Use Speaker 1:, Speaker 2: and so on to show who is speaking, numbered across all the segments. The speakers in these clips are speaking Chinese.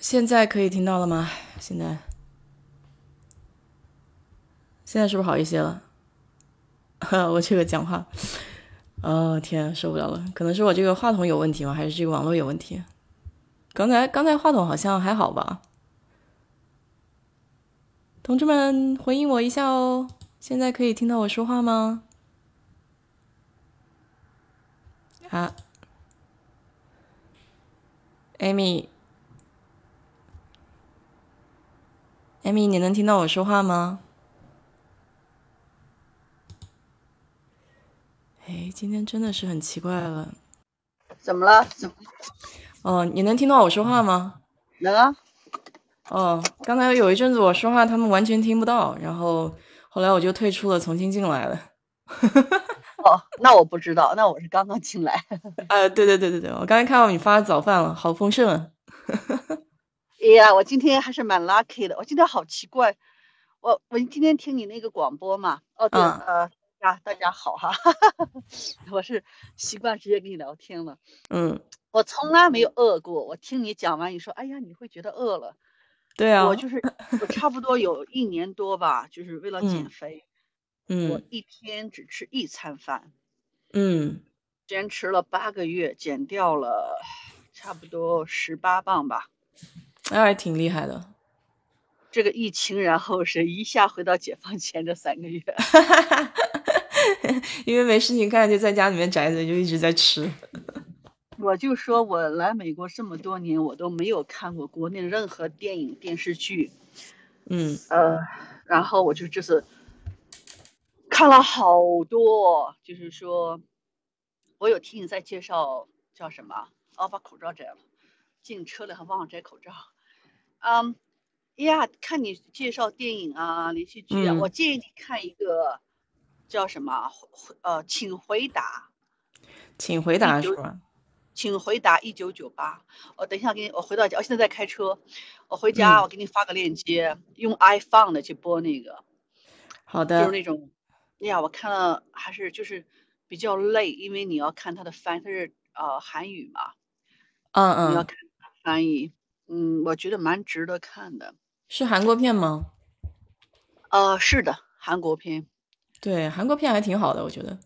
Speaker 1: 现在可以听到了吗？现在，现在是不是好一些了？ 我这个讲话，哦天、啊，受不了了！可能是我这个话筒有问题吗？还是这个网络有问题？刚才刚才话筒好像还好吧？同志们回应我一下哦！现在可以听到我说话吗？啊，Amy，Amy，你能听到我说话吗？哎，今天真的是很奇怪了。
Speaker 2: 怎么了？怎么？
Speaker 1: 哦，你能听到我说话吗？
Speaker 2: 能啊。
Speaker 1: 哦，刚才有一阵子我说话，他们完全听不到，然后后来我就退出了，重新进来了。
Speaker 2: 哦，那我不知道，那我是刚刚进来。
Speaker 1: 呃，对对对对对，我刚才看到你发早饭了，好丰盛啊！
Speaker 2: 哎呀，我今天还是蛮 lucky 的，我今天好奇怪，我我今天听你那个广播嘛，哦对，
Speaker 1: 嗯
Speaker 2: 呃，啊，大家好哈， 我是习惯直接跟你聊天了。
Speaker 1: 嗯，
Speaker 2: 我从来没有饿过。我听你讲完，你说，哎呀，你会觉得饿了。
Speaker 1: 对啊
Speaker 2: 我，就是我差不多有一年多吧，就是为了
Speaker 1: 嗯
Speaker 2: 减肥，我
Speaker 1: 嗯
Speaker 2: 一天只吃一餐饭，
Speaker 1: 嗯
Speaker 2: 坚持了八个月，减掉了差不多十八磅吧。
Speaker 1: 那还挺厉害的。
Speaker 2: 这个疫情，然后是一下回到解放前这三个月，
Speaker 1: 因为没事情干，就在家里面宅着，就一直在吃。
Speaker 2: 我就说我来美国这么多年，我都没有看过国内任何电影电视剧，
Speaker 1: 嗯
Speaker 2: 呃，然后我就就是看了好多，就是说，我有听你在介绍叫什么？哦，把口罩摘了，进车了还忘了摘口罩。嗯，哎呀，看你介绍电影啊、连续剧啊，
Speaker 1: 嗯
Speaker 2: 我建议你看一个叫什么？回呃，请回答，
Speaker 1: 请回答
Speaker 2: 一九
Speaker 1: 是吧？
Speaker 2: 请回答一九九八。我等一下给你，我回到家，我现在在开车，我回家
Speaker 1: 嗯
Speaker 2: 我给你发个链接，用 iPhone 的去播那个。
Speaker 1: 好
Speaker 2: 就是
Speaker 1: 的，
Speaker 2: 那种，哎呀，我看了还是就是比较累，因为你要看他的翻，他是呃韩语嘛，
Speaker 1: 嗯
Speaker 2: 你要
Speaker 1: 嗯，
Speaker 2: 看他翻译，嗯，我觉得蛮值得看的。
Speaker 1: 是韩国片吗？
Speaker 2: 呃，是的，韩国片。
Speaker 1: 对，韩国片还挺好的，我觉得。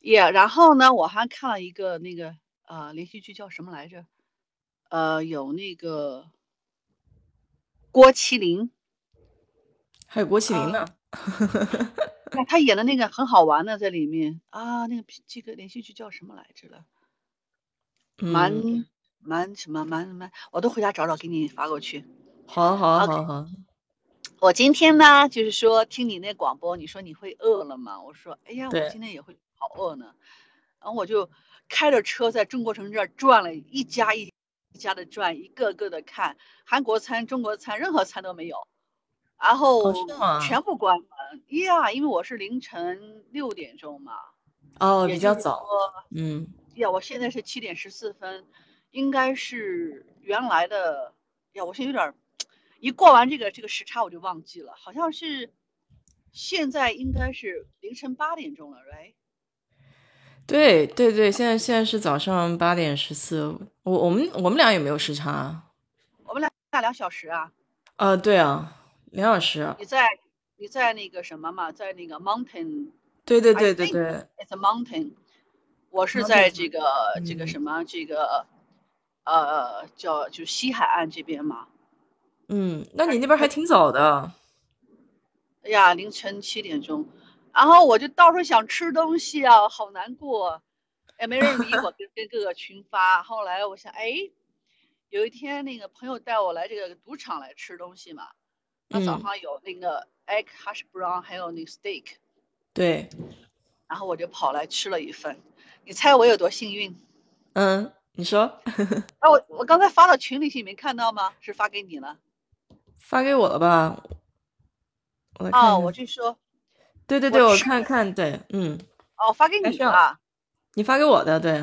Speaker 2: 也、然后呢，我还看了一个那个呃连续剧叫什么来着？呃，有那个郭麒麟，
Speaker 1: 还有郭麒麟
Speaker 2: 哦
Speaker 1: 呢。
Speaker 2: 哎他演的那个很好玩的在里面啊，那个这个连续剧叫什么来着了？蛮
Speaker 1: 嗯，
Speaker 2: 蛮什么蛮蛮，我都回家找找，给你发过去。
Speaker 1: 好好
Speaker 2: OK
Speaker 1: 好好，
Speaker 2: 我今天呢，就是说听你那广播，你说你会饿了吗？我说，哎呀，
Speaker 1: 对
Speaker 2: 我今天也会好饿呢。然后我就开着车在中国城这儿转了一家一一家的转，一个个的看韩国餐、中国餐，任何餐都没有。然后
Speaker 1: 哦是吗
Speaker 2: 全部关门呀因为我是凌晨六点钟嘛，
Speaker 1: 哦，
Speaker 2: 也
Speaker 1: 比较
Speaker 2: 就是啊
Speaker 1: 早。
Speaker 2: 说
Speaker 1: 嗯
Speaker 2: 呀，我现在是七点十四分，应该是原来的呀，我是有点儿，一过完这个这个时差我就忘记了，好像是现在应该是凌晨八点钟了，right？
Speaker 1: 对对对，现在现在是早上八点十四，我我们我们俩也没有时差啊，
Speaker 2: 我们俩大两小时啊，
Speaker 1: 啊对啊，两小时啊，
Speaker 2: 你在你在那个什么嘛，在那个 mountain
Speaker 1: 对对对
Speaker 2: I
Speaker 1: 对
Speaker 2: think-
Speaker 1: 对，
Speaker 2: it's a mountain，我是
Speaker 1: Mountain
Speaker 2: 在
Speaker 1: time
Speaker 2: 这个这个
Speaker 1: 嗯
Speaker 2: 什么这个呃叫就西海岸这边嘛，
Speaker 1: 嗯，那你那边还挺早的，
Speaker 2: 哎呀，凌晨七点钟，然后我就到处想吃东西啊，好难过，也没人理 我，跟跟各个群发。后来我想，哎，有一天那个朋友带我来这个赌场来吃东西嘛，那早
Speaker 1: 嗯
Speaker 2: 上有那个 egg hash brown，还有那个 steak，
Speaker 1: 对，
Speaker 2: 然后我就跑来吃了一份。你猜我有多幸运？
Speaker 1: 嗯，你说
Speaker 2: 啊，
Speaker 1: 嗯
Speaker 2: 我我刚才发到群里去，你没看到吗？是发给你了
Speaker 1: 发给我了吧？我来看
Speaker 2: 啊、
Speaker 1: 一
Speaker 2: 我
Speaker 1: 下，
Speaker 2: 就说，
Speaker 1: 对对
Speaker 2: 我
Speaker 1: 对，我
Speaker 2: 吃
Speaker 1: 看看，对，嗯，
Speaker 2: 哦，发给
Speaker 1: 还
Speaker 2: 你
Speaker 1: 是要
Speaker 2: 了。
Speaker 1: 你发给我的，对，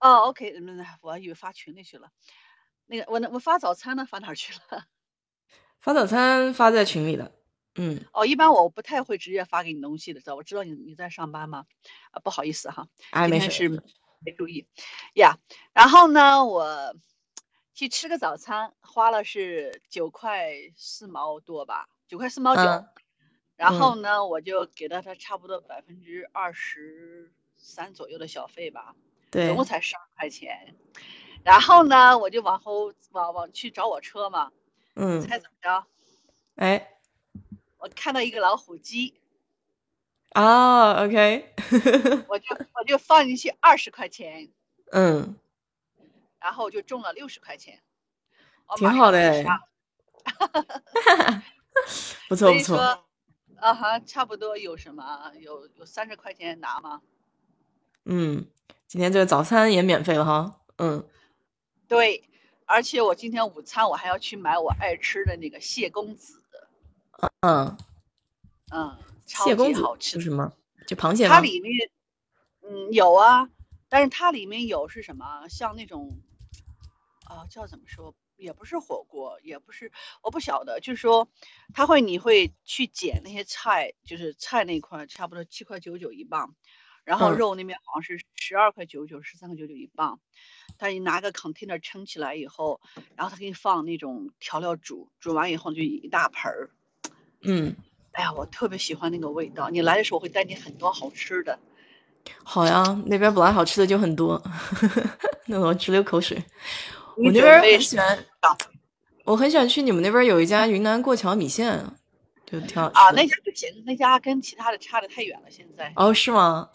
Speaker 2: 哦，OK，嗯，我还以为发群里去了。那个，我那我发早餐呢，发哪儿去了？
Speaker 1: 发早餐发在群里的，嗯，
Speaker 2: 哦，一般我不太会直接发给你东西的，知道？我知道你你在上班嘛，啊，不好意思哈，
Speaker 1: 哎，
Speaker 2: 今
Speaker 1: 没
Speaker 2: 天
Speaker 1: 事，
Speaker 2: 是没注意呀。然后呢，我去吃个早餐，花了是九块四毛多吧，九块四毛九。
Speaker 1: 嗯
Speaker 2: 然后呢，我就给了他差不多百分之二十三左右的小费吧，
Speaker 1: 对
Speaker 2: 总共才十二块钱。然后呢，我就往后往往去找我车嘛，
Speaker 1: 嗯，
Speaker 2: 猜怎么着？
Speaker 1: 哎
Speaker 2: 我看到一个老虎机，
Speaker 1: 啊，OK，
Speaker 2: 我就我就放进去二十块钱，
Speaker 1: 嗯，
Speaker 2: 然后我就中了六十块钱，我
Speaker 1: 挺
Speaker 2: 马
Speaker 1: 好
Speaker 2: 上
Speaker 1: 的
Speaker 2: 自
Speaker 1: 哎
Speaker 2: 杀
Speaker 1: 不错
Speaker 2: 所
Speaker 1: 不
Speaker 2: 以说，
Speaker 1: 错，
Speaker 2: 啊哈，差不多有什么有有三十块钱拿吗？
Speaker 1: 嗯，今天这个早餐也免费了哈，嗯，
Speaker 2: 对，而且我今天午餐我还要去买我爱吃的那个蟹公子，
Speaker 1: 嗯，
Speaker 2: 嗯，超
Speaker 1: 蟹公
Speaker 2: 级
Speaker 1: 子
Speaker 2: 好吃
Speaker 1: 是什么？就螃蟹
Speaker 2: 它
Speaker 1: 吗？
Speaker 2: 里面，嗯，有啊，但是它里面有是什么？像那种，啊，叫怎么说？也不是火锅，也不是，我不晓得。就是说，它会，你会去捡那些菜，就是菜那块差不多七块九九一磅，然后
Speaker 1: 嗯
Speaker 2: 肉那边好像是十二块九九、十三块九九一磅。但你拿个 container 撑起来以后，然后它给你放那种调料煮，煮完以后就一大盆儿。
Speaker 1: 嗯，
Speaker 2: 哎呀，我特别喜欢那个味道。你来的时候我会带你很多好吃的。
Speaker 1: 好呀，那边本来好吃的就很多， 弄得我直流口 水。
Speaker 2: 你
Speaker 1: 我那
Speaker 2: 准
Speaker 1: 边
Speaker 2: 备
Speaker 1: 很喜欢
Speaker 2: 啊，
Speaker 1: 我很喜欢去你们那边有一家云南过桥米线，就挺好吃
Speaker 2: 啊，
Speaker 1: 的
Speaker 2: 那家不行，那家跟其他的差的太远了。现在
Speaker 1: 哦，是吗？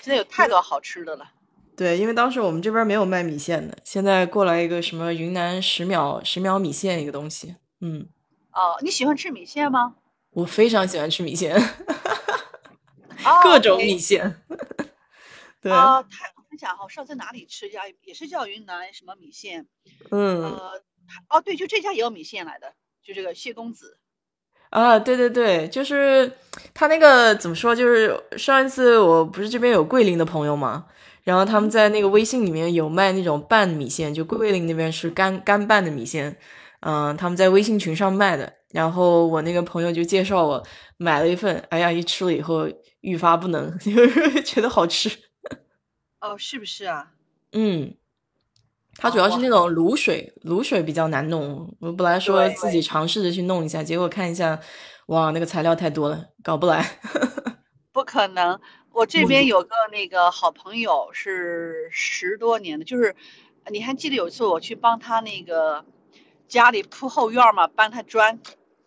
Speaker 2: 现在有
Speaker 1: 嗯
Speaker 2: 太多好吃的了。
Speaker 1: 对，因为当时我们这边没有卖米线的，现在过来一个什么云南十秒十秒米线一个东西，嗯，
Speaker 2: 哦，你喜欢吃米线吗？
Speaker 1: 我非常喜欢吃米线，
Speaker 2: 啊，
Speaker 1: 各种
Speaker 2: 哦 OK
Speaker 1: 米线。 对，
Speaker 2: 啊，太我想哈，我上次哪里吃一家也是叫云南什么米线？
Speaker 1: 嗯
Speaker 2: 呃，哦对，就这家也有米线来的，就这个谢公子。
Speaker 1: 啊，对对对，就是他那个怎么说？就是上一次我不是这边有桂林的朋友嘛，然后他们在那个微信里面有卖那种拌米线，就桂林那边是干干拌的米线，嗯、他们在微信群上卖的。然后我那个朋友就介绍我买了一份，哎呀，一吃了以后欲发不能， 就是觉得好吃。
Speaker 2: 哦，是不是啊？
Speaker 1: 嗯，它主
Speaker 2: 哦
Speaker 1: 要
Speaker 2: 我
Speaker 1: 是那种卤水，卤水比较难弄。我本来说
Speaker 2: 对
Speaker 1: 自己尝试着去弄一下，结果看一下，哇，那个材料太多了，搞不来。
Speaker 2: 不可能，我这
Speaker 1: 我
Speaker 2: 边
Speaker 1: 一
Speaker 2: 有个那个好朋友是十多年的，就是你还记得有一次我去帮他那个家里铺后院儿嘛，搬他砖。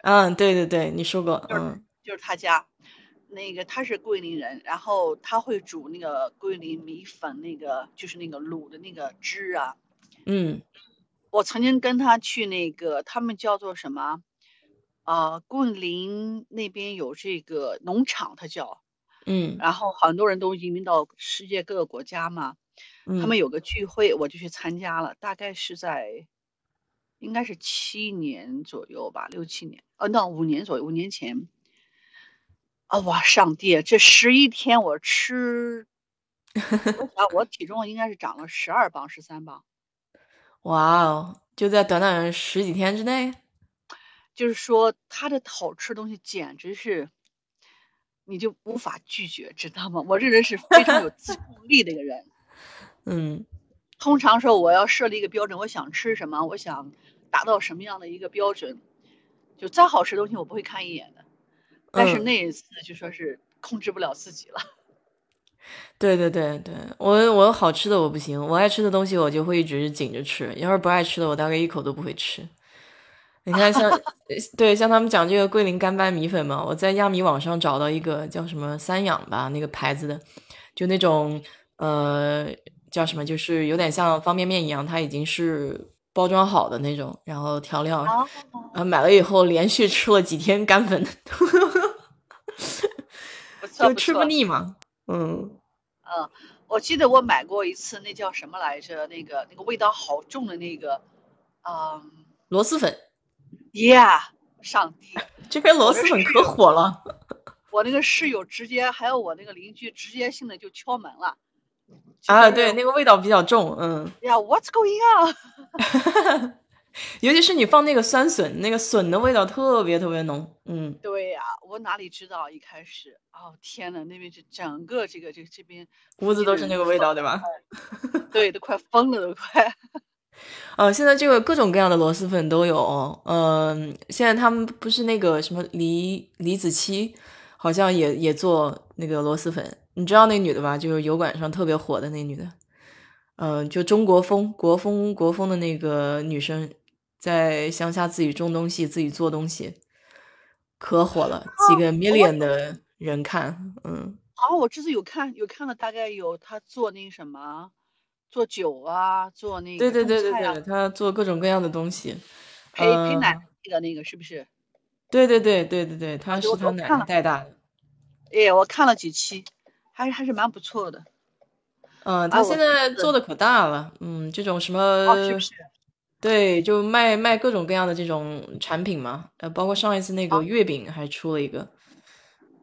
Speaker 1: 嗯，对对对，你说过，嗯
Speaker 2: 就是他家，那个他是桂林人，然后他会煮那个桂林米粉，那个就是那个卤的那个汁啊。
Speaker 1: 嗯
Speaker 2: 我曾经跟他去那个，他们叫做什么？啊、桂林那边有这个农场，它叫，
Speaker 1: 嗯
Speaker 2: 然后很多人都移民到世界各个国家嘛，他
Speaker 1: 嗯
Speaker 2: 们有个聚会，我就去参加了，大概是在，应该是七年左右吧，六七年，呃、那五年左右，五年前。啊、哇，上帝，这十一天我吃，我想我体重应该是长了十二磅、十三磅，
Speaker 1: 哇哦，就在短短十几天之内，
Speaker 2: 就是说他的好吃的东西简直是，你就无法拒绝，知道吗？我这人是非常有自制力的一个人。
Speaker 1: 嗯
Speaker 2: 通常说我要设立一个标准，我想吃什么，我想达到什么样的一个标准，就再好吃的东西我不会看一眼的。但是
Speaker 1: 嗯。
Speaker 2: 那一次就说是控制不了自己了。
Speaker 1: 对对对对，我我好吃的我不行，我爱吃的东西我就会一直紧着吃，要是不爱吃的我大概一口都不会吃。你看 像，呃对像他们讲这个桂林干拌米粉嘛，我在亚米网上找到一个叫什么三养吧那个牌子的，就那种呃叫什么，就是有点像方便面一样，它已经是包装好的那种，然后调料，
Speaker 2: 哦，
Speaker 1: 呃买了以后连续吃了几天干 粉，
Speaker 2: 不错
Speaker 1: 就
Speaker 2: 不
Speaker 1: 吃
Speaker 2: 错
Speaker 1: 不，腻嘛，嗯。
Speaker 2: 嗯，我记得我买过一次，那叫什么来着？那个那个味道好重的那个，嗯
Speaker 1: 螺蛳粉，
Speaker 2: ，yeah，上 帝，
Speaker 1: 这边螺蛳粉可火了。
Speaker 2: 我那个室友直接还有我那个邻居直接性的就敲门了，就
Speaker 1: 啊，
Speaker 2: 是
Speaker 1: 对，那个味道比较重，嗯，
Speaker 2: 呀，what's going on？
Speaker 1: 尤其是你放那个酸笋，那个笋的味道特别特别浓，嗯，
Speaker 2: 对呀、我哪里知道一开始，哦天呐，那边是整个这个这这边附
Speaker 1: 屋子
Speaker 2: 近
Speaker 1: 都
Speaker 2: 的
Speaker 1: 是
Speaker 2: 人
Speaker 1: 那
Speaker 2: 都
Speaker 1: 个味
Speaker 2: 疯
Speaker 1: 道，对吧？
Speaker 2: 对，都快疯了，都快。
Speaker 1: 呃，现在这个各种各样的螺蛳粉都有哦，嗯、现在他们不是那个什么李李子柒，好像也也做那个螺蛳粉，你知道那女的吧？就是油管上特别火的那女的，嗯、就中国风国风国风的那个女生，在乡下自己种东西，自己做东西，可火了，
Speaker 2: 哦
Speaker 1: 几个 million 的人看，嗯，
Speaker 2: 啊，我这次有看，有看了，大概有他做那什么，做酒啊，做那
Speaker 1: 对
Speaker 2: 个
Speaker 1: 对对对
Speaker 2: 中菜啊
Speaker 1: 对，她做各种各样的东西，
Speaker 2: 陪陪
Speaker 1: 嗯
Speaker 2: 奶奶的那个是不是？
Speaker 1: 对对对对对对，她
Speaker 2: 我
Speaker 1: 是
Speaker 2: 我
Speaker 1: 她
Speaker 2: 看
Speaker 1: 奶
Speaker 2: 了
Speaker 1: 奶带大的。
Speaker 2: 哎，我看了几期，还是还是蛮不错的。
Speaker 1: 嗯，他
Speaker 2: 啊我
Speaker 1: 现
Speaker 2: 觉
Speaker 1: 在
Speaker 2: 得
Speaker 1: 做的可大了，嗯，这种什么，
Speaker 2: 哦，是不是？
Speaker 1: 对，就卖卖各种各样的这种产品嘛，呃，包括上一次那个
Speaker 2: 哦
Speaker 1: 月饼还出了一个，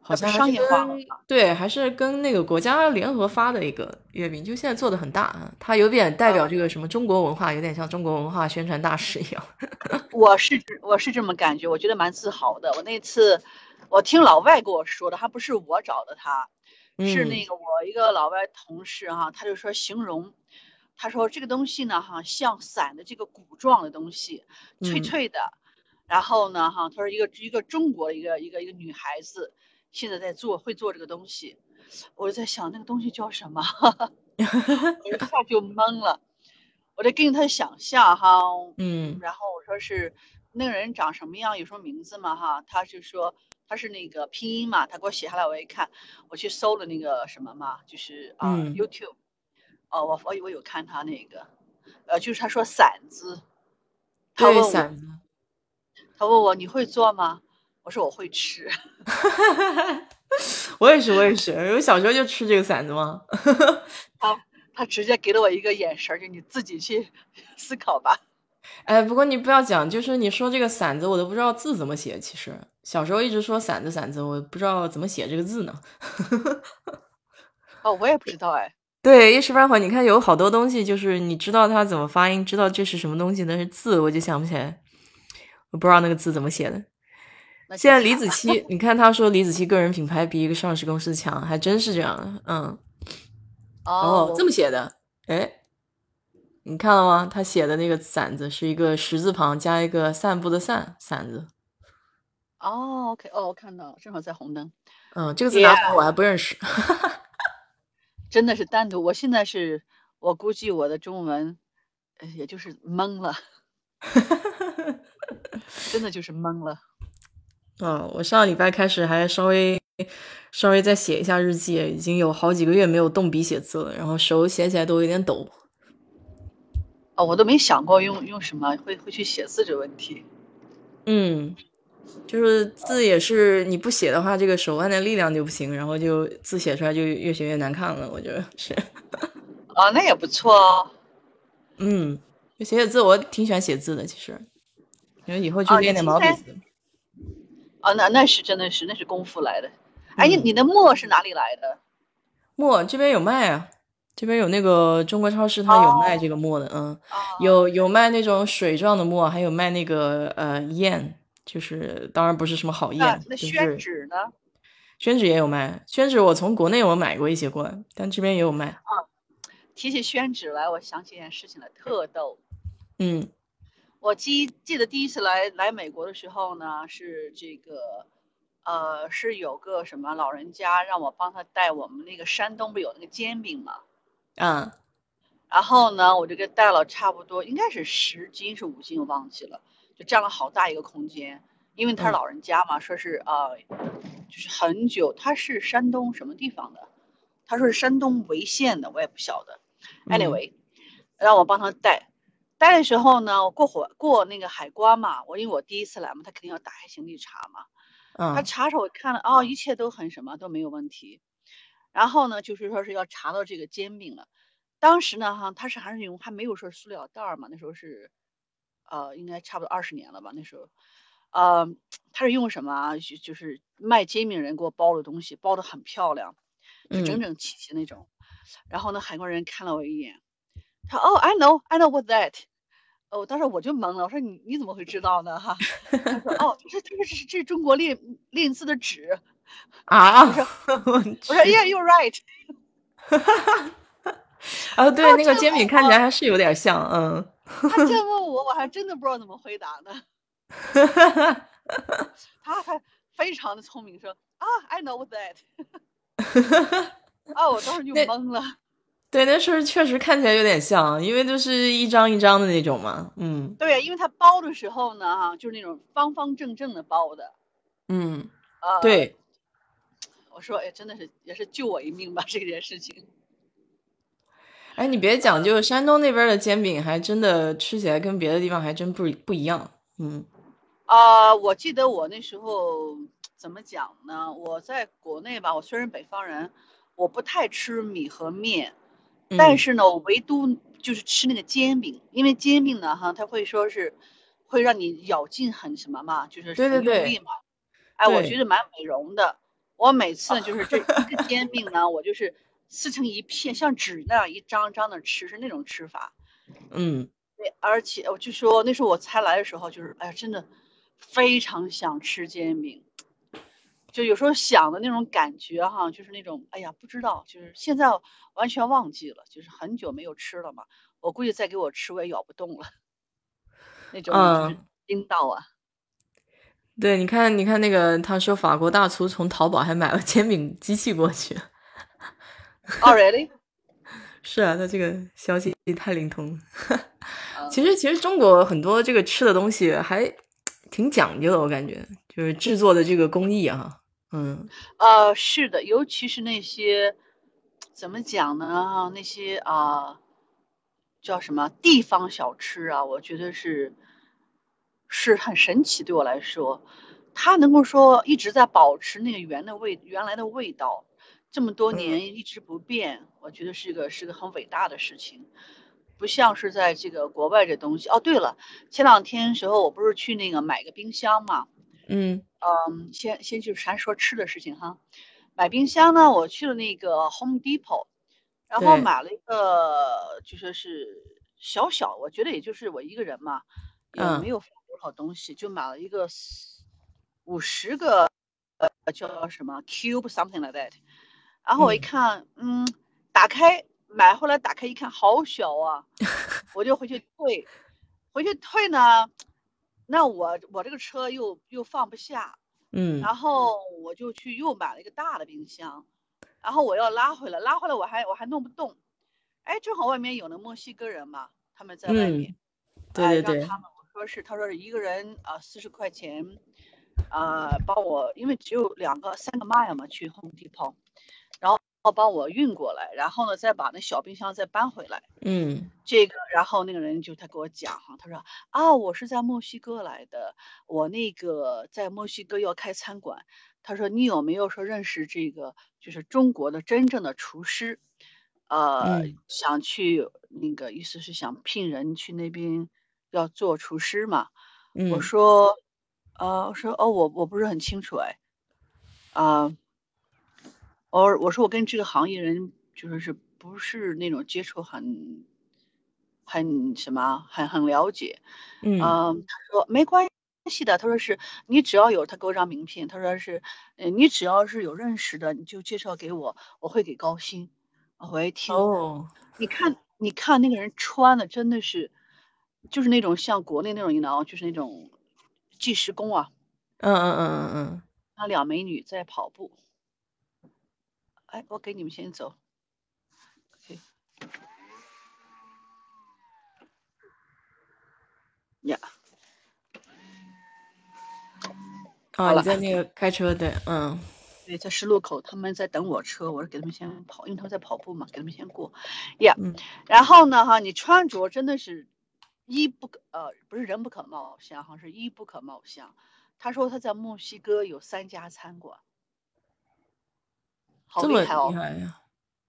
Speaker 1: 好
Speaker 2: 那不
Speaker 1: 像还
Speaker 2: 商
Speaker 1: 是
Speaker 2: 业化了
Speaker 1: 跟对，还是跟那个国家联合发的一个月饼，就现在做的很大啊，它有点代
Speaker 2: 哦
Speaker 1: 表这个什么中国文化，有点像中国文化宣传大使一样。
Speaker 2: 我是这我是这么感觉，我觉得蛮自豪的。我那次我听老外跟我说的，还不是我找的他，是
Speaker 1: 嗯
Speaker 2: 那个我一个老外同事哈、他就说形容，他说这个东西呢哈、像伞的这个鼓状的东西，脆
Speaker 1: 嗯
Speaker 2: 脆的。然后呢哈、他说一个一个中国一个一个一个女孩子现在在做会做这个东西，我就在想那个东西叫什么， 我一下就懵了。我得根据他的想象哈，
Speaker 1: 嗯
Speaker 2: 然后我说是那个人长什么样，有什么名字嘛哈，他就说他是那个拼音嘛，他给我写下来，我一看，我去搜了那个什么嘛，就是啊、
Speaker 1: 嗯
Speaker 2: YouTube，哦、我我我有看他那个，呃，就是他说伞子，他
Speaker 1: 对，
Speaker 2: 问我
Speaker 1: 馓子，
Speaker 2: 他问我你会做吗？我说我会吃，
Speaker 1: 我也是，我也是，我小时候就吃这个馓子嘛。
Speaker 2: 他直接给了我一个眼神儿，就你自己去 思考吧。
Speaker 1: 哎，不过你不要讲，就是你说这个伞子，我都不知道字怎么写。其实小时候一直说伞子伞子，我不知道怎么写这个字呢。
Speaker 2: 哦，我也不知道哎，
Speaker 1: 对，一时半会儿，你看有好多东西，就是你知道它怎么发音，知道这是什么东西，但是字我就想不起来，我不知道那个字怎么写的。
Speaker 2: 那就
Speaker 1: 现在李
Speaker 2: 惨
Speaker 1: 子
Speaker 2: 了。
Speaker 1: 柒，你看他说李子柒个人品牌比一个上市公司强，还真是这样的。嗯，
Speaker 2: 哦，
Speaker 1: 哦，
Speaker 2: 我
Speaker 1: 这么写的，哎，你看了吗？他写的那个伞子是一个十字旁加一个散步的散，伞子。
Speaker 2: 哦，OK，哦，我看到了，正好在红灯，
Speaker 1: 嗯，这个字
Speaker 2: 耶、
Speaker 1: 拿出来我还不认识。
Speaker 2: 真的是单独。我现在是，我估计我的中文，呃也就是懵了，真的就是懵了。
Speaker 1: 啊，我上个礼拜开始还稍微稍微再写一下日记，已经有好几个月没有动笔写字了，然后手写起来都有点抖。
Speaker 2: 哦，我都没想过用用什么会会去写字这个问题。
Speaker 1: 嗯，就是字也是你不写的话，这个手腕的力量就不行，然后就字写出来就越写越难看了。我觉得是，
Speaker 2: 哦，那也不错哦。
Speaker 1: 嗯，就写写字，我挺喜欢写字的，其实，因为以后去
Speaker 2: 哦，你
Speaker 1: 练练
Speaker 2: 现
Speaker 1: 毛笔
Speaker 2: 在，
Speaker 1: 字。
Speaker 2: 哦，那那是真的是那是功夫来的。哎，你
Speaker 1: 嗯
Speaker 2: 你的墨是哪里来的？
Speaker 1: 墨这边有卖啊，这边有那个中国超市，它有卖
Speaker 2: 哦，
Speaker 1: 这个墨的，嗯，
Speaker 2: 哦，
Speaker 1: 有有卖那种水状的墨，还有卖那个呃砚，就是当然不是什么好
Speaker 2: 那
Speaker 1: 砚，
Speaker 2: 啊那
Speaker 1: 就
Speaker 2: 宣
Speaker 1: 是
Speaker 2: 纸呢？
Speaker 1: 宣纸也有卖，宣纸我从国内我买过一些过来，但这边也有卖，
Speaker 2: 哦提起宣纸来，我想起一件事情来，特逗。
Speaker 1: 嗯
Speaker 2: 我记记得第一次来来美国的时候呢，是这个，呃，是有个什么老人家让我帮他带我们那个山东不有那个煎饼嘛，
Speaker 1: 啊
Speaker 2: 然后呢，我就给带了差不多应该是十斤是五斤，我忘记了，就占了好大一个空间，因为他是
Speaker 1: 嗯
Speaker 2: 老人家嘛，说是啊、就是很久，他是山东什么地方的？他说是山东潍县的，我也不晓得。
Speaker 1: 嗯
Speaker 2: Anyway，让我帮他带。带的时候呢，我过火过那个海关嘛，我因为我第一次来嘛，他肯定要打开行李查嘛。他
Speaker 1: 啊
Speaker 2: 查查我看了，哦，一切都很什么都没有问题。然后呢，就是说是要查到这个煎饼了。当时呢，哈，他是还是用还没有说塑料袋儿嘛，那时候是，呃，应该差不多二十年了吧，那时候，呃，他是用什么啊？就就是卖煎饼人给我包的东西，包的很漂亮，就整
Speaker 1: 嗯
Speaker 2: 整齐齐那种。然后呢，韩国人看了我一眼，他哦，I know, I know what that。哦，当时我就懵了，我说你你怎么会知道呢？ 哈，他说哦，这这个是这是中国练练字的纸。
Speaker 1: 啊，
Speaker 2: 我说
Speaker 1: 我
Speaker 2: 我说
Speaker 1: 去
Speaker 2: ，Yeah, you're right。
Speaker 1: 啊，
Speaker 2: 然
Speaker 1: 对，
Speaker 2: 后
Speaker 1: 那
Speaker 2: 这
Speaker 1: 哦个
Speaker 2: 个
Speaker 1: 煎饼看起来还是有点像，嗯
Speaker 2: 他这问我，我还真的不知道怎么回答呢。他还非常的聪明，说啊，I know that 啊，我当时就
Speaker 1: 那
Speaker 2: 懵了。
Speaker 1: 对，那是确实看起来有点像，因为就是一张一张的那种嘛。嗯
Speaker 2: 对，因为他包的时候呢，哈，就是那种方方正正的包的。
Speaker 1: 嗯，
Speaker 2: 呃，，
Speaker 1: 对，
Speaker 2: 我说，哎，真的是也是救我一命吧，这件事情。
Speaker 1: 哎，你别讲，就山东那边的煎饼还真的吃起来跟别的地方还真不不一样。嗯
Speaker 2: 啊、我记得我那时候怎么讲呢？我在国内吧，我虽然北方人，我不太吃米和面，
Speaker 1: 嗯
Speaker 2: 但是呢，我唯独就是吃那个煎饼，因为煎饼呢，哈，它会说是会让你咬劲很什么嘛，就是
Speaker 1: 对对
Speaker 2: 很
Speaker 1: 对
Speaker 2: 用力嘛。哎，我
Speaker 1: 对
Speaker 2: 觉得蛮美容的。我每次呢，就是这 一个煎饼呢，我就是撕成一片，像纸那样一张张的吃，是那种吃法。
Speaker 1: 嗯，
Speaker 2: 对，而且我就说那时候我才来的时候，就是哎呀，真的非常想吃煎饼，就有时候想的那种感觉哈，就是那种哎呀，不知道，就是现在完全忘记了，就是很久没有吃了嘛，我估计再给我吃我也咬不动了， 那种就是惊到啊，
Speaker 1: 对，你看，你看那个，他说法国大厨从淘宝还买了煎饼机器过去。
Speaker 2: 哦，really？
Speaker 1: 是啊，他这个消息太灵通了。
Speaker 2: 嗯
Speaker 1: 其实，其实中国很多这个吃的东西还挺讲究的，我感觉就是制作的这个工艺啊，嗯
Speaker 2: 呃，是的，尤其是那些怎么讲呢？那些啊、叫什么地方小吃啊，我觉得是是很神奇。对我来说，它能够说一直在保持那个原的味原来的味道，这么多
Speaker 1: 嗯
Speaker 2: 年一直不变，我觉得是个是个很伟大的事情。不像是在这个国外这东西哦。对了，前两天时候我不是去那个买个冰箱嘛，
Speaker 1: 嗯
Speaker 2: 嗯，先先就是咱说吃的事情哈。买冰箱呢，我去了那个 Home Depot，然后
Speaker 1: 对
Speaker 2: 买了一个就说是小小，我觉得也就是我一个人嘛，也
Speaker 1: 嗯
Speaker 2: 没有多少东西，就买了一个五十个呃叫什么 Cube something like that。然后我一
Speaker 1: 嗯
Speaker 2: 看，嗯，打开买回来打开一看，好 小啊，我就回去退，回去退呢，那我我这个车又又放不下，
Speaker 1: 嗯
Speaker 2: 然后我就去又买了一个大的冰箱，然后我要拉回来，拉回来我还我还弄不动，哎，正好外面有那墨西哥人嘛，他们在外面，
Speaker 1: 嗯对
Speaker 2: 哎
Speaker 1: 对对
Speaker 2: 让他们我说是，他说是一个人啊四十块钱，啊、帮我，因为只有两个三个 mile 嘛去 Home Depot，然后帮我运过来，然后呢再把那小冰箱再搬回来。
Speaker 1: 嗯
Speaker 2: 这个，然后那个人就他给我讲哈，他说啊，我是在墨西哥来的，我那个在墨西哥要开餐馆，他说你有没有说认识这个就是中国的真正的厨师，呃，
Speaker 1: 嗯
Speaker 2: 想去那个意思是想聘人去那边要做厨师嘛，
Speaker 1: 嗯，
Speaker 2: 我说，呃，我说哦，我我不是很清楚哎，啊、我我说我跟这个行业人就是是不是那种接触很很什么很很了解，
Speaker 1: 嗯
Speaker 2: 啊，他说没关系的，他说是你只要有他给我张名片，他说是，呃，你只要是有认识的，你就介绍给我，我会给高薪。我一听，
Speaker 1: 哦，
Speaker 2: 你看，你看那个人穿的真的是，就是那种像国内那种，你知道，就是那种计时工啊，
Speaker 1: 嗯嗯嗯嗯
Speaker 2: 那俩美女在跑步。哎，我给你们先走。OK 呀、
Speaker 1: 嗯，
Speaker 2: 好
Speaker 1: 啊，
Speaker 2: 了
Speaker 1: 你在那个开车对，嗯
Speaker 2: 对，在十路口，他们在等我车，我说给他们先跑，因为他们在跑步嘛，给他们先过。呀、
Speaker 1: 嗯
Speaker 2: 然后呢，哈，你穿着真的是衣不可呃，不是人不可貌相，哈，是衣不可貌相。他说他在墨西哥有三家餐馆，好
Speaker 1: 这么
Speaker 2: 厉害哦
Speaker 1: 厉害呀、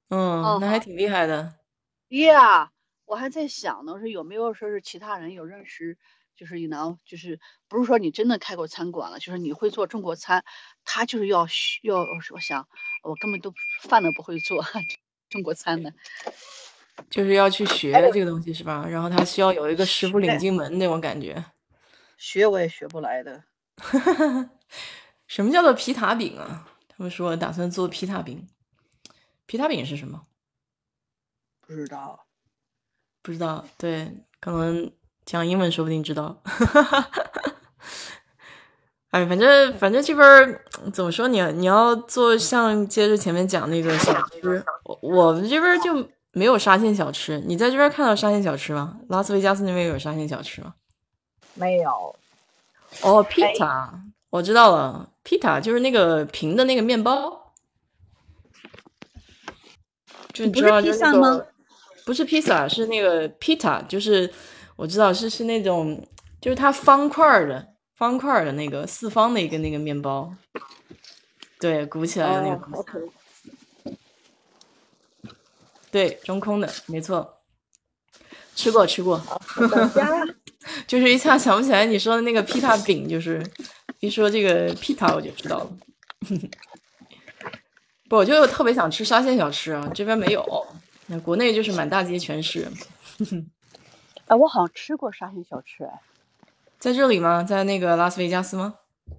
Speaker 1: 嗯，那还挺厉害的，
Speaker 2: ！Yeah，我还在想呢，我说有没有说是其他人有认识，就是你能就是不是说你真的开过餐馆了，就是你会做中国餐，他就是要学要我说我想我根本都饭都不会做中国餐的。
Speaker 1: 就是要去学这个东西是吧？然后他需要有一个师傅领
Speaker 2: 哎对
Speaker 1: 进门那种感觉。
Speaker 2: 学我也学不来的。
Speaker 1: 什么叫做皮塔饼啊？他们说打算做皮塔饼，皮塔饼是什么？
Speaker 2: 不知道，
Speaker 1: 不知道。对，可能讲英文说不定知道。 哎，反正反正这边儿怎么说你你要做像接着前面讲那个小吃，我我们这边儿就没有沙县小吃。你在这边儿看到沙县小吃吗？拉斯维加斯那边有沙县小吃吗？
Speaker 3: 没有，
Speaker 1: 哦，pita，我
Speaker 3: 哎
Speaker 1: 知道了，pita 就是那个平的那个面包，就
Speaker 3: 你不
Speaker 1: 你知
Speaker 3: 是
Speaker 1: 道
Speaker 3: 披
Speaker 1: 就那
Speaker 3: 萨
Speaker 1: 个
Speaker 3: 吗？
Speaker 1: 不是披萨，是那个 pita，就是我知道是是那种就是它方块儿的方块儿的那个四方的一个那个面包，对，鼓起来的那个
Speaker 3: 哦
Speaker 1: 东西，
Speaker 3: ，OK，
Speaker 1: 对，中空的，没错，吃过吃过，
Speaker 3: 我等家
Speaker 1: 就是一下想不起来你说的那个披萨饼，就是一说这个披萨我就知道了。不，我就特别想吃沙县小吃啊，这边没有，那国内就是满大街全是。
Speaker 2: 哎，我好像吃过沙县小吃，哎
Speaker 1: 在这里吗？在那个拉斯维加斯吗？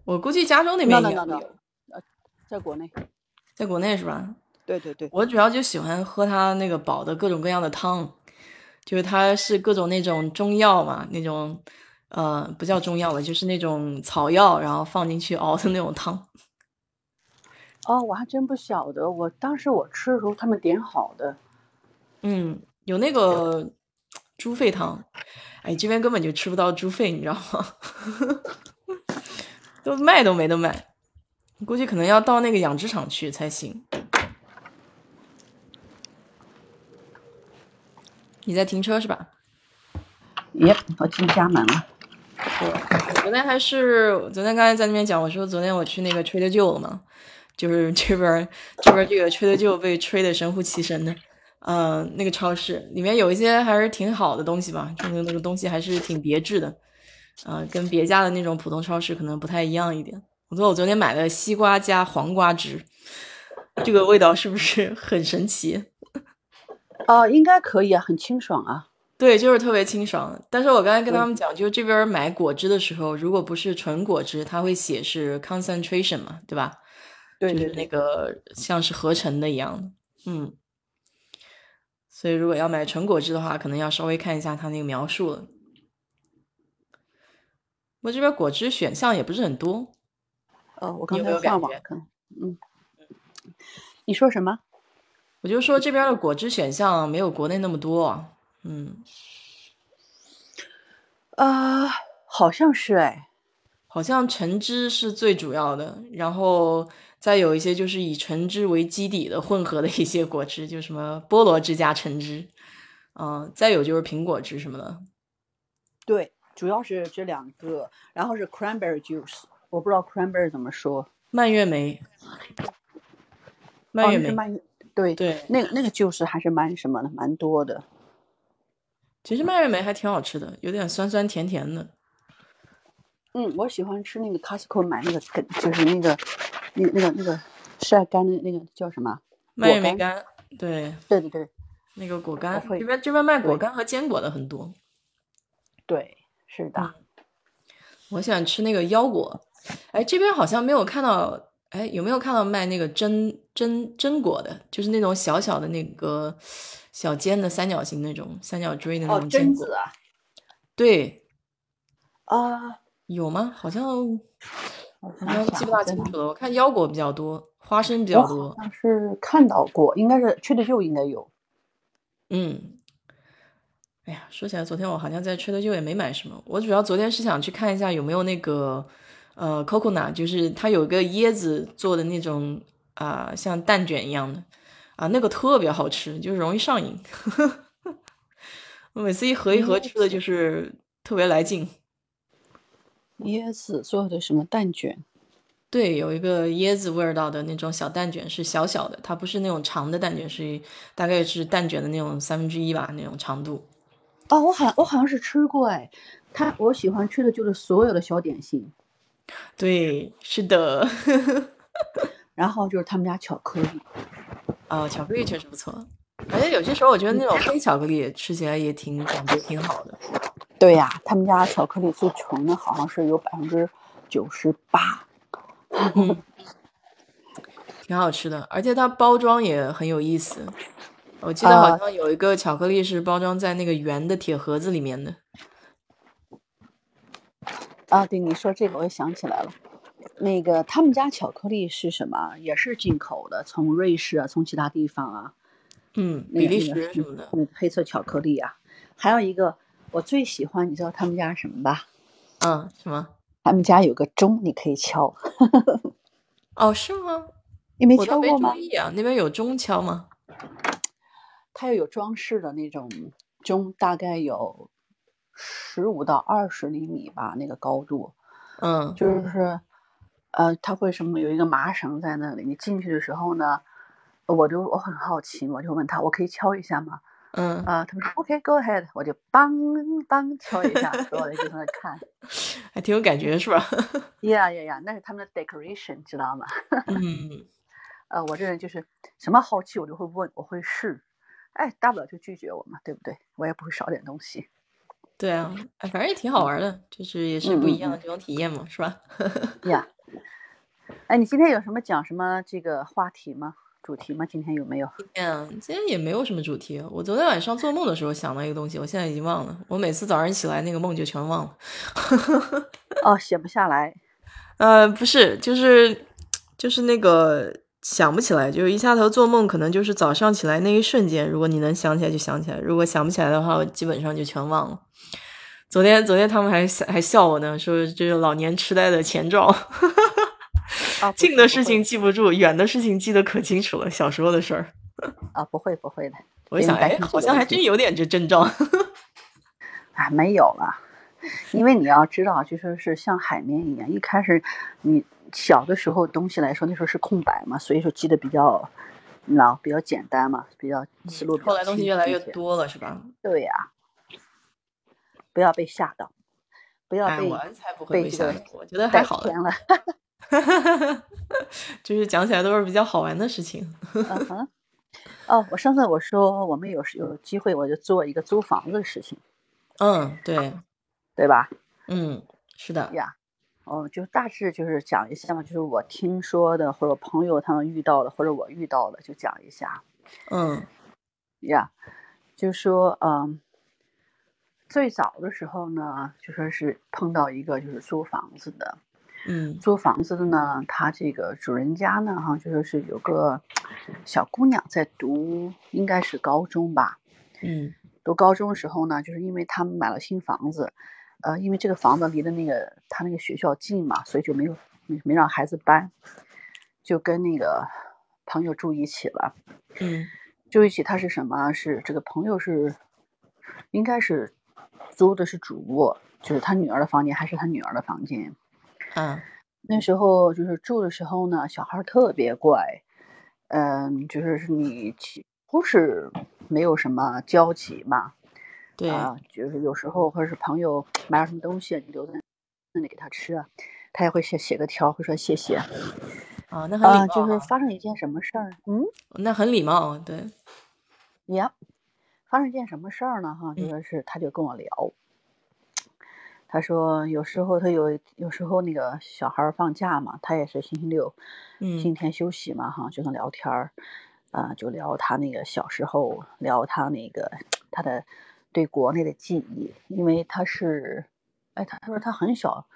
Speaker 1: 我估计加州那边
Speaker 2: No, no,
Speaker 1: 应该
Speaker 2: no,
Speaker 1: 会
Speaker 2: no.
Speaker 1: 有，
Speaker 2: 呃在国内。
Speaker 1: 在国内是吧？
Speaker 2: 对对对，
Speaker 1: 我主要就喜欢喝它那个煲的各种各样的汤，就是它是各种那种中药嘛，那种呃不叫中药了，就是那种草药，然后放进去熬的那种汤。
Speaker 2: 哦，我还真不晓得，我当时我吃的时候他们点好的，
Speaker 1: 嗯，有那个猪肺汤，哎，这边根本就吃不到猪肺，你知道吗？ 都卖都没得卖，估计可能要到那个养殖场去才行。你在停车是吧？
Speaker 2: 耶，我进家门了。
Speaker 1: 对，我昨天还是我昨天刚才在那边讲，我说昨天我去那个 Trader Joe 了嘛，就是这边儿这边儿这个 Trader Joe 被吹得神乎其神的，呃，那个超市里面有一些还是挺好的东西吧，就那个那个东西还是挺别致的，呃，跟别家的那种普通超市可能不太一样一点。我说我昨天买的西瓜加黄瓜汁，这个味道是不是很神奇？
Speaker 2: 哦，应该可以啊，很清爽啊。
Speaker 1: 对，就是特别清爽。但是我刚才跟他们讲，就是这边儿买果汁的时候，如果不是纯果汁，它会写是 concentration 嘛，对吧？
Speaker 2: 对
Speaker 1: 就是
Speaker 2: 对
Speaker 1: 那
Speaker 2: 对，
Speaker 1: 个像是合成的一样的，嗯。所以如果要买纯果汁的话，可能要稍微看一下它那个描述了。不过这边果汁选项也不是很多，
Speaker 2: 哦，我
Speaker 1: 你
Speaker 2: 刚
Speaker 1: 有
Speaker 2: 才
Speaker 1: 没有
Speaker 2: 上
Speaker 1: 感
Speaker 2: 网
Speaker 1: 觉
Speaker 2: 看，嗯，你说什么？
Speaker 1: 我就说这边的果汁选项没有国内那么多啊，嗯，呃
Speaker 2: 啊、好像是哎，
Speaker 1: 好像橙汁是最主要的，然后再有一些就是以橙汁为基底的混合的一些果汁，就什么菠萝汁加橙汁，嗯、再有就是苹果汁什么的。
Speaker 2: 对，主要是这两个，然后是 cranberry juice，我不知道 cranberry 怎么说，
Speaker 1: 蔓越莓，
Speaker 2: 哦
Speaker 1: 蔓越
Speaker 2: 那
Speaker 1: 莓
Speaker 2: 是，蔓越，对，
Speaker 1: 对，
Speaker 2: 那个那个 juice 还是蛮什么的，蛮多的。
Speaker 1: 其实蔓越莓还挺好吃的，有点酸酸甜甜的。
Speaker 2: 嗯，我喜欢吃那个 Costco 买那个跟，就是那个，那那个那个晒干的那个叫什么？
Speaker 1: 蔓
Speaker 2: 果
Speaker 1: 越莓
Speaker 2: 干
Speaker 1: 干，对，
Speaker 2: 对对对
Speaker 1: 那个果干，
Speaker 2: 会
Speaker 1: 这边这边卖果
Speaker 2: 对
Speaker 1: 干和坚果的很多。
Speaker 2: 对，是的。
Speaker 1: 我喜欢吃那个腰果，哎，这边好像没有看到，哎，有没有看到卖那个榛榛榛果的？就是那种小小的那个小尖的三角形那种三角锥的那
Speaker 2: 哦，
Speaker 1: 种嗯坚
Speaker 2: 榛
Speaker 1: 果。
Speaker 2: 子啊，
Speaker 1: 对，
Speaker 2: 啊，
Speaker 1: 有吗？好像
Speaker 2: 我
Speaker 1: 好
Speaker 2: 想
Speaker 1: 像
Speaker 2: 想
Speaker 1: 记不大
Speaker 2: 啊，
Speaker 1: 清
Speaker 2: 真的
Speaker 1: 楚了。我看腰果比较多，花生比
Speaker 2: 我
Speaker 1: 较
Speaker 2: 好
Speaker 1: 多。
Speaker 2: 像是看到过，应该是 Trader Joe 应该有。
Speaker 1: 嗯，哎呀，说起来，昨天我好像在 Trader Joe 也没买什么。我主要昨天是想去看一下有没有那个呃 coconut，就是它有一个椰子做的那种啊、像蛋卷一样的啊，那个特别好吃，就是容易上瘾。 我每次一盒一盒吃的就是特别来劲。
Speaker 2: 椰子做的什么蛋卷？
Speaker 1: 对，有一个椰子味儿道的那种小蛋卷，是小小的，它不是那种长的蛋卷，是大概是蛋卷的那种三分之一吧，那种长度。
Speaker 2: 哦，我好像我好像是吃过哎，它我喜欢吃的就是所有的小点心，
Speaker 1: 对，是的。
Speaker 2: 然后就是他们家巧克力。
Speaker 1: 啊、巧克力确实不错，而且有些时候我觉得那种
Speaker 2: 嗯
Speaker 1: 黑巧克力吃起来也挺感觉挺好的。
Speaker 2: 对呀、他们家巧克力最纯的好像是有百分之九十八。
Speaker 1: 挺好吃的，而且它包装也很有意思，我记得好
Speaker 2: 哦
Speaker 3: 啊
Speaker 1: 像有一个巧克力是包装在那个圆的铁盒子里面的。
Speaker 2: 啊，对你说这个我也想起来了，那个他们家巧克力是什么？也是进口的，从瑞士啊，从其他地方啊，
Speaker 1: 嗯，
Speaker 2: 那
Speaker 1: 比
Speaker 2: 个
Speaker 1: 利
Speaker 2: 那个
Speaker 1: 时什么的。
Speaker 2: 嗯，黑色巧克力啊，还有一个我最喜欢，你知道他们家什么吧？
Speaker 1: 嗯，什么？
Speaker 2: 他们家有个钟，你可以敲，
Speaker 1: 哦，是吗？
Speaker 2: 你没
Speaker 1: 我
Speaker 2: 敲
Speaker 1: 都没
Speaker 2: 过吗
Speaker 1: 注？意啊，那边有中敲吗？
Speaker 2: 它又有装饰的那种钟，大概有十五到二十厘米吧，那个高度，
Speaker 1: 嗯
Speaker 2: 就是，呃，它会什么有一个麻绳在那里，你进去的时候呢，我就我很好奇，我就问他，我可以敲一下吗？
Speaker 1: 嗯，
Speaker 2: 啊、他们说 OK，go、ahead，我就梆梆敲一下，所有人就在那看，
Speaker 1: 还挺有感觉是吧？
Speaker 2: 呀呀呀，那是他们的 decoration，知道吗？
Speaker 1: 嗯，
Speaker 2: 呃，我这人就是什么好奇我就会问，我会试，哎，大不了就拒绝我嘛，对不对？我也不会少点东西。
Speaker 1: 对啊，哎反正也挺好玩的，就是也是不一样
Speaker 2: 嗯
Speaker 1: 的这种体验嘛，是吧？
Speaker 2: 呀，哎，你今天有什么讲什么这个话题吗？主题吗？今天有没有？
Speaker 1: 嗯，今天也没有什么主题。我昨天晚上做梦的时候想到一个东西，我现在已经忘了。我每次早上起来那个梦就全忘了。
Speaker 2: 哦，写不下来。
Speaker 1: 呃，不是，就是就是那个想不起来，就是一下头做梦，可能就是早上起来那一瞬间，如果你能想起来就想起来，如果想不起来的话，我基本上就全忘了。昨天昨天他们还笑还笑我呢，说这是老年痴呆的前兆，
Speaker 2: 啊，不
Speaker 1: 近
Speaker 2: 是
Speaker 1: 的
Speaker 2: 不
Speaker 1: 事
Speaker 2: 会
Speaker 1: 情记不住，远的事情记得可清楚了，小时候的事儿。
Speaker 2: 啊，不会不会的。
Speaker 1: 我就想，
Speaker 2: 明白
Speaker 1: 哎，
Speaker 2: 清楚
Speaker 1: 好
Speaker 2: 的
Speaker 1: 像
Speaker 2: 问
Speaker 1: 还
Speaker 2: 题
Speaker 1: 真有点这症状。
Speaker 2: 啊，没有了，因为你要知道，就说是像海绵一样，一开始你小的时候东西来说，那时候是空白嘛，所以说记得比较，你知道比较简单嘛，比较思路
Speaker 1: 嗯
Speaker 2: 比较
Speaker 1: 后来东西
Speaker 2: 清
Speaker 1: 越来
Speaker 2: 晰一
Speaker 1: 越
Speaker 2: 些。
Speaker 1: 多了，是吧？
Speaker 2: 对呀、不要被吓到，不要
Speaker 1: 哎，
Speaker 2: 被
Speaker 1: 我才不会
Speaker 2: 被
Speaker 1: 被
Speaker 2: 这
Speaker 1: 吓
Speaker 2: 个
Speaker 1: 到，我觉得还
Speaker 2: 带
Speaker 1: 好
Speaker 2: 偏
Speaker 1: 了，
Speaker 2: 了。
Speaker 1: 就是讲起来都是比较好玩的事情。
Speaker 2: 嗯哼，哦，我上次我说我们有时有机会，我就做一个租房子的事情，
Speaker 1: 嗯，对，
Speaker 2: 啊对吧？
Speaker 1: 嗯，是的，
Speaker 2: 呀，哦，就大致就是讲一下嘛，就是我听说的，或者我朋友他们遇到的，或者我遇到的，就讲一下
Speaker 1: 嗯
Speaker 2: 呀。就说嗯，最早的时候呢，就说是碰到一个就是租房子的，
Speaker 1: 嗯
Speaker 2: 租房子的呢，他这个主人家呢，哈，就说是有个小姑娘在读，应该是高中吧，
Speaker 1: 嗯
Speaker 2: 读高中的时候呢，就是因为他们买了新房子，呃，因为这个房子离的那个他那个学校近嘛，所以就没有没没让孩子搬，就跟那个朋友住一起了。
Speaker 1: 嗯
Speaker 2: 住一起，他是什么？啊是这个朋友是应该是租的是主卧，就是他女儿的房间，还是他女儿的房间？
Speaker 1: 啊
Speaker 2: 那时候就是住的时候呢，小孩儿特别乖，嗯，就是是你几乎是没有什么交集嘛。
Speaker 1: 对，
Speaker 2: 啊，就是有时候或者是朋友买点什么东西，你留在那里给他吃啊，他也会写写个条，会说谢谢啊、
Speaker 1: 啊，那很礼貌
Speaker 2: 就
Speaker 1: 啊，
Speaker 2: 是发生一件什么事儿？嗯，
Speaker 1: 那很礼貌，对，
Speaker 2: 呀，发生一件什么事儿呢？哈，就
Speaker 1: 嗯
Speaker 2: 说是他就跟我聊，他说有时候他有有时候那个小孩儿放假嘛，他也是星期六、星期
Speaker 1: 嗯
Speaker 2: 天休息嘛，哈，就能聊天儿，啊、就聊他那个小时候，聊他那个他的对国内的记忆，因为他是，哎，他说他很小，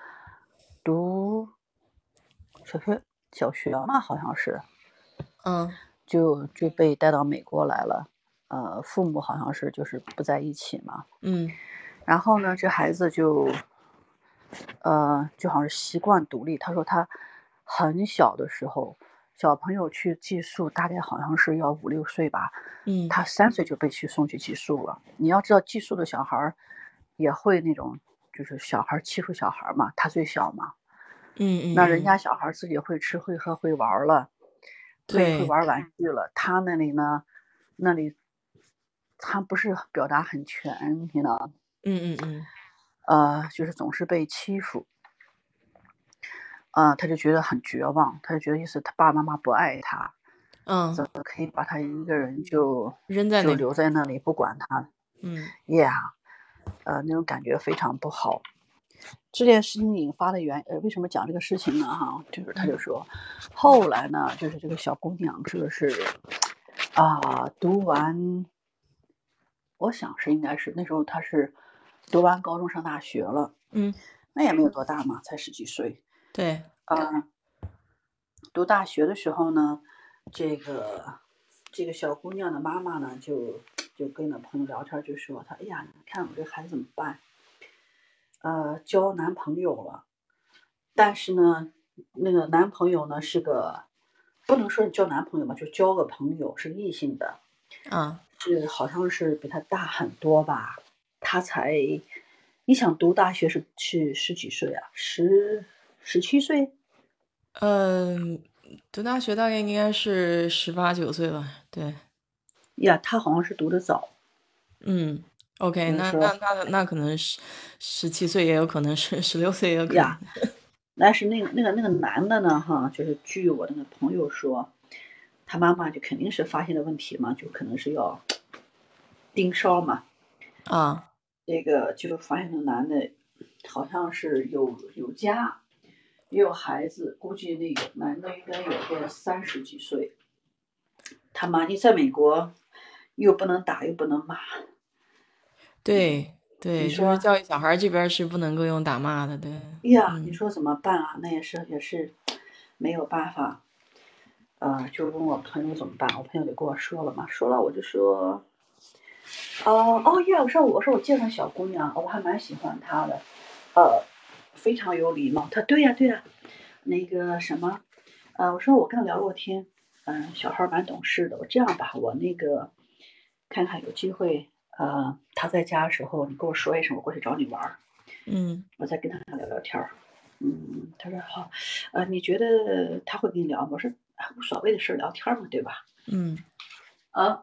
Speaker 2: 读小学小学嘛，好像是，
Speaker 1: 嗯
Speaker 2: 就就被带到美国来了。呃，父母好像是就是不在一起嘛。
Speaker 1: 嗯
Speaker 2: 然后呢，这孩子就，呃，就好像是习惯独立。他说他很小的时候，小朋友去寄宿，大概好像是要五六岁吧，
Speaker 1: 嗯，
Speaker 2: 他三岁就被去送去寄宿了。你要知道，寄宿的小孩儿也会那种，就是小孩儿欺负小孩儿嘛，他最小嘛，
Speaker 1: 嗯嗯，
Speaker 2: 那
Speaker 1: 嗯
Speaker 2: 人家小孩儿自己会吃会喝会玩儿了，会会
Speaker 1: 对
Speaker 2: 玩儿玩具了。他那里呢，那里他不是表达很全，你知道，
Speaker 1: 嗯嗯嗯
Speaker 2: 呃，就是总是被欺负，呃，他就觉得很绝望，他就觉得意思他爸爸妈妈不爱他，
Speaker 1: 嗯，
Speaker 2: 怎么可以把他一个人就
Speaker 1: 扔在
Speaker 2: 就
Speaker 1: 那，
Speaker 2: 留在那里不管他
Speaker 1: 嗯
Speaker 2: ？Yeah，呃，那种感觉非常不好。这件事情引发的原呃，为什么讲这个事
Speaker 1: 嗯
Speaker 2: 情呢？哈，就是他就说，后来呢，就是这个小姑娘，这个是啊，读完，我想是应该是那时候他是读完高中上大学了，
Speaker 1: 嗯，
Speaker 2: 那也没有多大嘛，才十几岁。
Speaker 1: 对，
Speaker 2: 啊，读大学的时候呢，这个这个小姑娘的妈妈呢，就就跟那朋友聊天，就说她，哎呀，你看我这孩子怎么办？呃，交男朋友了，但是呢，那个男朋友呢是个，不能说是交男朋友吧，就交个朋友，是异性的，
Speaker 1: 啊，
Speaker 2: 是好像是比她大很多吧，她才，你想读大学是是十几岁啊，十十七岁。
Speaker 1: 嗯，读大学大概应该是十八九岁吧，对，
Speaker 2: 呀，他好像是读的早，
Speaker 1: 嗯，OK，那
Speaker 2: 那时候
Speaker 1: 那那那可能十十七岁也有可能是十六岁也有可能
Speaker 2: 呀但是那个那个那个男的呢，哈，就是据我那个朋友说，他妈妈就肯定是发现了问题嘛，就可能是要盯梢嘛。
Speaker 1: 啊，
Speaker 2: 这个就发现那个男的，好像是有有家，也有孩子，估计那个男的应该有个三十几岁。他妈，你在美国又不能打又不能骂，
Speaker 1: 对对，
Speaker 2: 嗯你
Speaker 1: 就
Speaker 2: 说
Speaker 1: 是教育小孩儿这边儿是不能够用打骂的，对，
Speaker 2: 哎呀，
Speaker 1: 嗯
Speaker 2: 你说怎么办啊？那也是也是没有办法，呃，就问我朋友怎么办，我朋友就跟我说了嘛，说了我就说，哦哦呀，我说我说我见了小姑娘，我还蛮喜欢她的，呃，非常有礼貌。她对呀、对呀、那个什么，呃，我说我跟她聊过天，嗯、小孩儿蛮懂事的。我这样吧，我那个看看有机会，呃，她在家的时候你跟我说一声，我过去找你玩儿。
Speaker 1: 嗯
Speaker 2: 我再跟他聊聊天儿。嗯，他说好，呃，你觉得他会跟你聊吗？我说啊，无所谓的事儿，聊天儿嘛，对吧？
Speaker 1: 嗯
Speaker 2: 啊，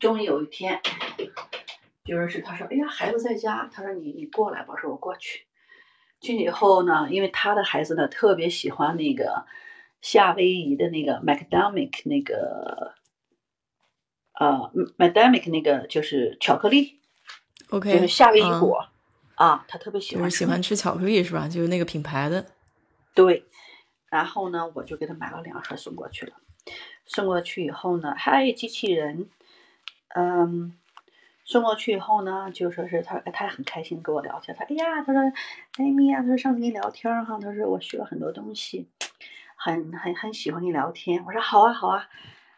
Speaker 2: 终于有一天，就是是他说，哎呀，孩子在家，他说你你过来吧，我说我过去。进去以后呢，因为他的孩子呢特别喜欢那个夏威夷的那个 McDonald 那个，呃，McDonald 那个就是巧克力，就
Speaker 1: ，OK，
Speaker 2: 是夏威夷
Speaker 1: 啊
Speaker 2: 果啊，他特别喜
Speaker 1: 就
Speaker 2: 欢
Speaker 1: 是
Speaker 2: 吃
Speaker 1: 喜欢吃巧克力是吧？就是那个品牌的，
Speaker 2: 对，然后呢，我就给他买了两盒送过去了。送过去以后呢，嗨，机器人，嗯，送过去以后呢，就说是他，他很开心跟我聊天。他哎呀，他说，艾米呀，他说上次跟你聊天儿哈，他说我学了很多东西，很很很喜欢跟你聊天。我说好啊好啊，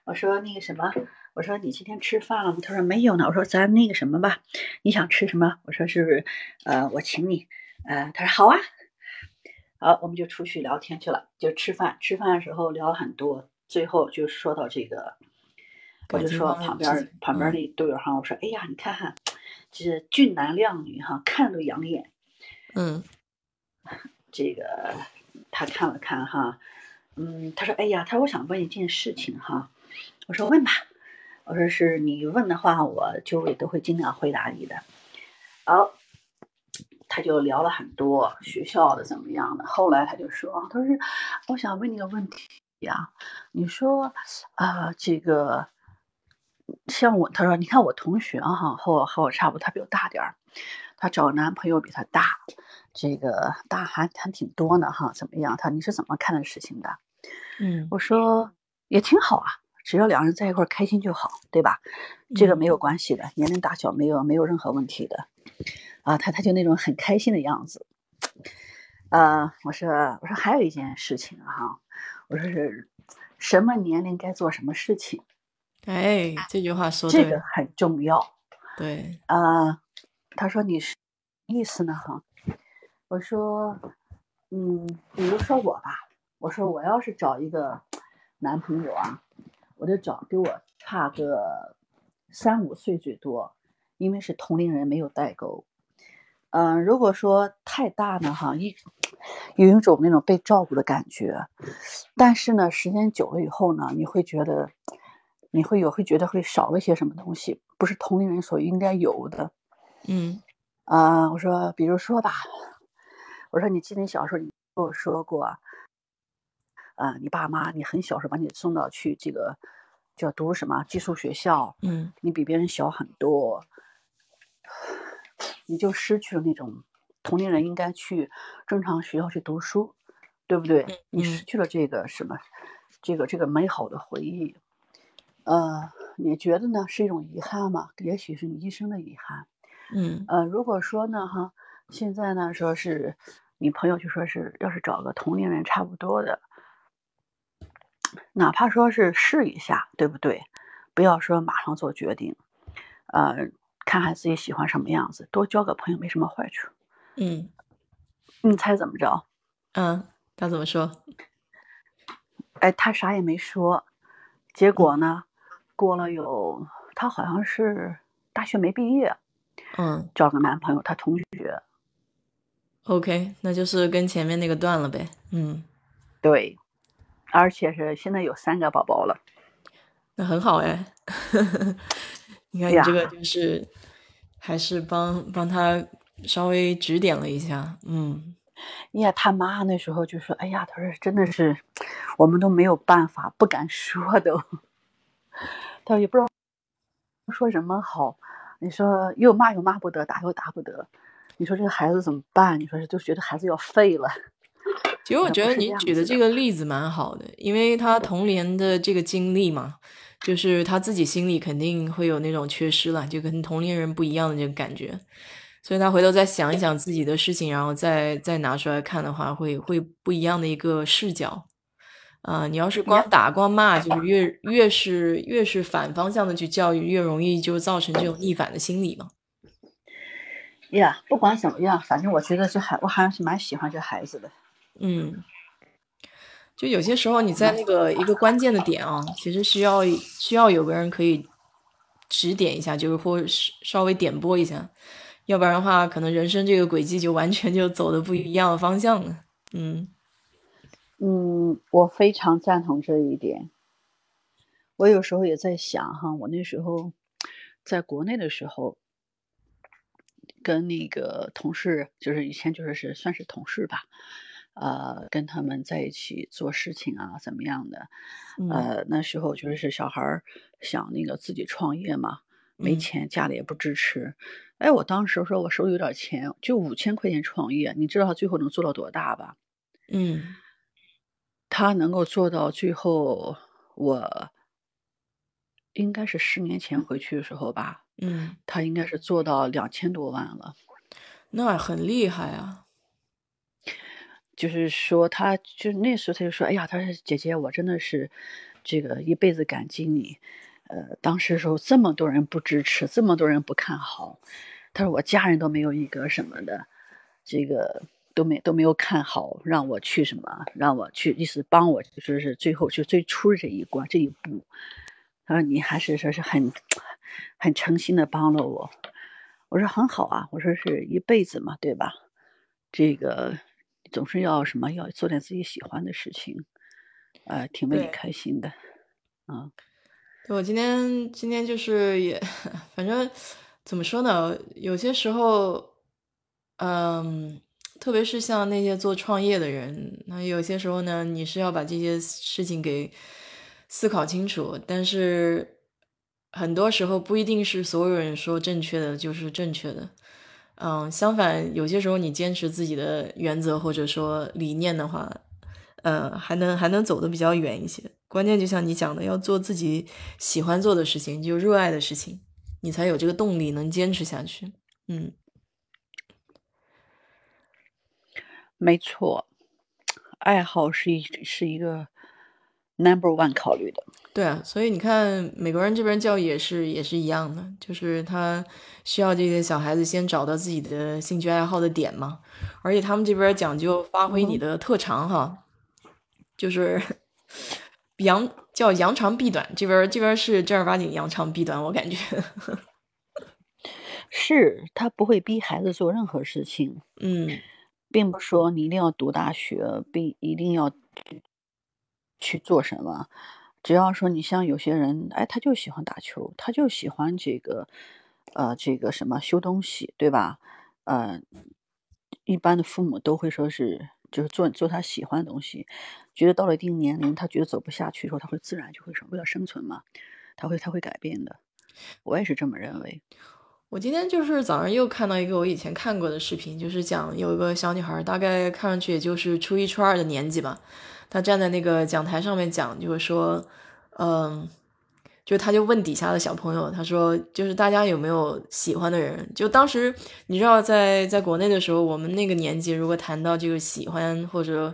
Speaker 2: 我说那个什么，我说你今天吃饭了吗？他说没有呢。我说咱那个什么吧，你想吃什么？我说是不是？呃，我请你。呃，他说好啊，好，我们就出去聊天去了，就吃饭。吃饭的时候聊了很多，最后就说到这个，我
Speaker 1: 感
Speaker 2: 就
Speaker 1: 情
Speaker 2: 说
Speaker 1: 方面的
Speaker 2: 旁边
Speaker 1: 事
Speaker 2: 儿
Speaker 1: 情
Speaker 2: 旁边儿
Speaker 1: 嗯
Speaker 2: 那队友哈，我说哎呀，你看看，这俊男靓女哈，看都养眼。
Speaker 1: 嗯
Speaker 2: 这个他看了看哈，嗯，他说哎呀，他说我想问一件事情哈，我说问吧，我说是你问的话，我就也都会尽量回答你的。好，他就聊了很多学校的怎么样的。后来他就说，他说我想问你个问题呀、你说啊、这个像我，他说你看我同学啊哈、和我和我差不多，他比我大点儿，她找男朋友比她大，这个大还还挺多呢哈，怎么样？他你是怎么看待事情的？
Speaker 1: 嗯
Speaker 2: 我说也挺好啊，只要两人在一块儿开心就好，对吧？这个没有关系的，年龄大小没有没有任何问题的。啊，他他就那种很开心的样子。呃，我说我说还有一件事情啊哈、我说是什么年龄该做什么事情，
Speaker 1: 哎，这句话说
Speaker 2: 这
Speaker 1: 对
Speaker 2: 个很重要。
Speaker 1: 对，
Speaker 2: 啊，他说你是什么意思呢？哈，我说，嗯，比如说我吧，我说我要是找一个男朋友啊，我就找给我差个三五岁最多，因为是同龄人，没有代沟。嗯、如果说太大呢，哈，一有一种那种被照顾的感觉，但是呢，时间久了以后呢，你会觉得，你会有会觉得会少了些什么东西，不是同龄人所应该有的
Speaker 1: 嗯
Speaker 2: 啊、我说，比如说吧，我说你记得你小时候你跟我说过，啊、呃你爸妈你很小时候把你送到去这个叫读什么寄宿学校，
Speaker 1: 嗯
Speaker 2: 你比别人小很多，你就失去了那种同龄人应该去正常学校去读书，对不对？你
Speaker 1: 嗯
Speaker 2: 失去了这个什么，这个这个美好的回忆。呃，你觉得呢？是一种遗憾吗？也许是你一生的遗憾。
Speaker 1: 嗯
Speaker 2: 呃，如果说呢，哈，现在呢，说是你朋友就说是要是找个同龄人差不多的，哪怕说是试一下，对不对？不要说马上做决定，呃，看看自己喜欢什么样子，多交个朋友没什么坏处。
Speaker 1: 嗯
Speaker 2: 你猜怎么着？
Speaker 1: 嗯，他怎么说？
Speaker 2: 哎，他啥也没说，结果呢，过了有他好像是大学没毕业，
Speaker 1: 嗯
Speaker 2: 找个男朋友，他同学
Speaker 1: ，OK，那就是跟前面那个断了呗。嗯，
Speaker 2: 对，而且是现在有三个宝宝了。
Speaker 1: 那很好哎。 你看你
Speaker 2: 呀
Speaker 1: 这个就是还是帮帮他稍微指点了一下。嗯
Speaker 2: 哎呀，他妈那时候就说：“哎呀，他说真的是，我们都没有办法，不敢说都。 他说也不知道说什么好。你说又骂又骂不得，打又打不得。你说这个孩子怎么办？你说是就觉得孩子要废了。
Speaker 1: 其实 我
Speaker 2: 那
Speaker 1: 觉得
Speaker 2: 呃不是这
Speaker 1: 你
Speaker 2: 样
Speaker 1: 举
Speaker 2: 子
Speaker 1: 的这
Speaker 2: 的嗯
Speaker 1: 个例子蛮好的，因为他童年的这个经历嘛，就是他自己心里肯定会有那种缺失了，就跟同龄人不一样的这个感觉，所以他回头再想一想自己的事情，然后再再拿出来看的话，会会不一样的一个视角。啊、你要是光打光骂，就是越越是越是反方向的去教育，越容易就造成这种逆反的心理嘛。
Speaker 2: 哎呀不管怎么样，反正我觉得这孩我还是蛮喜欢这孩子的。
Speaker 1: 嗯，就有些时候你在那个一个关键的点啊，其实需要需要有个人可以指点一下，就是或是稍微点拨一下，要不然的话，可能人生这个轨迹就完全就走的不一样的方向了。嗯
Speaker 2: 嗯，我非常赞同这一点。我有时候也在想哈，我那时候在国内的时候，跟那个同事，就是以前就是是算是同事吧，呃，跟他们在一起做事情啊，怎么样的？
Speaker 1: 嗯
Speaker 2: 呃，那时候就是是小孩儿想那个自己创业嘛，没
Speaker 1: 嗯
Speaker 2: 钱，家里也不支持。哎，我当时说我手里有点钱，就五千块钱创业，你知道他最后能做到多大吧？
Speaker 1: 嗯
Speaker 2: 他能够做到最后，我应该是十年前回去的时候吧，
Speaker 1: 嗯，
Speaker 2: 他应该是做到两千多万了。
Speaker 1: 那很厉害啊。
Speaker 2: 就是说他，就是那时候他就说，哎呀，他说姐姐，我真的是这个一辈子感激你。呃，当时时候这么多人不支持，这么多人不看好，他说我家人都没有一个什么的，这个都没都没有看好，让我去什么，让我去一直帮我，就是是最后就最初这一关这一步。他说你还是说是很很诚心的帮了我，我说很好啊，我说是一辈子嘛，对吧？这个总是要什么要做点自己喜欢的事情，呃，挺为你
Speaker 1: 对
Speaker 2: 开心的。
Speaker 1: 对，我今天今天就是也， 反正怎么说呢，有些时候，嗯，特别是像那些做创业的人，那有些时候呢，你是要把这些事情给思考清楚，但是很多时候不一定是所有人说正确的就是正确的。嗯，相反，有些时候你坚持自己的原则或者说理念的话，呃，还能还能走得比较远一些。关键就像你讲的，要做自己喜欢做的事情，就热爱的事情，你才有这个动力能坚持下去。嗯
Speaker 2: 没错，爱好是一是一个 number one 考虑的。
Speaker 1: 对啊，所以你看，美国人这边教育也是也是一样的，就是他需要这些小孩子先找到自己的兴趣爱好的点嘛，而且他们这边讲究发挥你的特长哈，就是 扬叫扬长避短，这边这边是正儿八经扬长避短，我感觉，
Speaker 2: 是他不会逼孩子做任何事情，
Speaker 1: 嗯
Speaker 2: 并不是说你一定要读大学，并一定要去做什么。只要说你像有些人，哎，他就喜欢打球，他就喜欢这个，呃，这个什么修东西，对吧？呃，一般的父母都会说是，就是做做他喜欢的东西。觉得到了一定年龄，他觉得走不下去的时候，他会自然就会说，为了生存嘛，他会他会改变的。我也是这么认为。
Speaker 1: 我今天就是早上又看到一个我以前看过的视频，就是讲有一个小女孩儿，大概看上去也就是初一、初二的年纪吧，她站在那个讲台上面讲，就是说，嗯，就他就问底下的小朋友，他说就是大家有没有喜欢的人？就当时你知道在，在国内的时候，我们那个年纪，如果谈到这个喜欢或者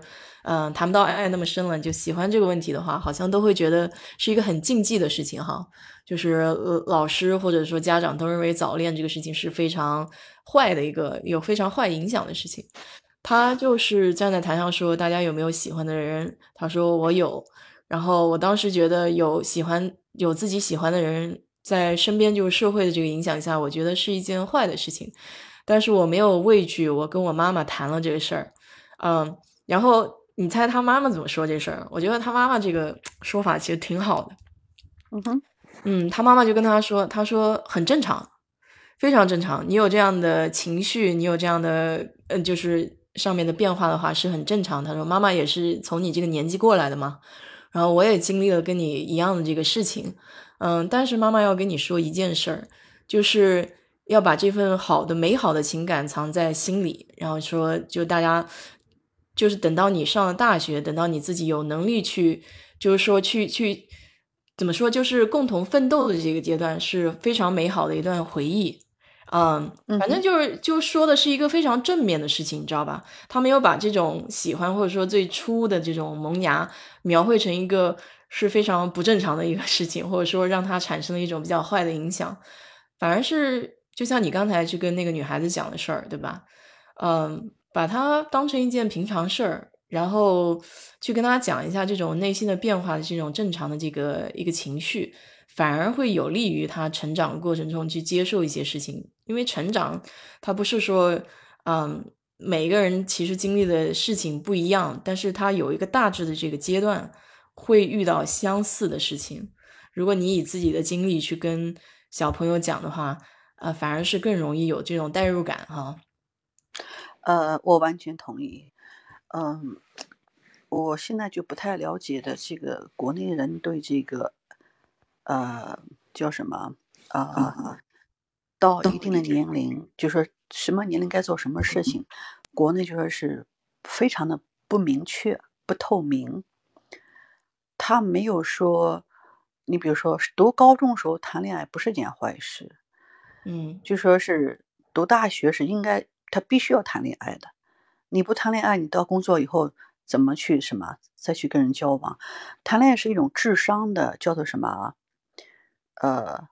Speaker 1: 嗯、呃谈不到爱爱那么深了，就喜欢这个问题的话，好像都会觉得是一个很禁忌的事情哈。就是呃老师或者说家长都认为早恋这个事情是非常坏的一个有非常坏影响的事情。他就是站在台上说大家有没有喜欢的人，他说我有，然后我当时觉得有喜欢有自己喜欢的人在身边，就是社会的这个影响下，我觉得是一件坏的事情，但是我没有畏惧，我跟我妈妈谈了这个事儿，嗯，然后你猜他妈妈怎么说这事儿？我觉得他妈妈这个说法其实挺好的。
Speaker 2: 嗯哼，
Speaker 1: 嗯，他妈妈就跟他说，他说很正常，非常正常。你有这样的情绪，你有这样的，嗯，就是上面的变化的话是很正常。他说妈妈也是从你这个年纪过来的嘛，然后我也经历了跟你一样的这个事情，嗯，但是妈妈要跟你说一件事儿，就是要把这份好的、美好的情感藏在心里，然后说，就大家，就是等到你上了大学，等到你自己有能力去，就是说去去，怎么说，就是共同奋斗的这个阶段是非常美好的一段回忆。嗯，反正就是就说的是一个非常正面的事情，你知道吧？他没有把这种喜欢或者说最初的这种萌芽描绘成一个是非常不正常的一个事情，或者说让它产生了一种比较坏的影响，反而是就像你刚才去跟那个女孩子讲的事儿，对吧？嗯，把它当成一件平常事儿，然后去跟她讲一下这种内心的变化的这种正常的这个一个情绪，反而会有利于他成长过程中去接受一些事情，因为成长它不是说，嗯，每个人其实经历的事情不一样，但是他有一个大致的这个阶段会遇到相似的事情。如果你以自己的经历去跟小朋友讲的话，呃，反而是更容易有这种代入感哈、
Speaker 2: 呃，我完全同意。嗯，我现在就不太了解的这个国内人对这个，呃，叫什么啊、呃到一定的年龄，就说什么年龄该做什么事情，国内就说是非常的不明确、不透明。他没有说，你比如说读高中时候谈恋爱不是件坏事，
Speaker 1: 嗯
Speaker 2: 就说是读大学是应该他必须要谈恋爱的，你不谈恋爱，你到工作以后怎么去什么再去跟人交往？谈恋爱是一种智商的，叫做什么啊？呃，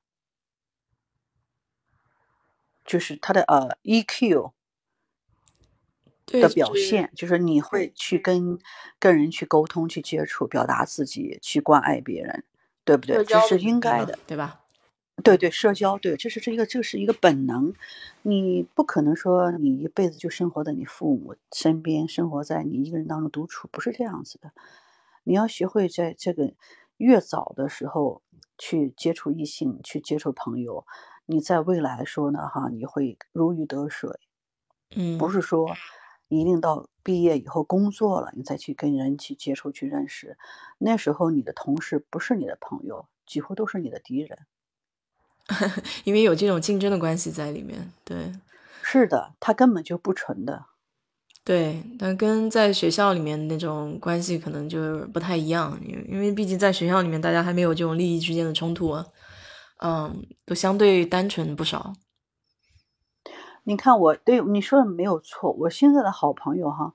Speaker 2: 就是他的呃 EQ
Speaker 1: 对
Speaker 2: 的
Speaker 1: 就
Speaker 2: 表
Speaker 1: 是
Speaker 2: 现，就是你会去跟跟人去沟通、去接触、表达自己、去关爱别人，对不对？
Speaker 1: 社
Speaker 2: 这
Speaker 1: 交
Speaker 2: 是
Speaker 1: 的
Speaker 2: 应
Speaker 1: 能力
Speaker 2: 该
Speaker 1: 嘛
Speaker 2: 的。
Speaker 1: 对吧？
Speaker 2: 对对，社交，对，这是这一个，这是一个本能，你不可能说你一辈子就生活在你父母身边，生活在你一个人当中独处，不是这样子的。你要学会在这个越早的时候去接触异性，去接触朋友，你在未来说呢，哈，你会如鱼得水。
Speaker 1: 嗯，
Speaker 2: 不是说你一定到毕业以后工作了，你再去跟人去接触、去认识，那时候你的同事不是你的朋友，几乎都是你的敌人。
Speaker 1: 因为有这种竞争的关系在里面，对。
Speaker 2: 是的，他根本就不纯的。
Speaker 1: 对，但跟在学校里面那种关系可能就是不太一样，因为因为毕竟在学校里面，大家还没有这种利益之间的冲突啊，嗯，都相对单纯不少。
Speaker 2: 你看我对你说的没有错，我现在的好朋友哈，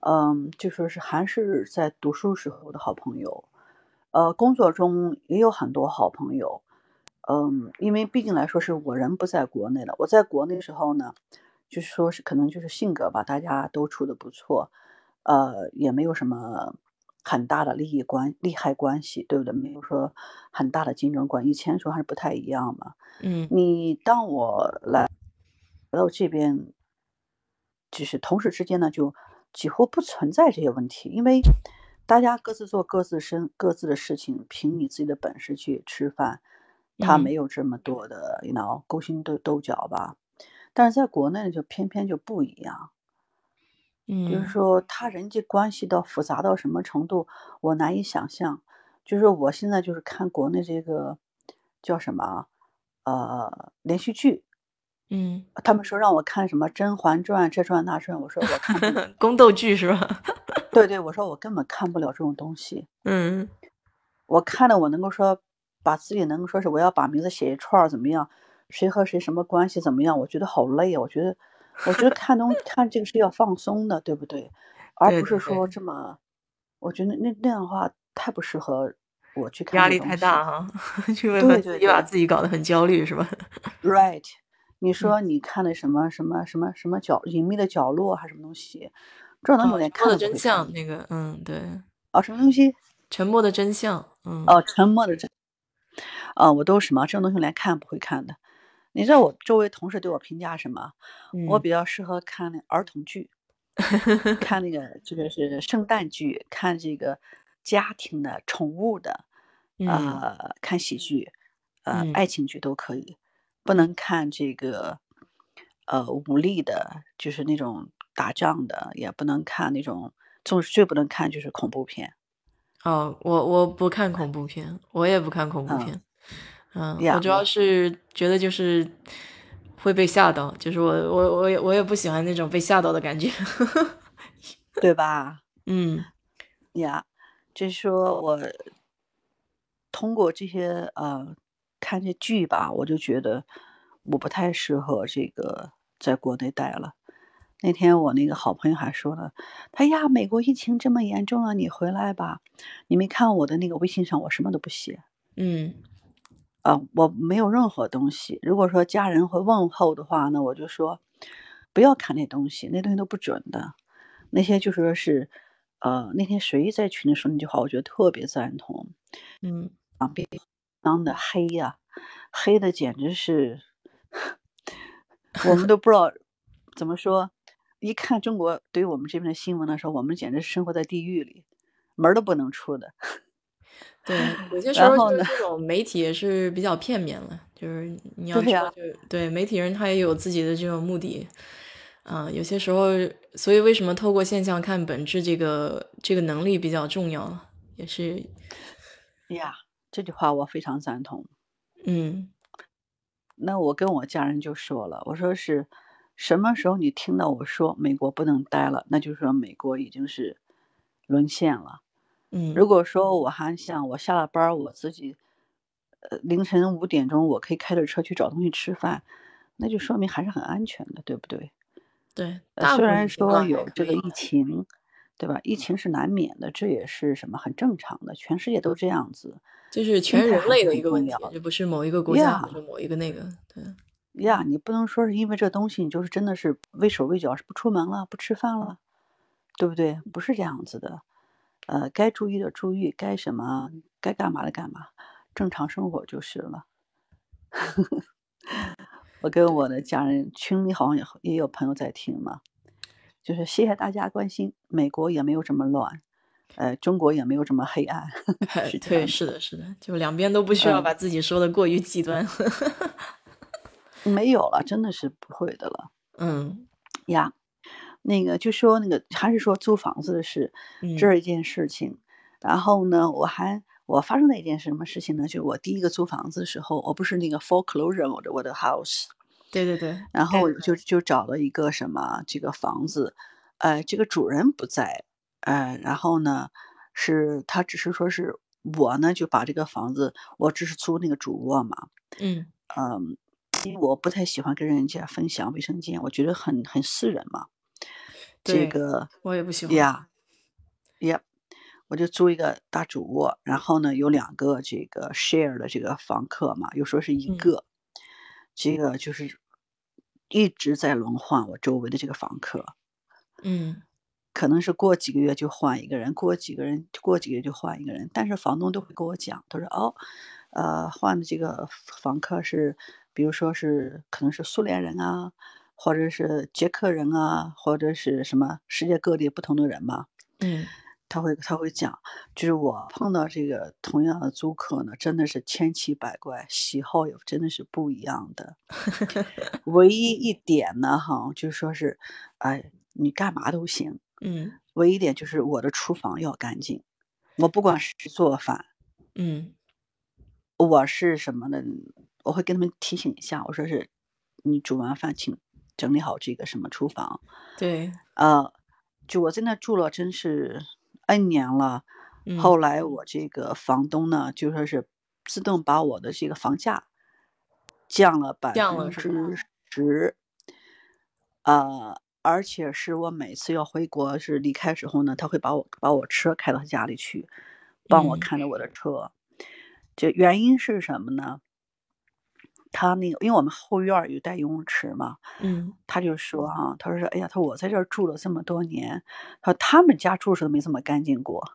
Speaker 2: 嗯，就说是还是在读书时候的好朋友，呃，工作中也有很多好朋友，嗯，因为毕竟来说是我人不在国内了，我在国内时候呢，就是说是可能就是性格吧，大家都处的不错，呃，也没有什么很大的利益关利害关系，对不对？没有说很大的竞争关，以前时候还是不太一样嘛。
Speaker 1: 嗯
Speaker 2: 你当我来来到这边，就是同事之间呢，就几乎不存在这些问题，因为大家各自做各自身各自的事情，凭你自己的本事去吃饭，他
Speaker 1: 嗯
Speaker 2: 没有这么多的，you know，勾心斗斗角吧。但是在国内就偏偏就不一样，就
Speaker 1: 嗯
Speaker 2: 是，说他人际关系到复杂到什么程度，我难以想象。就是我现在就是看国内这个叫什么啊呃连续剧，
Speaker 1: 嗯，
Speaker 2: 他们说让我看什么《甄嬛传》这传那传，我说我 看不，
Speaker 1: 宫斗剧是吧？
Speaker 2: 对对，我说我根本看不了这种东西。
Speaker 1: 嗯
Speaker 2: 我看了，我能够说把自己能说是我要把名字写一串儿怎么样，谁和谁什么关系怎么样，我觉得好累啊。我觉得，我觉得看 东看这个是要放松的，对不对？而
Speaker 4: 对
Speaker 2: 不是
Speaker 4: 对对
Speaker 2: 说这么，我觉得那那样的话太不适合我去看
Speaker 1: 压
Speaker 2: 这
Speaker 1: 力
Speaker 2: 东
Speaker 1: 太
Speaker 2: 西
Speaker 1: 大哈、 啊，去为
Speaker 2: 对
Speaker 1: 了
Speaker 2: 对
Speaker 1: 自己把
Speaker 2: 对
Speaker 1: 自己搞得很焦虑是吧？
Speaker 2: Right，你
Speaker 1: 嗯
Speaker 2: 说你看的什么什么什么什么角隐秘的角落啊还是什么东西，这种东西我连看
Speaker 1: 沉默的
Speaker 2: 都不
Speaker 1: 嗯真
Speaker 2: 会
Speaker 1: 相
Speaker 2: 看
Speaker 1: 那个，嗯，对，
Speaker 2: 啊，什么东西
Speaker 1: 沉默的真相，嗯，
Speaker 2: 哦，沉默的真，啊，我都是什么这种东西连看不会看的。你知道我周围同事对我评价什么？我
Speaker 1: 嗯
Speaker 2: 比较适合看那儿 童剧，看那个这个是圣诞剧，看这个家庭的、宠物的，
Speaker 1: 嗯
Speaker 2: 呃，看喜剧，呃，
Speaker 1: 嗯
Speaker 2: 爱情剧都可以，不能看这个，呃，武力的，就是那种打仗的，也不能看那种，总是最不能看就是恐怖片。
Speaker 1: 哦，我我不看恐怖片，我也不看恐怖
Speaker 2: 嗯
Speaker 1: 片，嗯，
Speaker 2: 呀
Speaker 1: 我主要
Speaker 2: 我
Speaker 1: 是觉得就是会被吓到，就是我我我也我也不喜欢那种被吓到的感觉，
Speaker 2: 对吧？
Speaker 1: 嗯
Speaker 2: 呀，就是说我通过这些呃看这剧吧，我就觉得我不太适合这个在国内待了。那天我那个好朋友还说呢，他呀，美国疫情这么严重了，啊你回来吧。你没看我的那个微信上，我什么都不写
Speaker 1: 嗯
Speaker 2: 啊、我没有任何东西。如果说家人会问候的话呢，我就说不要看那东西，那东西都不准的。那些就说是，呃，那天谁在群里说那句话，我觉得特别赞同。
Speaker 1: 嗯，
Speaker 2: 当的黑呀、黑的简直是，我们都不知道怎么说。一看中国对于我们这边的新闻来说，我们简直是生活在地狱里，门儿都不能出的。
Speaker 1: 对，有些时
Speaker 2: 然
Speaker 1: 候
Speaker 2: 后
Speaker 1: 就是
Speaker 2: 呢
Speaker 1: 这种媒体也是比较片面了，就是你要
Speaker 2: 对
Speaker 1: 知
Speaker 2: 呀
Speaker 1: 道就，对媒体人他也有自己的这种目的，啊、有些时候，所以为什么透过现象看本质，这个这个能力比较重要了，也是，
Speaker 2: 呀，这句话我非常赞同。
Speaker 1: 嗯
Speaker 2: 那我跟我家人就说了，我说是什么时候你听到我说美国不能待了，那就是说美国已经是沦陷了。
Speaker 1: 嗯，
Speaker 2: 如果说我还想我下了班儿我自己，呃，凌晨五点钟我可以开着车去找东西吃饭，那就说明还是很安全的，对不对？
Speaker 1: 对，
Speaker 2: 呃，
Speaker 1: 大
Speaker 2: 虽
Speaker 1: 部分
Speaker 2: 然
Speaker 1: 情况
Speaker 2: 说
Speaker 1: 还
Speaker 2: 有
Speaker 1: 可
Speaker 2: 这个
Speaker 1: 以
Speaker 2: 疫情，对吧？疫情是难免的，这也是什么很正常的，全世界都这样子。
Speaker 1: 就是
Speaker 2: 心
Speaker 1: 全
Speaker 2: 态
Speaker 1: 人
Speaker 2: 还
Speaker 1: 类
Speaker 2: 是
Speaker 1: 的
Speaker 2: 很
Speaker 1: 一个
Speaker 2: 重
Speaker 1: 问题
Speaker 2: 要，
Speaker 1: 这不是某一个国家或
Speaker 2: 呀
Speaker 1: 者某一个那个，对，
Speaker 2: 呀，你不能说是因为这东西你就是真的是畏手畏脚，是不出门了，不吃饭了，对不对？不是这样子的，呃，该注意的注意，该什么该干嘛的干嘛，正常生活就是了。 我跟我的家人群里好像也也有朋友在听嘛，就是谢谢大家关心，美国也没有这么乱，呃，中国也没有这么黑暗， 是这
Speaker 1: 对，
Speaker 2: 样
Speaker 1: 是的，是的，就两边都不需要
Speaker 2: 嗯
Speaker 1: 把自己说的过于极端，
Speaker 2: 的，没有了，真的是不会的了
Speaker 1: 嗯
Speaker 2: 呀。那个就说那个还是说租房子的事，
Speaker 1: 嗯，
Speaker 2: 这是一件事情。然后呢，我还我发生了一件什么事情呢？就是我第一个租房子的时候，我不是那个 foreclosure 我的我的 house，
Speaker 1: 对对对，
Speaker 2: 然后我就就找了一个什么这个房子，呃，这个主人不在，呃，然后呢是他只是说是我呢就把这个房子，我只是租那个主卧嘛，
Speaker 1: 嗯
Speaker 2: 嗯，因为我不太喜欢跟人家分享卫生间，我觉得很很私人嘛，这
Speaker 1: 对
Speaker 2: 个
Speaker 1: 我也不喜欢，
Speaker 2: 呀，呀，我就租一个大主卧，然后呢有两个这个 share 的这个房客嘛，有时候是一
Speaker 1: 嗯
Speaker 2: 个，这个就是一直在轮换我周围的这个房客，
Speaker 1: 嗯
Speaker 2: 可能是过几个月就换一个人，过几个人过几个月就换一个人，但是房东都会跟我讲，他说哦，呃，换的这个房客是，比如说是可能是苏联人啊，或者是捷克人啊，或者是什么世界各地不同的人嘛，
Speaker 1: 嗯
Speaker 2: 他会他会讲，就是我碰到这个同样的租客呢，真的是千奇百怪，喜好也真的是不一样的。唯一一点呢，哈，就说是，哎，你干嘛都行。
Speaker 1: 嗯
Speaker 2: 唯一一点就是我的厨房要干净，我不管是做饭，
Speaker 1: 嗯
Speaker 2: 我是什么的，我会跟他们提醒一下，我说是，你煮完饭请整理好这个什么厨房，
Speaker 1: 对，
Speaker 2: 呃，就我在那住了真是 N 年了。
Speaker 1: 嗯
Speaker 2: 后来我这个房东呢，就说是自动把我的这个房价降了百
Speaker 1: 降了
Speaker 2: 分
Speaker 1: 是
Speaker 2: 之十，呃，而且是我每次要回国是离开时候呢，他会把我把我车开到他家里去，帮我
Speaker 1: 嗯
Speaker 2: 看着我的车。这原因是什么呢？他那个，因为我们后院儿有带游泳池嘛，
Speaker 1: 嗯
Speaker 2: 他就说哈、他说哎呀，他说我在这儿住了这么多年，他说他们家住的时候没这么干净过。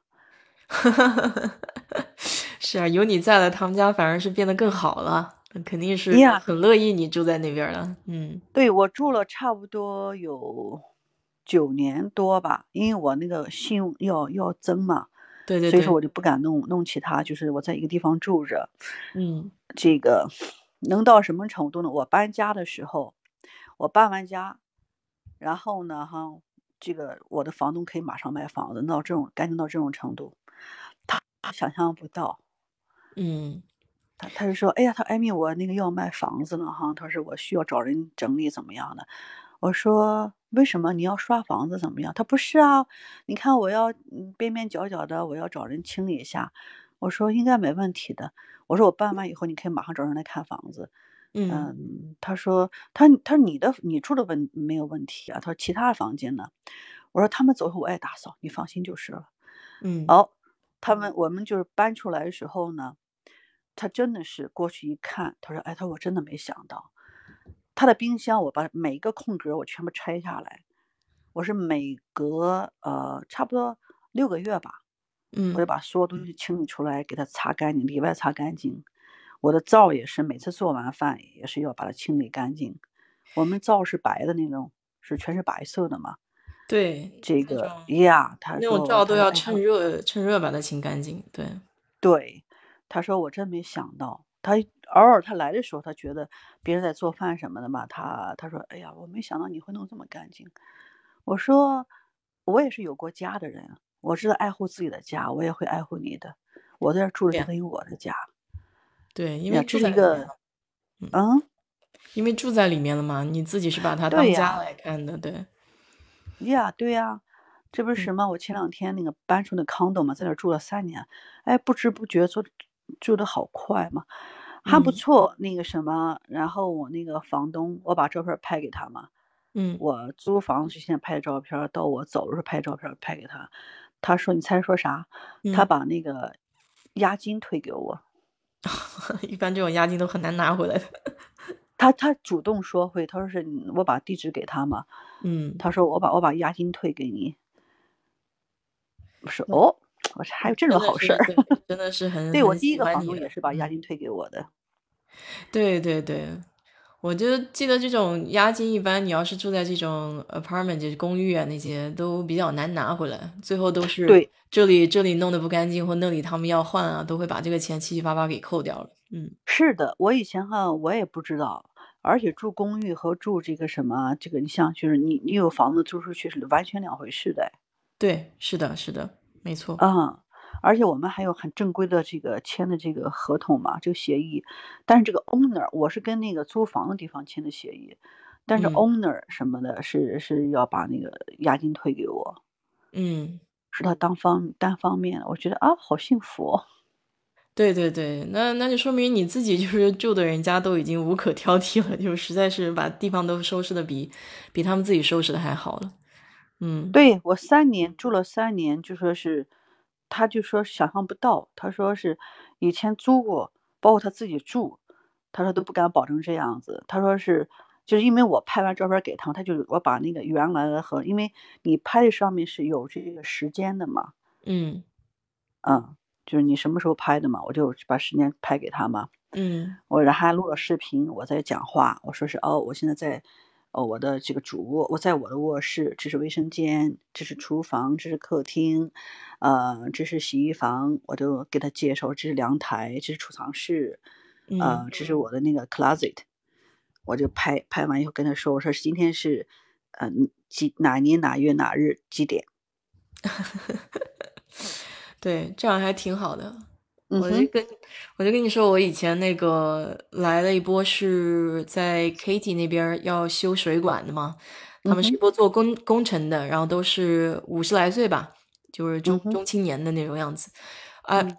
Speaker 1: 是啊，有你在了，他们家反而是变得更好了，嗯肯定是
Speaker 2: 呀
Speaker 1: 很乐意你住在那边了。嗯
Speaker 2: 对我住了差不多有九年多吧，因为我那个信用要要增嘛，
Speaker 1: 对对
Speaker 2: 所
Speaker 1: 对，
Speaker 2: 以说我就不敢弄弄其他，就是我在一个地方住着，
Speaker 1: 嗯
Speaker 2: 这个能到什么程度呢？我搬家的时候，我搬完家，然后呢哈，这个我的房东可以马上卖房子，到这种干净到这种程度，他想象不到。
Speaker 1: 嗯
Speaker 2: 他他就说，哎呀，他艾米，我那个要卖房子了哈，他说我需要找人整理怎么样的，我说为什么你要刷房子怎么样？他不是啊，你看我要嗯边边角角的我要找人清理一下，我说应该没问题的，我说我办完以后你可以马上找人来看房子，
Speaker 1: 嗯
Speaker 2: 嗯，他说他他说你的你住的问没有问题啊，他说其他房间呢，我说他们走以后我爱打扫，你放心就是了。
Speaker 1: 嗯，
Speaker 2: 哦，他们我们就是搬出来的时候呢，他真的是过去一看，他说：“哎，他说我真的没想到，他的冰箱我把每一个空格我全部拆下来，我是每隔呃差不多六个月吧，
Speaker 1: 嗯
Speaker 2: 我就把所有东西清理出来，给它擦干净，里外擦干净。我的灶也是每次做完饭也是要把它清理干净，我们灶是白的那种，是全是白色的嘛。
Speaker 1: 对，
Speaker 2: 这
Speaker 1: 那
Speaker 2: 个
Speaker 1: 种
Speaker 2: 呀，他
Speaker 1: 那
Speaker 2: 说
Speaker 1: 种照
Speaker 2: 他
Speaker 1: 都
Speaker 2: 说
Speaker 1: 要
Speaker 2: 哎
Speaker 1: 趁热趁热把它清干净。对，
Speaker 2: 对，他说我真没想到，他偶尔他来的时候，他觉得别人在做饭什么的嘛，他他说哎呀，我没想到你会弄这么干净。我说我也是有过家的人，啊我知道爱护自己的家，我也会爱护你的。我在这儿住的
Speaker 1: 对
Speaker 2: 是
Speaker 1: 呀
Speaker 2: 等于我的家，
Speaker 1: 对，因
Speaker 2: 呀
Speaker 1: 为
Speaker 2: 这
Speaker 1: 住
Speaker 2: 是
Speaker 1: 在
Speaker 2: 一
Speaker 1: 里面
Speaker 2: 个
Speaker 1: 了，
Speaker 2: 嗯
Speaker 1: 因为住在里面了嘛，你自己是把它
Speaker 2: 对
Speaker 1: 当
Speaker 2: 呀
Speaker 1: 家来看的，对，
Speaker 2: 呀，对呀。这
Speaker 1: 嗯
Speaker 2: 不是什么？我前两天那个搬出那 condo 嘛，在这儿住了三年，哎，不知不觉住住的好快嘛，还
Speaker 1: 嗯
Speaker 2: 不错。那个什么，然后我那个房东，我把照片儿拍给他嘛，
Speaker 1: 嗯，
Speaker 2: 我租房之前拍的照片儿，到我走的时候拍照片儿拍给他，他说你猜说啥？他
Speaker 1: 嗯
Speaker 2: 把那个押金退给我，
Speaker 1: 一般这种押金都很难拿回来的。
Speaker 2: 他他主动说会，他说是你我把地址给他嘛，
Speaker 1: 嗯，
Speaker 2: 他说我把我把押金退给你，我说哦，我说还有这种
Speaker 1: 嗯真的
Speaker 2: 好
Speaker 1: 是
Speaker 2: 事儿，
Speaker 1: 对真的是很
Speaker 2: 对我
Speaker 1: 很
Speaker 2: 第一
Speaker 1: 喜
Speaker 2: 个
Speaker 1: 欢
Speaker 2: 房
Speaker 1: 你
Speaker 2: 东
Speaker 1: 的
Speaker 2: 也是把押
Speaker 1: 嗯
Speaker 2: 金退给我的，
Speaker 1: 对对对，我就记得这种押金，一般你要是住在这种 apartment，就是公寓啊那些，都比较难拿回来，最后都是
Speaker 2: 对
Speaker 1: 这里这里弄得不干净，或那里他们要换啊，都会把这个钱七七八八给扣掉了。嗯
Speaker 2: 是的，我以前哈我也不知道，而且住公寓和住这个什么这个，你像就是你你有房子租出去是完全两回事的。
Speaker 1: 对，是的，是的，没错。
Speaker 2: 啊，而且我们还有很正规的这个签的这个合同嘛，这个协议。但是这个 owner，我是跟那个租房的地方签的协议，但是
Speaker 1: 嗯
Speaker 2: owner 什么的是是要把那个押金退给我，
Speaker 1: 嗯，
Speaker 2: 是他单方单方面的。我觉得啊，好幸福哦。
Speaker 1: 对对对，那那就说明你自己就是住的人家都已经无可挑剔了，就实在是把地方都收拾的比比他们自己收拾的还好了。嗯
Speaker 2: 对我三年住了三年，就说是，他就说想象不到，他说是以前租过，包括他自己住，他说都不敢保证这样子。他说是，就是因为我拍完照片给他们，他就是我把那个原来的和，因为你拍的上面是有这个时间的嘛，
Speaker 1: 嗯
Speaker 2: 嗯，就是你什么时候拍的嘛，我就把时间拍给他嘛。
Speaker 1: 嗯
Speaker 2: 我然后还录了视频，我在讲话，我说是哦，我现在在，哦我的这个主卧，我在我的卧室，这是卫生间，这是厨房，这是客厅，呃，这是洗衣房，我就给他介绍，这是阳台，这是储藏室，呃
Speaker 1: 嗯，
Speaker 2: 这是我的那个 closet，我就拍拍完以后跟他说，我说今天是，呃几哪年哪月哪日几点，
Speaker 1: 对，这样还挺好的。
Speaker 2: 嗯
Speaker 1: 我就
Speaker 2: 哼，
Speaker 1: 跟我就跟你说，我以前那个来了一波是在 Katy 那边儿要修水管的嘛，他们是一
Speaker 2: 嗯
Speaker 1: 波做工工程的，然后都是五十来岁吧，就是中
Speaker 2: 嗯哼
Speaker 1: 中青年的那种样子，啊、
Speaker 2: 嗯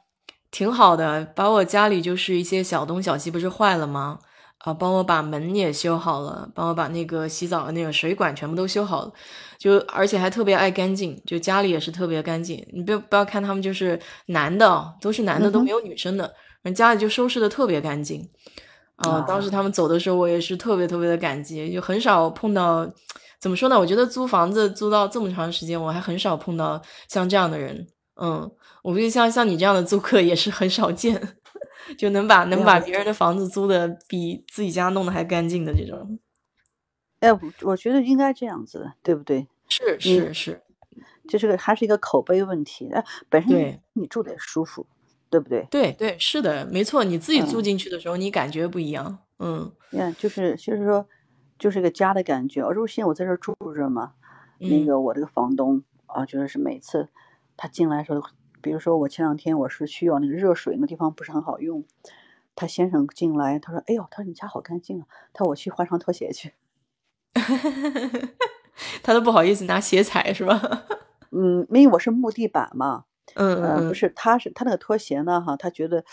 Speaker 1: 挺好的，把我家里就是一些小东小西不是坏了吗？啊，帮我把门也修好了，帮我把那个洗澡的那个水管全部都修好了，就而且还特别爱干净，就家里也是特别干净。你不要不要看他们就是男的哦，都是男的，
Speaker 2: 嗯哼
Speaker 1: 都没有女生的，人家里就收拾的特别干净。啊、
Speaker 2: 啊
Speaker 1: 当时他们走的时候，我也是特别特别的感激，就很少碰到，怎么说呢？我觉得租房子租到这么长时间，我还很少碰到像这样的人。嗯，我估计像像你这样的租客也是很少见，就能把
Speaker 2: 啊
Speaker 1: 能把
Speaker 3: 了
Speaker 1: 别人的房子租的比自己家弄得还干净的这种。
Speaker 2: 哎，我我觉得应该这样子的，对不对？
Speaker 1: 是是是，
Speaker 2: 这是个还是一个口碑问题。哎，本
Speaker 1: 对
Speaker 2: 身你住得也舒服，对不对？
Speaker 1: 对对是的，没错。你自己住进去的时候，你感觉不一样。嗯
Speaker 2: 嗯，就是就是说，就是个家的感觉。而且现在我在这儿住着嘛，那
Speaker 1: 嗯
Speaker 2: 个我这个房东啊，就是是每次他进来的时候，比如说我前两天我是需要那个热水，那地方不是很好用，他先生进来，他说：“哎呦，他说你家好干净啊。”他说：“我去换双拖鞋去。
Speaker 1: 他都不好意思拿鞋踩是吧？”
Speaker 2: 嗯，因为我是木地板嘛，
Speaker 1: 嗯嗯
Speaker 2: 呃，
Speaker 1: 嗯
Speaker 2: 不是，他是他那个拖鞋呢，哈，他觉得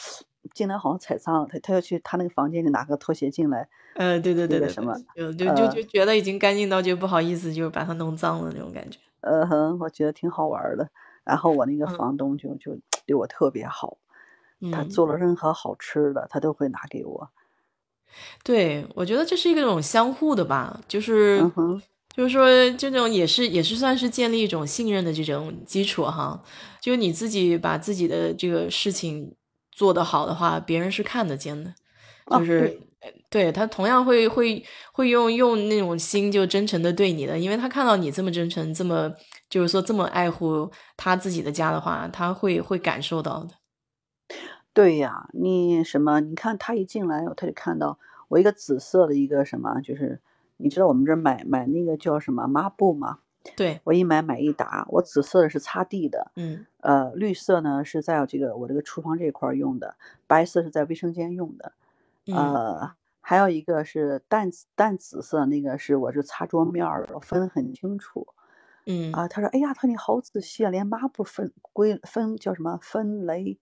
Speaker 2: 进来好像踩脏了，他他要去他那个房间里拿个拖鞋进来，
Speaker 1: 呃，对对对
Speaker 2: 那个
Speaker 1: 对
Speaker 2: 什
Speaker 1: 对就
Speaker 2: 么
Speaker 1: 就就
Speaker 2: 呃
Speaker 1: 就觉得已经干净到就不好意思，就是把它弄脏了那种感觉。
Speaker 2: 呃哼，我觉得挺好玩儿的。然后我那个
Speaker 1: 嗯
Speaker 2: 房东就就对我特别好，他
Speaker 1: 嗯，
Speaker 2: 做了任何好吃的，他都会拿给我。
Speaker 1: 对，我觉得这是一种相互的吧，就是
Speaker 2: 嗯哼，
Speaker 1: 就是说，这种也是也是算是建立一种信任的这种基础哈。就你自己把自己的这个事情做得好的话，别人是看得见的，
Speaker 2: 啊
Speaker 1: 就是、呃对他同样会会会用用那种心就真诚的对你的，因为他看到你这么真诚，这么就是说这么爱护他自己的家的话，他会会感受到的。
Speaker 2: 对呀，你什么？你看他一进来，他就看到我一个紫色的一个什么，就是你知道我们这儿买买那个叫什么抹布吗？
Speaker 1: 对，
Speaker 2: 我一买买一打，我紫色的是擦地的，
Speaker 1: 嗯
Speaker 2: 呃，绿色呢是在这个我这个厨房这一块儿用的，白色是在卫生间用的，
Speaker 1: 嗯、
Speaker 2: 呃，还有一个是淡紫淡紫色，那个是我是擦桌面儿的，我分得很清楚
Speaker 1: 嗯
Speaker 2: 啊。他说：“哎呀，他说你好仔细啊，连抹布分归分叫什么分类，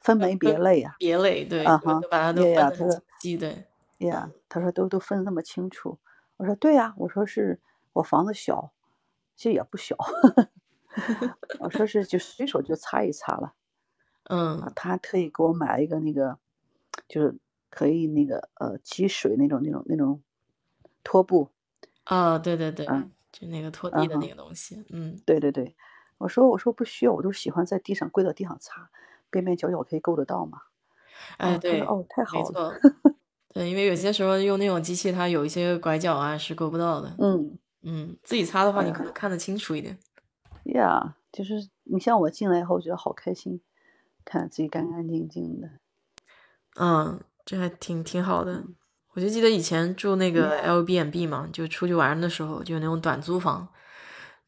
Speaker 2: 分门别
Speaker 1: 呃分
Speaker 2: 类啊，
Speaker 1: 别类对，
Speaker 2: 啊
Speaker 1: 就
Speaker 2: 哈
Speaker 1: 就把它都分
Speaker 2: 对呀
Speaker 1: 得很
Speaker 2: 他
Speaker 1: 清晰，对，
Speaker 2: 呀、他说都都分得那么清楚。我说：“对呀、我说是我房子小，其实也不小， 我说是就随手就擦一擦了。”
Speaker 1: 嗯
Speaker 2: 啊，他还特意给我买了一个那个，就是可以那个呃积水那种那种那种拖布。
Speaker 1: 啊、对对对，
Speaker 2: 嗯
Speaker 1: 就那个拖地的
Speaker 2: 嗯
Speaker 1: 那
Speaker 2: 哼
Speaker 1: 个东西，嗯
Speaker 2: 对对对，我说我说不需要，我都喜欢在地上跪到地上擦，边边角角可以够得到嘛。
Speaker 1: 哎，
Speaker 2: 啊他
Speaker 1: 对，
Speaker 2: 说哦，太
Speaker 1: 没
Speaker 2: 好了。
Speaker 1: 错， 对，因为有些时候用那种机器，它有一些拐角啊是够不到的，
Speaker 2: 嗯
Speaker 1: 嗯，自己擦的话，
Speaker 2: 哎
Speaker 1: 你
Speaker 2: 呀
Speaker 1: 可能看得清楚一点，
Speaker 2: 呀就是你像我进来以后，我觉得好开心，看自己干干净净的。
Speaker 1: 嗯，这还挺挺好的。
Speaker 2: 嗯
Speaker 1: 我就记得以前住那个 Airbnb 嘛，就出去玩的时候，就那种短租房，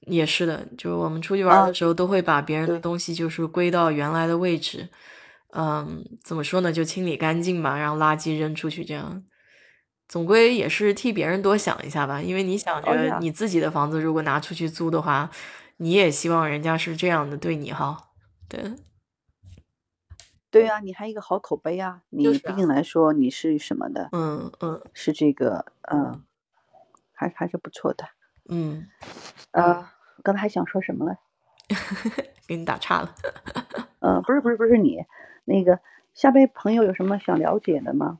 Speaker 1: 也是的，就是我们出去玩
Speaker 2: 啊
Speaker 1: 的时候，都会把别人的
Speaker 2: 对
Speaker 1: 东西就是归到原来的位置，嗯，怎么说呢，就清理干净吧，然后垃圾扔出去，这样，总归也是替别人多想一下吧，因为你想
Speaker 2: 哦
Speaker 1: 着
Speaker 2: 呀
Speaker 1: 你自己的房子如果拿出去租的话，你也希望人家是这样的对你哈，对，
Speaker 2: 对呀、你还一个好口碑啊！你
Speaker 1: 就是
Speaker 2: 毕
Speaker 1: 啊
Speaker 2: 竟来说你是什么的，
Speaker 1: 嗯嗯
Speaker 2: 是这个嗯，还还是不错的。
Speaker 1: 嗯，
Speaker 2: 呃，刚才还想说什么来？
Speaker 1: 给你打岔了。
Speaker 2: 呃，不是不是不是你，那个下边朋友有什么想了解的吗？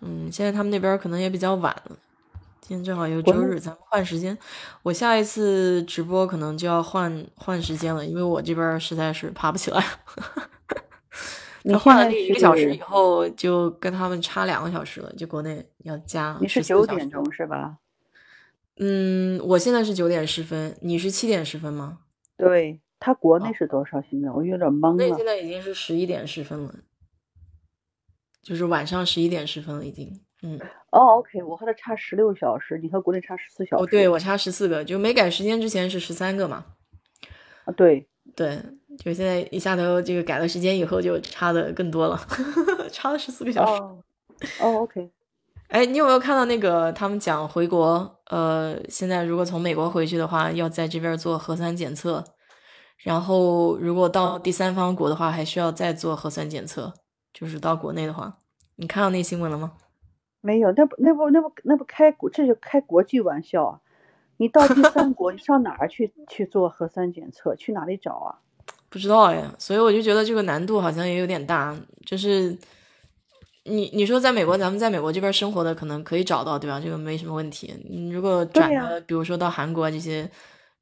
Speaker 1: 嗯，现在他们那边儿可能也比较晚了，今天正好又
Speaker 2: 国
Speaker 1: 周
Speaker 2: 内
Speaker 1: 日，咱们换时间。我下一次直播可能就要换换时间了，因为我这边儿实在是爬不 起来。
Speaker 2: 你
Speaker 1: 他 换了
Speaker 2: 现在
Speaker 1: 那一个小时
Speaker 2: 是
Speaker 1: 以后，就跟他们差两个小时了，就国内要加
Speaker 2: 你是
Speaker 1: 14
Speaker 2: 九
Speaker 1: 小时
Speaker 2: 点。钟是吧？
Speaker 1: 嗯，我现在是九点十分，你是七点十分吗？
Speaker 2: 对，他国
Speaker 1: 哦
Speaker 2: 内是多少？现在我有点懵
Speaker 1: 那现
Speaker 2: 了。
Speaker 1: 在已经是十一点十分了，就是晚上十一点十分了，已经。嗯。
Speaker 2: 哦，OK，我和他差十六小时，你和国内差十四小时。
Speaker 1: 哦，对，我差十四个，就没改时间之前是十三个嘛。
Speaker 2: 啊对，
Speaker 1: 对，就现在一下头这个改了时间以后，就差的更多了， 差了十四个小时。
Speaker 2: 哦，哦，OK，
Speaker 1: 哎，你有没有看到那个他们讲回国？呃，现在如果从美国回去的话，要在这边做核酸检测，然后如果到第三方国的话，还需要再做核酸检测，就是到国内的话，你看到那新闻了吗？
Speaker 2: 没有，那不那不那不那不开国，这是开国际玩笑啊！你到第 三国，你上哪儿去去做核酸检测？去哪里找啊？
Speaker 1: 不知道哎，所以我就觉得这个难度好像也有点大。就是你你说在美国，咱们在美国这边生活的可能可以找到，对吧？这个没什么问题。你如果转
Speaker 2: 对呀
Speaker 1: 的，比如说到韩国啊这些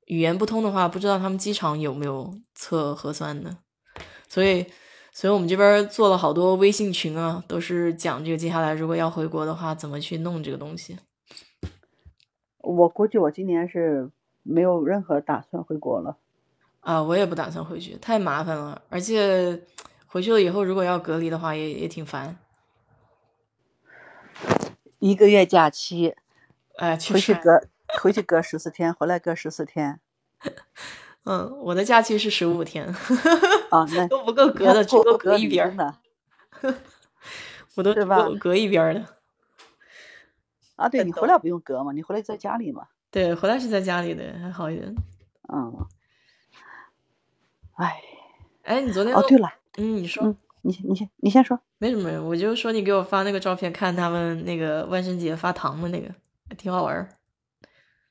Speaker 1: 语言不通的话，不知道他们机场有没有测核酸的。所以，所以我们这边做了好多微信群啊，都是讲这个接下来如果要回国的话，怎么去弄这个东西。
Speaker 2: 我估计我今年是没有任何打算回国了。
Speaker 1: 啊，我也不打算回去，太麻烦了。而且回去了以后，如果要隔离的话，也也挺烦。
Speaker 2: 一个月假期，
Speaker 1: 哎，确
Speaker 2: 回
Speaker 1: 实
Speaker 2: 去。隔回去隔十四天，回来隔十四天
Speaker 1: 嗯，我的假期是十五天，
Speaker 2: 啊！那
Speaker 1: 都不够
Speaker 2: 你
Speaker 1: 隔
Speaker 2: 看
Speaker 1: 的，只
Speaker 2: 够
Speaker 1: 够
Speaker 2: 不
Speaker 1: 隔
Speaker 2: 隔
Speaker 1: 一
Speaker 2: 离
Speaker 1: 边
Speaker 2: 真
Speaker 1: 儿，
Speaker 2: 的
Speaker 1: 我都
Speaker 2: 对
Speaker 1: 只
Speaker 2: 吧
Speaker 1: 够隔一边儿的。
Speaker 2: 啊！对
Speaker 1: 奋
Speaker 2: 你
Speaker 1: 斗
Speaker 2: 回来不用隔嘛，你回来在家里嘛。
Speaker 1: 对，回来是在家里的，还好一点。
Speaker 2: 嗯，哎，
Speaker 1: 哎，你昨天
Speaker 2: 哦
Speaker 1: 都
Speaker 2: 对了，
Speaker 1: 嗯，你说、
Speaker 2: 嗯你先你先你先说。
Speaker 1: 没什么，我就说你给我发那个照片，看他们那个万圣节发糖的那个，还挺好玩儿。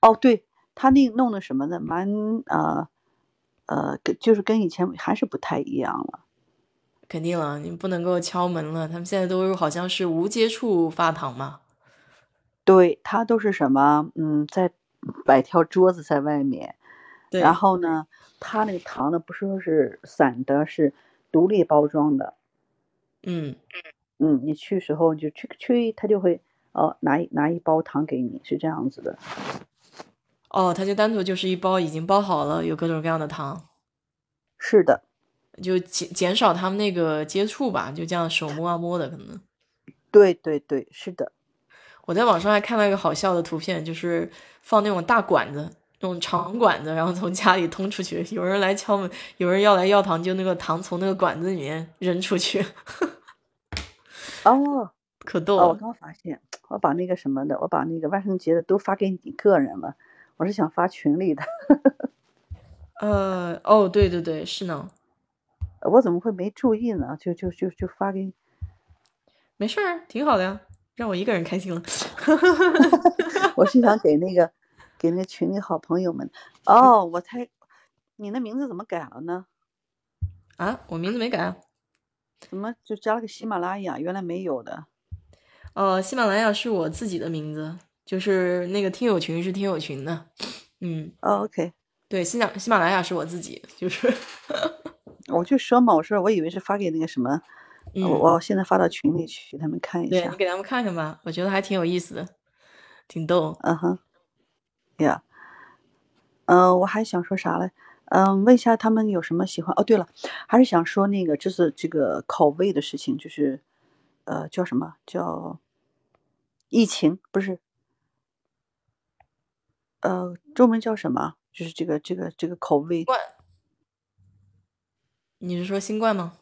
Speaker 2: 哦，对他那弄的什么呢？蛮呃呃，跟就是跟以前还是不太一样了。
Speaker 1: 肯定了，你不能够敲门了，他们现在都好像是无接触发糖嘛。
Speaker 2: 对，它都是什么？嗯，在摆条桌子在外面，
Speaker 1: 对，
Speaker 2: 然后呢，它那个糖呢，不是说是散的，是独立包装的。
Speaker 1: 嗯，
Speaker 2: 嗯，你去时候你就去去，他就会哦拿一拿一包糖给你，是这样子的。
Speaker 1: 哦，它就单独就是一包已经包好了，有各种各样的糖，
Speaker 2: 是的，
Speaker 1: 就减减少他们那个接触吧，就这样手摸啊摸的可能。
Speaker 2: 对对对，是的。
Speaker 1: 我在网上还看到一个好笑的图片，就是放那种大管子，那种长管子，然后从家里通出去，有人来敲门，有人要来要糖，就那个糖从那个管子里面扔出去，
Speaker 2: 哦
Speaker 1: 可逗
Speaker 2: 哦，我
Speaker 1: 了。
Speaker 2: 刚发现，我把那个什么的，我把那个万圣节的都发给你个人了，我是想发群里的，
Speaker 1: 呃，哦，对对对，是呢，
Speaker 2: 呃我怎么会没注意呢？就就就就发给
Speaker 1: 没事儿，挺好的呀，让我一个人开心了。
Speaker 2: 我是想给那个给那群里好朋友们。哦，我猜你那名字怎么改了呢？
Speaker 1: 啊，我名字没改啊。
Speaker 2: 怎么就加了个喜马拉雅？原来没有的。
Speaker 1: 呃，喜马拉雅是我自己的名字，就是那个听友群是听友群的，嗯，
Speaker 2: 哦、OK，
Speaker 1: 对，喜马喜马拉雅是我自己，就是，
Speaker 2: 我就说嘛，我说我以为是发给那个什么，
Speaker 1: 嗯，
Speaker 2: 我我现在发到群里去，给他们看一
Speaker 1: 对你
Speaker 2: 下。
Speaker 1: 给他们看看吧，我觉得还挺有意思的，挺逗。
Speaker 2: 嗯哼，呀，嗯，我还想说啥嘞？嗯，问一下他们有什么喜欢？哦，对了，还是想说那个，就是这个口味的事情，就是，呃，叫什么叫疫情？不是，呃，中文叫什么？就是这个这个这个口味
Speaker 1: 冠你是说新冠吗？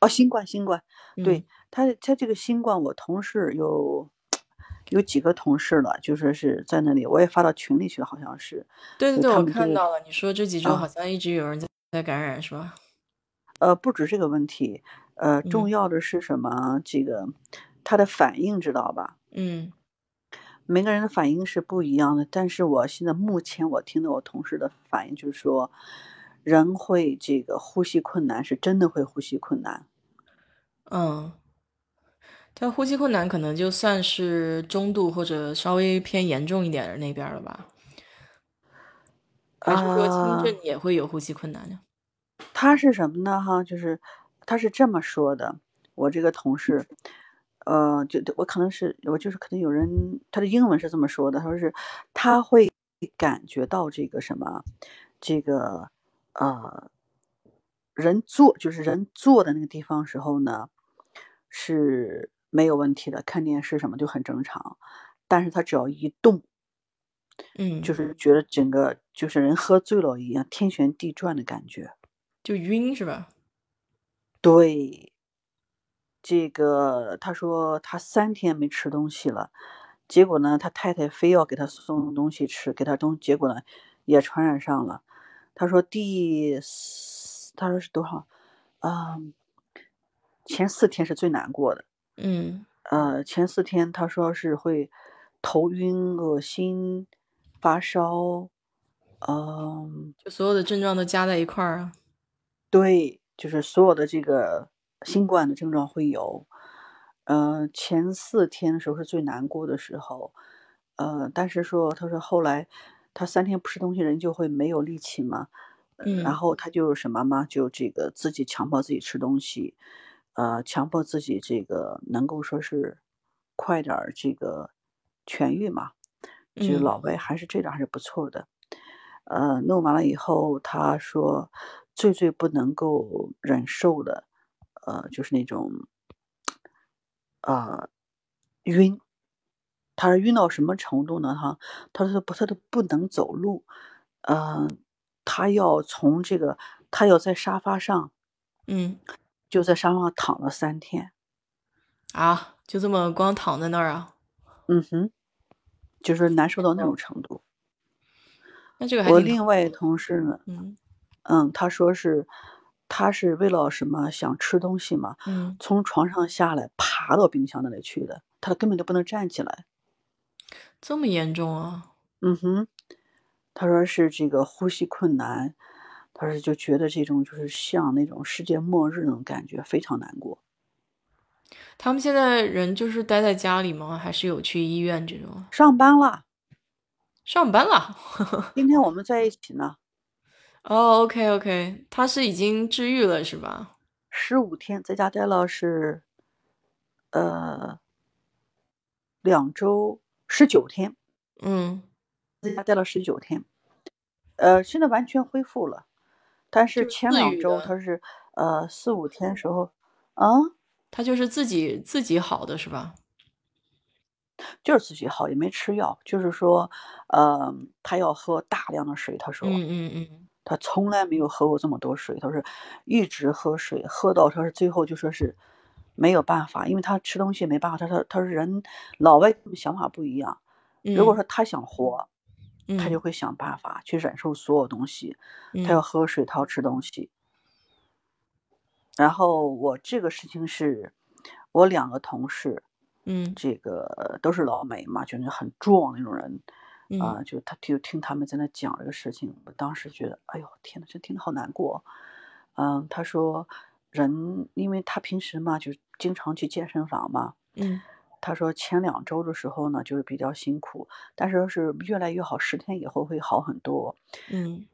Speaker 2: 哦，新冠新冠，对
Speaker 1: 嗯，
Speaker 2: 他他这个新冠，我同事有有几个同事了，就说是在那里，我也发到群里去了，好像是，
Speaker 1: 对对
Speaker 2: 就
Speaker 1: 对，
Speaker 2: 他
Speaker 1: 我
Speaker 2: 们
Speaker 1: 看
Speaker 2: 这个
Speaker 1: 到了，你说这几周
Speaker 2: 啊
Speaker 1: 好像一直有人在在感染，是吧？
Speaker 2: 呃，不止这个问题，呃，重
Speaker 1: 嗯
Speaker 2: 要的是什么？这个他的反应知道吧？
Speaker 1: 嗯，
Speaker 2: 每个人的反应是不一样的，但是我现在目前我听到我同事的反应就是说，人会这个呼吸困难，是真的会呼吸困难。
Speaker 1: 嗯，但呼吸困难可能就算是中度或者稍微偏严重一点的那边儿了吧？还是说轻
Speaker 2: 啊
Speaker 1: 症也会有呼吸困难的？
Speaker 2: 他是什么呢？哈，就是他是这么说的，我这个同事，呃，就我可能是我就是可能有人他的英文是这么说的，他说是他会感觉到这个什么，这个呃，人坐就是人坐的那个地方时候呢，是没有问题的，看电视什么就很正常，但是他只要一动，
Speaker 1: 嗯，
Speaker 2: 就是觉得整个就是人喝醉了一样，天旋地转的感觉。
Speaker 1: 就晕是吧？
Speaker 2: 对，这个他说他三天没吃东西了，结果呢，他太太非要给他送东西吃，给他东，结果呢也传染上了。他说第四，他说是多少？啊、前四天是最难过的。
Speaker 1: 嗯
Speaker 2: 呃，前四天他说是会头晕、恶心、发烧，嗯、
Speaker 1: 就所有的症状都加在一块儿啊。
Speaker 2: 对，就是所有的这个新冠的症状会有。呃，前四天的时候是最难过的时候，呃，但是说他说后来他三天不吃东西，人就会没有力气嘛，呃
Speaker 1: 嗯，
Speaker 2: 然后他就什么嘛，就这个自己强迫自己吃东西，呃，强迫自己这个能够说是快点儿这个痊愈嘛，就是
Speaker 1: 嗯
Speaker 2: 老外还是这点儿还是不错的。呃，弄完了以后，他说最最不能够忍受的，呃，就是那种，呃，晕。他是晕到什么程度呢？哈，他说不，他都不能走路，呃，他要从这个，他要在沙发上，
Speaker 1: 嗯
Speaker 2: 就在沙发上躺了三天。
Speaker 1: 啊，就这么光躺在那儿啊？
Speaker 2: 嗯哼，就是难受到那种程度。
Speaker 1: 那哦这个还
Speaker 2: 我
Speaker 1: 挺
Speaker 2: 另
Speaker 1: 痛
Speaker 2: 外
Speaker 1: 苦的
Speaker 2: 同事呢，
Speaker 1: 嗯
Speaker 2: 嗯，他说是，他是为了什么想吃东西嘛，
Speaker 1: 嗯，
Speaker 2: 从床上下来，爬到冰箱那里去的，他根本就不能站起来。
Speaker 1: 这么严重啊？
Speaker 2: 嗯哼，他说是这个呼吸困难，他说就觉得这种就是像那种世界末日那种感觉，非常难过。
Speaker 1: 他们现在人就是待在家里吗？还是有去医院这种？
Speaker 2: 上班了，
Speaker 1: 上班了？
Speaker 2: 今天我们在一起呢，
Speaker 1: 哦，OK OK，他是已经治愈了是吧？
Speaker 2: 十五天在家待了是，呃，两周十九天，
Speaker 1: 嗯，
Speaker 2: 在家待了十九天，呃，现在完全恢复了，但是
Speaker 1: 就是
Speaker 2: 前
Speaker 1: 自
Speaker 2: 两
Speaker 1: 愈
Speaker 2: 周
Speaker 1: 的
Speaker 2: 他是呃四五天时候，啊，
Speaker 1: 他就是自己自己好的是吧？
Speaker 2: 就是自己好，也没吃药，就是说，呃，他要喝大量的水，他说、
Speaker 1: 嗯嗯嗯，
Speaker 2: 他从来没有喝过这么多水，他说一直喝水，喝到他是最后就说是没有办法，因为他吃东西没办法，他说他说人老外想法不一样，如果
Speaker 1: 嗯
Speaker 2: 说他想活，他就
Speaker 1: 嗯
Speaker 2: 会想办法去忍受所有东西，他要
Speaker 1: 嗯
Speaker 2: 喝水，他要吃东西。然后我这个事情是，我两个同事，
Speaker 1: 嗯
Speaker 2: 这个都是老美嘛，就是很壮那种人，啊、
Speaker 1: 嗯
Speaker 2: 就他就听他们在那讲这个事情，我当时觉得，哎呦天呐，这听得好难过。嗯，他说人，因为他平时嘛，就经常去健身房嘛，
Speaker 1: 嗯
Speaker 2: 他说前两周的时候呢，就是比较辛苦，但是是越来越好，十天以后会好很多。
Speaker 1: 嗯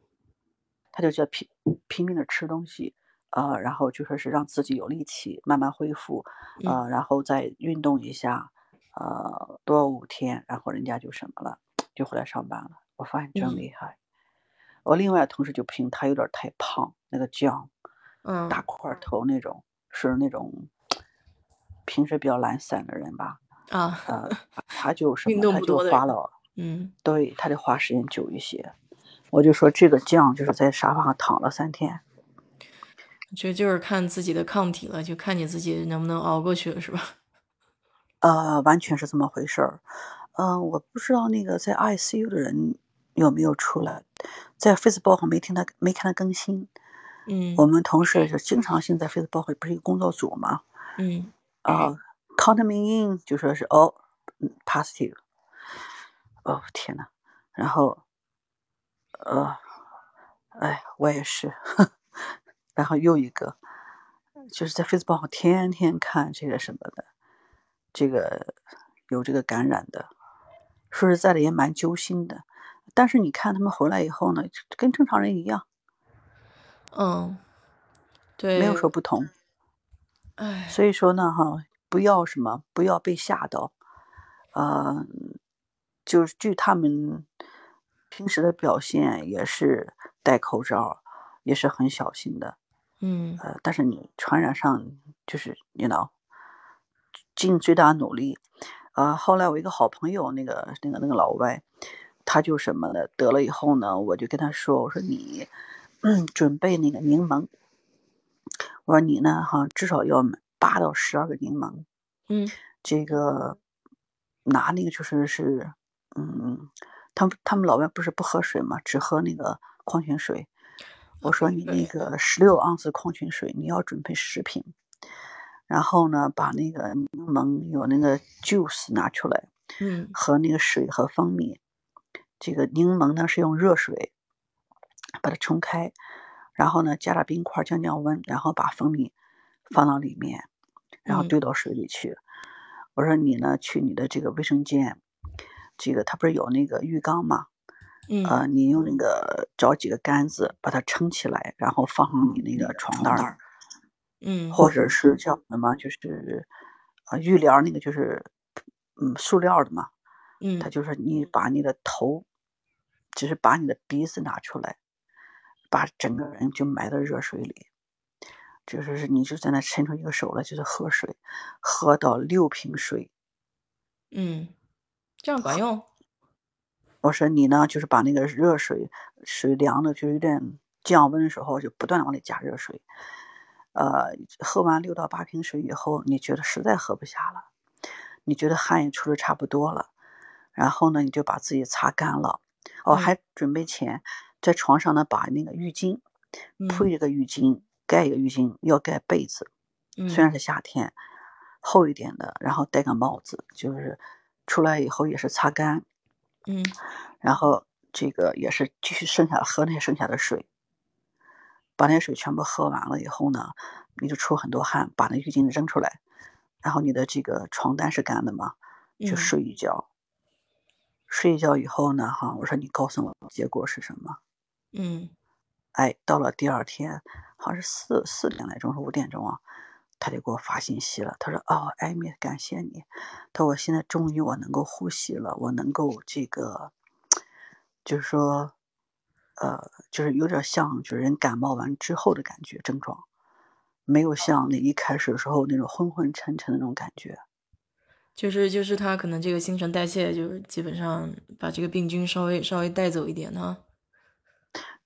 Speaker 2: 他就叫拼拼命的吃东西，呃，然后就说是让自己有力气慢慢恢复，
Speaker 1: 嗯
Speaker 2: 呃，然后再运动一下，呃，多五天，然后人家就什么了，就回来上班了。我发现真
Speaker 1: 嗯
Speaker 2: 厉害。我另外同事就评他有点儿太胖，那个酱大
Speaker 1: 嗯
Speaker 2: 块儿头那种，是那种平时比较懒散的人吧，
Speaker 1: 啊，
Speaker 2: 呃，他就什
Speaker 1: 运
Speaker 2: 么，
Speaker 1: 动
Speaker 2: 他
Speaker 1: 不
Speaker 2: 就
Speaker 1: 多的人，
Speaker 2: 花了，
Speaker 1: 嗯
Speaker 2: 对，他得花时间久一些。我就说这个酱就是在沙发上躺了三天。
Speaker 1: 这就是看自己的抗体了，就看你自己能不能熬过去了，是吧？
Speaker 2: 呃，完全是这么回事儿。嗯、我不知道那个在 ICU 的人有没有出来，在 Facebook 上没听他没看他更新。
Speaker 1: 嗯
Speaker 2: 我们同事就经常性在 Facebook 里不是有工作组嘛，
Speaker 1: 嗯
Speaker 2: 啊、c o u n t me in 就说是哦嗯，positive，哦天呐，然后呃，哎，我也是， 然后又一个就是在 Facebook 上天天看这个什么的，这个有这个感染的。说实在的也蛮揪心的。但是你看他们回来以后呢，跟正常人一样，
Speaker 1: 嗯，
Speaker 2: 没
Speaker 1: 对
Speaker 2: 有，说不同。
Speaker 1: 哎，
Speaker 2: 所以说呢，哈，不要什么，不要被吓到。呃，就是据他们平时的表现，也是戴口罩，也是很小心的。
Speaker 1: 嗯
Speaker 2: 呃，但是你传染上，就是你 you know，尽最大努力。啊、后来我一个好朋友，那个那个那个老外，他就什么的得了以后呢，我就跟他说，我说你，嗯，准备那个柠檬，我说你呢，哈，至少要买八到十二个柠檬，
Speaker 1: 嗯
Speaker 2: 这个拿那个就是是，嗯，他们他们老外不是不喝水嘛，只喝那个矿泉水，我说你那个十六盎司矿泉水你要准备十瓶，然后呢，把那个柠檬有那个 juice 拿出来，
Speaker 1: 嗯
Speaker 2: 和那个水和蜂蜜。这个柠檬呢是用热水把它冲开，然后呢加点冰块降降温，然后把蜂蜜放到里面，然后
Speaker 1: 嗯
Speaker 2: 兑到水里去。我说你呢去你的这个卫生间，这个它不是有那个浴缸吗？
Speaker 1: 嗯
Speaker 2: 呃，你用那个找几个杆子把它撑起来，然后放上你嗯那个床单儿，
Speaker 1: 嗯
Speaker 2: 或者是叫什么，就是啊、呃浴帘儿那个就是嗯塑料的嘛，
Speaker 1: 嗯
Speaker 2: 它就是你把你的头，只是把你的鼻子拿出来，把整个人就埋到热水里，就是是你就在那伸出一个手来，就是喝水，喝到六瓶水。
Speaker 1: 嗯，这样管用。
Speaker 2: 我说你呢，就是把那个热水水凉的，就是有点降温的时候，就不断的往里加热水。呃，喝完六到八瓶水以后，你觉得实在喝不下了，你觉得汗也出的差不多了，然后呢，你就把自己擦干了。哦，
Speaker 1: 嗯
Speaker 2: 还准备前在床上呢，把那个浴巾
Speaker 1: 嗯
Speaker 2: 铺一个浴巾，盖一个浴巾，要盖被子，
Speaker 1: 嗯
Speaker 2: 虽然是夏天，厚一点的，然后戴个帽子，就是出来以后也是擦干，
Speaker 1: 嗯
Speaker 2: 然后这个也是继续剩下喝那剩下的水，把那水全部喝完了以后呢，你就出很多汗，把那浴巾扔出来，然后你的这个床单是干的嘛，就
Speaker 1: 嗯
Speaker 2: 睡一觉。睡一觉以后呢，哈，我说你告诉我结果是什么？
Speaker 1: 嗯
Speaker 2: 哎，到了第二天，好像是四四点来钟，是五点钟啊，他就给我发信息了。他说：“哦，艾米，感谢你。”他说：“我现在终于我能够呼吸了，我能够这个，就是说，呃，就是有点像就是人感冒完之后的感觉症状，没有像那一开始的时候那种昏昏沉沉的那种感觉。
Speaker 1: 就是就是他可能这个新陈代谢就是基本上把这个病菌稍微稍微带走一点哈。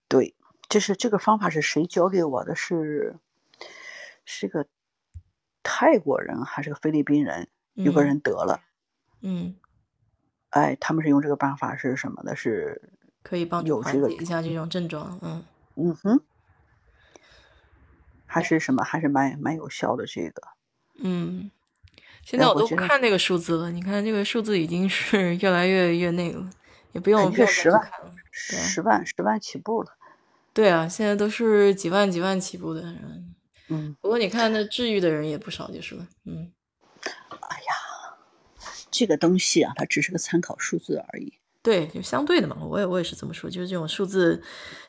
Speaker 2: 对，这是这个方法是谁教给我的？是是个泰国人还是个菲律宾人？有个
Speaker 1: 嗯
Speaker 2: 人得了。
Speaker 1: 嗯，
Speaker 2: 哎，他们是用这个办法是什么呢？是，
Speaker 1: 可以帮助
Speaker 2: 有
Speaker 1: 缓
Speaker 2: 这个
Speaker 1: 解一下这种症状。嗯
Speaker 2: 嗯哼，还是什么？还是蛮蛮有效的。这个，
Speaker 1: 嗯，现
Speaker 2: 哎
Speaker 1: 在我
Speaker 2: 我
Speaker 1: 都
Speaker 2: 觉
Speaker 1: 不
Speaker 2: 得
Speaker 1: 看那个数字了，你看这个数字已经是越来越越那个了，也不用
Speaker 2: 肯定
Speaker 1: 不用
Speaker 2: 是
Speaker 1: 再去
Speaker 2: 10万
Speaker 1: 看了。对
Speaker 2: 十万十万起步了。
Speaker 1: 对啊，现在都是几万几万起步的人，
Speaker 2: 嗯，
Speaker 1: 不过你看那治愈的人也不少，就是了。嗯
Speaker 2: 这个东西啊，它只是个参考数字而已。
Speaker 1: 对，就相对的嘛，我也我也是这么说，就是这种数字，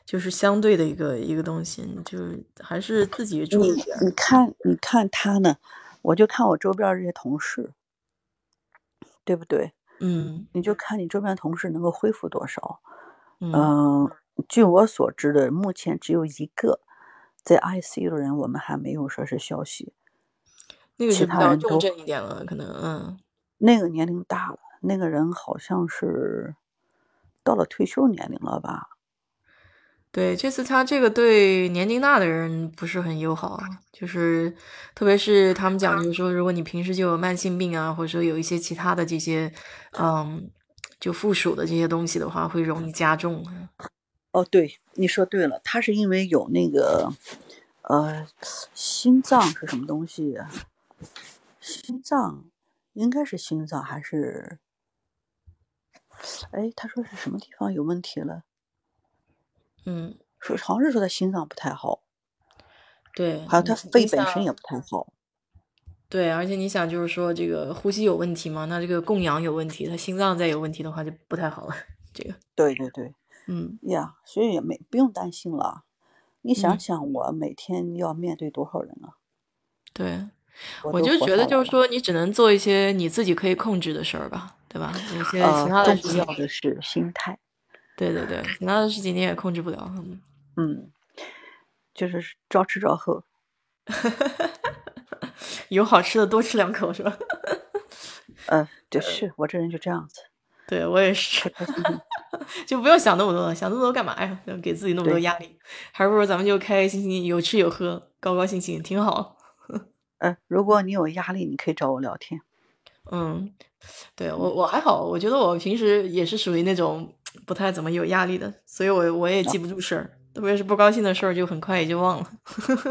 Speaker 1: 就是相对的一个一个东西，你就是还是自己注意
Speaker 2: 你
Speaker 1: 点儿。
Speaker 2: 你看，你看他呢，我就看我周边儿这些同事，对不对？
Speaker 1: 嗯
Speaker 2: 你就看你周边同事能够恢复多少。
Speaker 1: 嗯
Speaker 2: 嗯、据我所知的，目前只有一个在 ICU 的人，我们还没有说是消息。
Speaker 1: 那个
Speaker 2: 其
Speaker 1: 是比
Speaker 2: 他
Speaker 1: 较
Speaker 2: 人
Speaker 1: 重
Speaker 2: 都
Speaker 1: 症一点了，可能嗯
Speaker 2: 那个年龄大了，那个人好像是到了退休年龄了吧？
Speaker 1: 对，这次他这个对年龄大的人不是很友好，就是特别是他们讲，就是说，如果你平时就有慢性病啊，或者说有一些其他的这些，嗯，就附属的这些东西的话，会容易加重。啊
Speaker 2: 哦，对，你说对了，他是因为有那个呃心脏是什么东西呀？心脏应该是心脏还是？哎，他说是什么地方有问题了？
Speaker 1: 嗯，
Speaker 2: 说好像是说他心脏不太好，
Speaker 1: 对，嗯
Speaker 2: 还有
Speaker 1: 你
Speaker 2: 他
Speaker 1: 你
Speaker 2: 肺本
Speaker 1: 想
Speaker 2: 身也不太好。
Speaker 1: 对，而且你想，就是说这个呼吸有问题嘛，那这个供氧有问题，他心脏再有问题的话就不太好了。这个，
Speaker 2: 对对对，
Speaker 1: 嗯
Speaker 2: 呀，所以也没不用担心了。你想
Speaker 1: 嗯
Speaker 2: 想，我每天要面对多少人啊？
Speaker 1: 对，
Speaker 2: 我
Speaker 1: 我
Speaker 2: 都
Speaker 1: 就觉
Speaker 2: 活下
Speaker 1: 得
Speaker 2: 来
Speaker 1: 就是
Speaker 2: 了。
Speaker 1: 说，你只能做一些你自己可以控制的事儿吧，对吧？有些其
Speaker 2: 呃，
Speaker 1: 他的
Speaker 2: 更
Speaker 1: 事
Speaker 2: 重
Speaker 1: 情，
Speaker 2: 要的是心态。
Speaker 1: 对对对，其他的事情你也控制不了。嗯
Speaker 2: 嗯，就是照吃照喝。
Speaker 1: 有好吃的多吃两口是吧？
Speaker 2: 呃，就是我这人就这样子，
Speaker 1: 对我也 是，就不用想那么多了，想那么多干嘛呀？给自己那么多
Speaker 2: 对
Speaker 1: 压力，还不如咱们就开开心心，有吃有喝，高高兴兴，挺好。
Speaker 2: 呃，如果你有压力，你可以找我聊天。
Speaker 1: 嗯，对我我还好，我觉得我平时也是属于那种不太怎么有压力的，所以我我也记不住事儿。特别是不高兴的事儿，就很快也就忘了。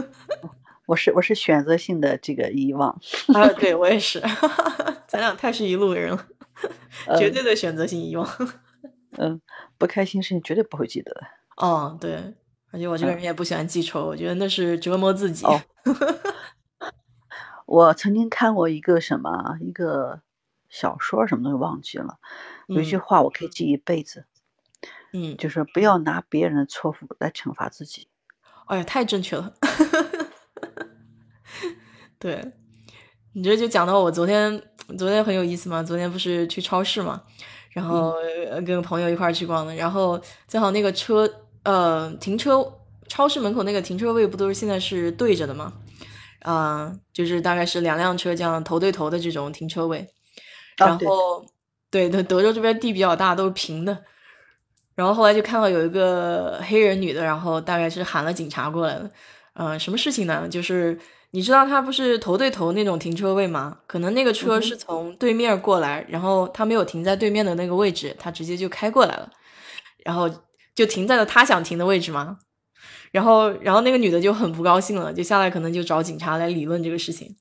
Speaker 2: 我是我是选择性的这个遗忘，
Speaker 1: 啊，对我也是， 咱俩太是一路人了，
Speaker 2: 嗯
Speaker 1: 绝对的选择性遗忘。
Speaker 2: 嗯，不开心事情绝对不会记得的。
Speaker 1: 哦，对，而且我这个人也不喜欢记仇，我觉得那是折磨自己。
Speaker 2: 嗯哦我曾经看过一个什么啊一个小说儿什么东西忘记了，有一句
Speaker 1: 嗯
Speaker 2: 话我可以记一辈子，
Speaker 1: 嗯，
Speaker 2: 就是不要拿别人的错误来惩罚自己。
Speaker 1: 哎呀，太正确了。 对，你这就讲到我昨天，昨天很有意思嘛。昨天不是去超市嘛，然后呃跟朋友一块儿去逛的，然后正好那个车，呃，停车超市门口那个停车位不都是现在是对着的嘛？啊、就是大概是两辆车这样头对头的这种停车位，
Speaker 2: 啊
Speaker 1: 然
Speaker 2: 对
Speaker 1: 后、对德德州这边地比较大，都是平的。然后后来就看到有一个黑人女的，然后大概是喊了警察过来了。呃，什么事情呢？就是你知道他不是头对头那种停车位吗？可能那个车
Speaker 2: 嗯哼
Speaker 1: 是从对面过来，然后他没有停在对面的那个位置，他直接就开过来了，然后就停在了他想停的位置嘛。然后，然后那个女的就很不高兴了，就下来可能就找警察来理论这个事情。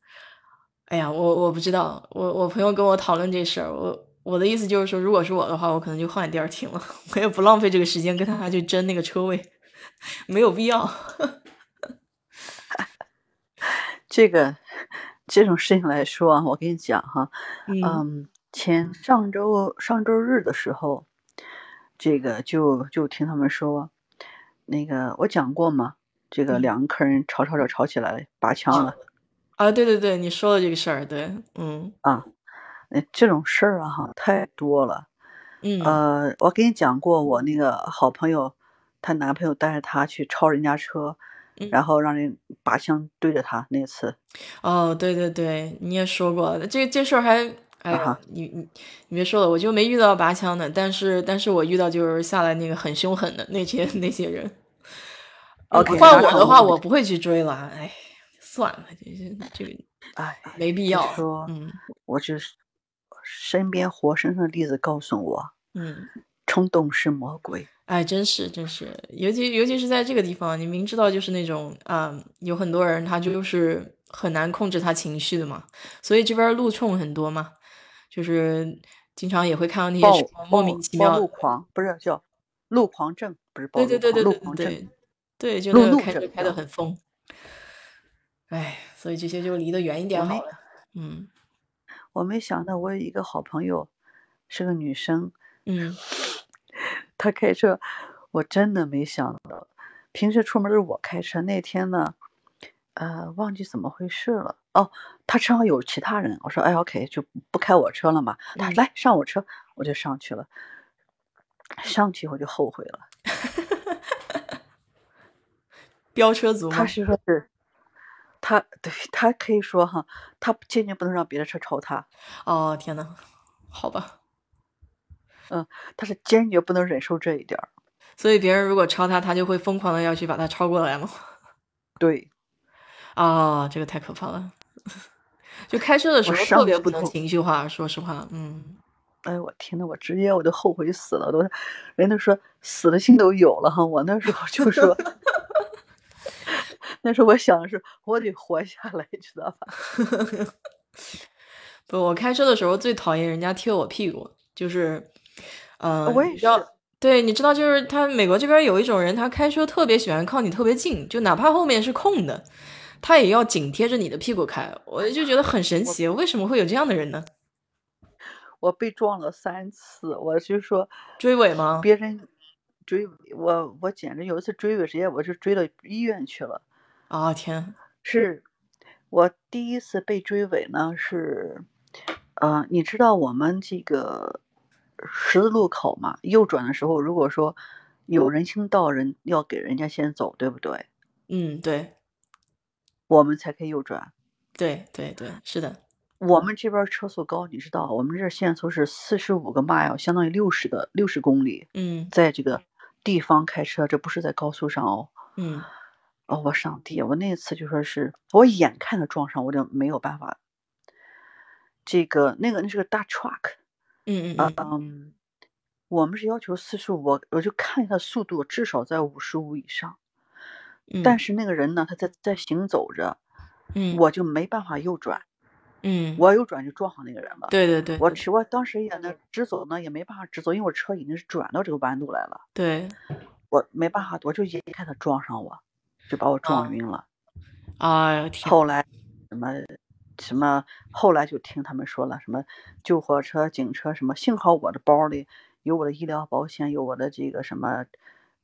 Speaker 1: 哎呀，我我不知道，我我朋友跟我讨论这事儿，我我的意思就是说，如果是我的话，我可能就换地儿停了， 我也不浪费这个时间跟他去争那个车位， 没有必要。
Speaker 2: 这个 这种事情来说啊，我跟你讲哈，
Speaker 1: 嗯
Speaker 2: 嗯，前上周上周日的时候，这个就就听他们说，那个我讲过嘛，这个
Speaker 1: 嗯
Speaker 2: 两个客人吵吵吵吵起来了，拔
Speaker 1: 哦
Speaker 2: 枪 了。
Speaker 1: 啊，对对对，你说了这个事儿，对，嗯
Speaker 2: 呃，这种事儿啊哈太多了。
Speaker 1: 嗯
Speaker 2: 呃，我跟你讲过，我那个好朋友，她男朋友带着她去超人家车，
Speaker 1: 嗯
Speaker 2: 然后让人拔枪对着她那次。
Speaker 1: 哦，对对对，你也说过，这这事儿还，哎
Speaker 2: 啊
Speaker 1: 呀
Speaker 2: 哈，
Speaker 1: 你你你别说了，我就没遇到拔枪的，但是但是我遇到就是下来那个很凶狠的那些那些人。嗯
Speaker 2: OK，
Speaker 1: 换
Speaker 2: 那
Speaker 1: 我
Speaker 2: 让
Speaker 1: 的
Speaker 2: 我
Speaker 1: 话，
Speaker 2: 们
Speaker 1: 我不会去追了，哎，算了，这这这个
Speaker 2: 哎，
Speaker 1: 没必
Speaker 2: 就
Speaker 1: 要，
Speaker 2: 说
Speaker 1: 嗯
Speaker 2: 我就是身边活生生的例子告诉我，
Speaker 1: 嗯，
Speaker 2: 冲动是魔鬼。
Speaker 1: 哎，真是真是，尤其尤其是在这个地方，你明知道就是那种啊、有很多人他就是很难控制他情绪的嘛，所以这边儿路冲很多嘛，就是经常也会看到那些
Speaker 2: 暴
Speaker 1: 什么莫
Speaker 2: 暴
Speaker 1: 名其
Speaker 2: 暴
Speaker 1: 妙
Speaker 2: 哦路，狂不是叫路狂症，不是暴
Speaker 1: 对
Speaker 2: 路
Speaker 1: 对对对
Speaker 2: 狂，路
Speaker 1: 对对
Speaker 2: 狂症。
Speaker 1: 对，对就
Speaker 2: 路
Speaker 1: 那个
Speaker 2: 怒
Speaker 1: 开车
Speaker 2: 症嗯
Speaker 1: 开的很疯，哎，所以这些就离得远一
Speaker 2: 我
Speaker 1: 点
Speaker 2: 没
Speaker 1: 好了，嗯
Speaker 2: 我没想到我有一个好朋友，是个女生，
Speaker 1: 嗯
Speaker 2: 她开车，我真的没想到。平时出门都是我开车，那天呢，呃，忘记怎么回事了。哦，她车上有其他人，我说哎，OK，就不开我车了嘛。她
Speaker 1: 嗯
Speaker 2: 来上我车，我就上去了。上去我就后悔了，
Speaker 1: 飙车族
Speaker 2: 她
Speaker 1: 嘛，
Speaker 2: 是说是，她对她可以说哈，她坚决不能让别的车超她。
Speaker 1: 哦天呐，好吧，
Speaker 2: 他是坚决不能忍受这一点儿。
Speaker 1: 所以别人如果超他，他就会疯狂的要去把他超过来嘛。
Speaker 2: 对，
Speaker 1: 啊、这个太可怕了！ 就开车的时
Speaker 2: 我
Speaker 1: 候
Speaker 2: 上
Speaker 1: 特别
Speaker 2: 次
Speaker 1: 不能
Speaker 2: 就
Speaker 1: 情绪化，说实话，嗯，
Speaker 2: 哎，我天呐，我直接我都后悔死了，都，人都说死了心都有了哈。我那时候就说，那时候我想的是，我得活下来，知道吧？
Speaker 1: 不，我开车的时候最讨厌人家贴我屁股，就是，呃，
Speaker 2: 哦我
Speaker 1: 你
Speaker 2: 也
Speaker 1: 知道
Speaker 2: 是，
Speaker 1: 对，你知道，就是他美国这边有一种人，他开车特别喜欢靠你特别近，就哪怕后面是空的，他也要紧贴着你的屁股开，我就觉得很神奇，为什么会有这样的人呢？
Speaker 2: 我被撞了三次，我就说
Speaker 1: 追尾吗？
Speaker 2: 别人追我，我简直有一次追尾，直接我就追到医院去了。
Speaker 1: 啊、天，
Speaker 2: 是我第一次被追尾呢，是，呃，你知道我们这个十字路口嘛，右转的时候，如果说有人行道人要给人家先走，对不对？
Speaker 1: 嗯，对，
Speaker 2: 我们才可以右转。
Speaker 1: 对，对，对，是的，
Speaker 2: 我们这边儿车速高，你知道，我们这儿限速是四十五个 mile，相当于六十个六十公里，
Speaker 1: 嗯
Speaker 2: 在这个地方开车，这不是在高速上哦。
Speaker 1: 嗯，
Speaker 2: 哦，我上帝！我那次就说是我眼看着撞上，我就没有办法。这个那个那是个大 truck，
Speaker 1: 嗯嗯嗯，
Speaker 2: 嗯，我们是要求四十五，我我就看他速度至少在五十五以上，
Speaker 1: 嗯，
Speaker 2: 但是那个人呢，他在在行走着，
Speaker 1: 嗯
Speaker 2: 我就没办法右转，
Speaker 1: 嗯，
Speaker 2: 我右转就撞上那个人了。
Speaker 1: 对对对，
Speaker 2: 我我当时也那直走呢，也没办法直走，因为我车已经是转到这个弯度来了，
Speaker 1: 对
Speaker 2: 我没办法，我就眼看他撞上我，就把我
Speaker 1: 哦
Speaker 2: 撞晕了。
Speaker 1: 啊天，
Speaker 2: 后来什么什么，后来就听他们说了什么救火车、警车什么，幸好我的包里有我的医疗保险，有我的这个什么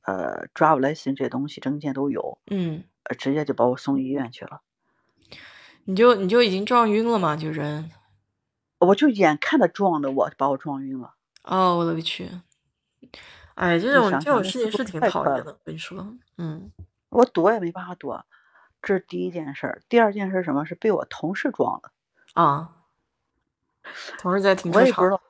Speaker 2: 呃 drive license 这些东西证件都有，
Speaker 1: 嗯，
Speaker 2: 呃直接就把我送医院去了。
Speaker 1: 你就你就已经撞晕了嘛，就人，
Speaker 2: 我就眼看他撞的我，把我撞晕了。
Speaker 1: 哦，我的个去，哎，这
Speaker 2: 你
Speaker 1: 种
Speaker 2: 想
Speaker 1: 这
Speaker 2: 想
Speaker 1: 种
Speaker 2: 那
Speaker 1: 事情
Speaker 2: 速度
Speaker 1: 是挺
Speaker 2: 太
Speaker 1: 讨
Speaker 2: 快
Speaker 1: 厌
Speaker 2: 了
Speaker 1: 的，我跟你说，嗯，
Speaker 2: 我躲也没办法躲，这是第一件事儿。第二件事儿什么是被我同事撞了，
Speaker 1: 啊，同时在停
Speaker 2: 我
Speaker 1: 车
Speaker 2: 也不知
Speaker 1: 场，
Speaker 2: 道。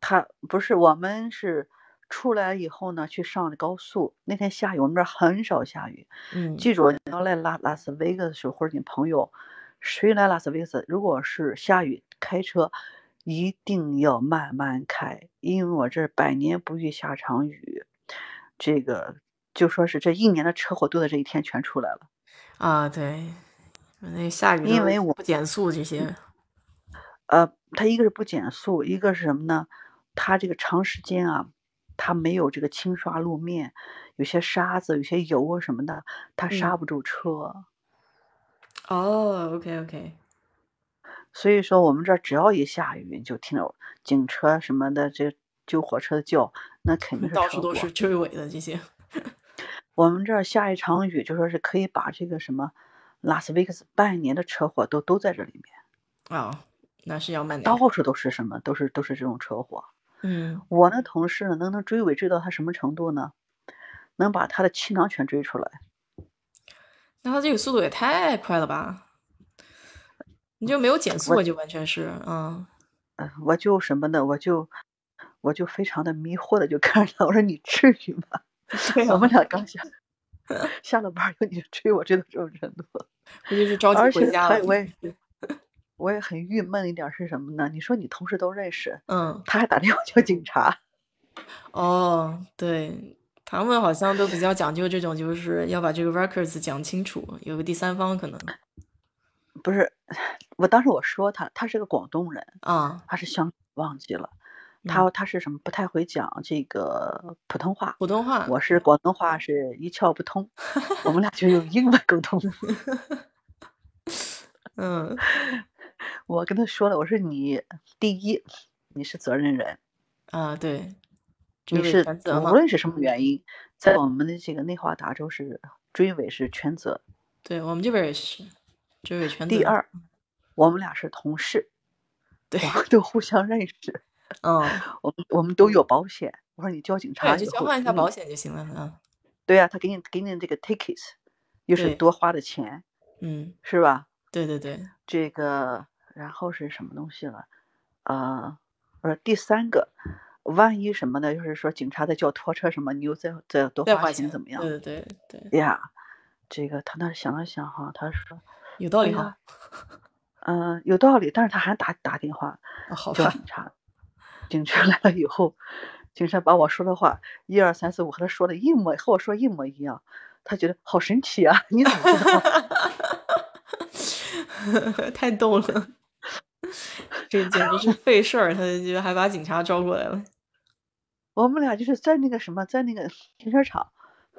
Speaker 2: 他不是我们是出来以后呢，去上的高速。那天下雨，我们这儿很少下雨。
Speaker 1: 嗯，
Speaker 2: 记住，你要来拉拉斯维加斯的时候，或者你朋友谁来拉斯维加斯，如果是下雨开车，一定要慢慢开，因为我这儿百年不遇下场雨，这个就说是这一年的车祸都在这一天全出来了。
Speaker 1: 啊，对，那下雨
Speaker 2: 因
Speaker 1: 都
Speaker 2: 为我嗯
Speaker 1: 不减速这些，
Speaker 2: 呃，它一个是不减速，一个是什么呢？它这个长时间啊，它没有这个清刷路面，有些沙子、有些油啊什么的，它刹不住车。
Speaker 1: 哦，OK OK，
Speaker 2: 所以说我们这儿只要一下雨，你就听到警车什么的这救火车的叫，那肯定是
Speaker 1: 到
Speaker 2: 车
Speaker 1: 处都
Speaker 2: 祸
Speaker 1: 是追尾的这些，
Speaker 2: 我们这儿下一场雨，就说是可以把这个什么拉斯维加斯半年的车祸都都在这里面，
Speaker 1: 啊，那是要慢点
Speaker 2: 到
Speaker 1: 开，
Speaker 2: 处都是什么，都是都是这种车祸。
Speaker 1: 嗯，
Speaker 2: 我那同事呢，能能追尾追到他什么程度呢？能把他的气囊全追出来。
Speaker 1: 那他这个速度也太快了吧？你就没有减速啊，就完全是， 嗯，
Speaker 2: 呃，我就什么呢？我就我就非常的迷惑的就看着他，我说你至于吗？
Speaker 1: 对
Speaker 2: 我
Speaker 1: 啊
Speaker 2: 们，俩刚下 下了班儿以后，你就追我追到这种程度，
Speaker 1: 估计是着
Speaker 2: 而
Speaker 1: 急回
Speaker 2: 且
Speaker 1: 家
Speaker 2: 还
Speaker 1: 了嗯
Speaker 2: 有，我也 我也很郁闷的一点是什么呢？你说你同事都认识，
Speaker 1: 嗯，
Speaker 2: 他还打电话叫警察，
Speaker 1: 哦，对，他们好像都比较讲究这种，就是要把这个 records 讲清楚，有个第三方可能
Speaker 2: 不是？我当时我说他，他是个广东人，
Speaker 1: 啊，
Speaker 2: 他是香忘记了，
Speaker 1: 嗯
Speaker 2: 他他是什么不太会讲这个普通话，
Speaker 1: 普通话，
Speaker 2: 我是广东话是一窍不通，我们俩就用英文沟通。
Speaker 1: 嗯
Speaker 2: 我跟他说了，我说你第一，你是责任人，
Speaker 1: 啊，对，追
Speaker 2: 你
Speaker 1: 尾
Speaker 2: 是
Speaker 1: 全啊责嘛
Speaker 2: 无，论是什么原因，在我们的这个内华达州是追尾是全责。
Speaker 1: 对我们这边也是追尾全责，
Speaker 2: 第，二，我们俩是同事，
Speaker 1: 对，
Speaker 2: 我们都互相认识，
Speaker 1: 嗯，
Speaker 2: 我们我们都有保险。我说你交警察
Speaker 1: 对，
Speaker 2: 以
Speaker 1: 就
Speaker 2: 后
Speaker 1: 交换一下
Speaker 2: 给你
Speaker 1: 保。险就行了，啊，
Speaker 2: 对呀、他给你给你这个 tickets，又
Speaker 1: 对
Speaker 2: 是多花的钱，
Speaker 1: 嗯，
Speaker 2: 是吧？
Speaker 1: 对对对，
Speaker 2: 这个然后是什么东西了？呃，我说第三个，万一什么呢？就是说警察在叫拖车什么，你又再再多
Speaker 1: 再
Speaker 2: 花
Speaker 1: 花
Speaker 2: 钱怎么样？哎
Speaker 1: 对对对对，
Speaker 2: 呀，这个他那想了想哈，他说，
Speaker 1: 有道
Speaker 2: 哎
Speaker 1: 理哈。
Speaker 2: 呀，嗯、有道理，但是他还打打电话
Speaker 1: 啊好
Speaker 2: 叫
Speaker 1: 吧，
Speaker 2: 警察，警察来了以后，警察把我说的话一二三四五和他说的一模和我说一模一样，他觉得好神奇啊， 你怎么知道？
Speaker 1: 太逗了， 这简直是费事儿，他就还把警察招过来了。
Speaker 2: 我们俩就是在那个什么，在那个停车场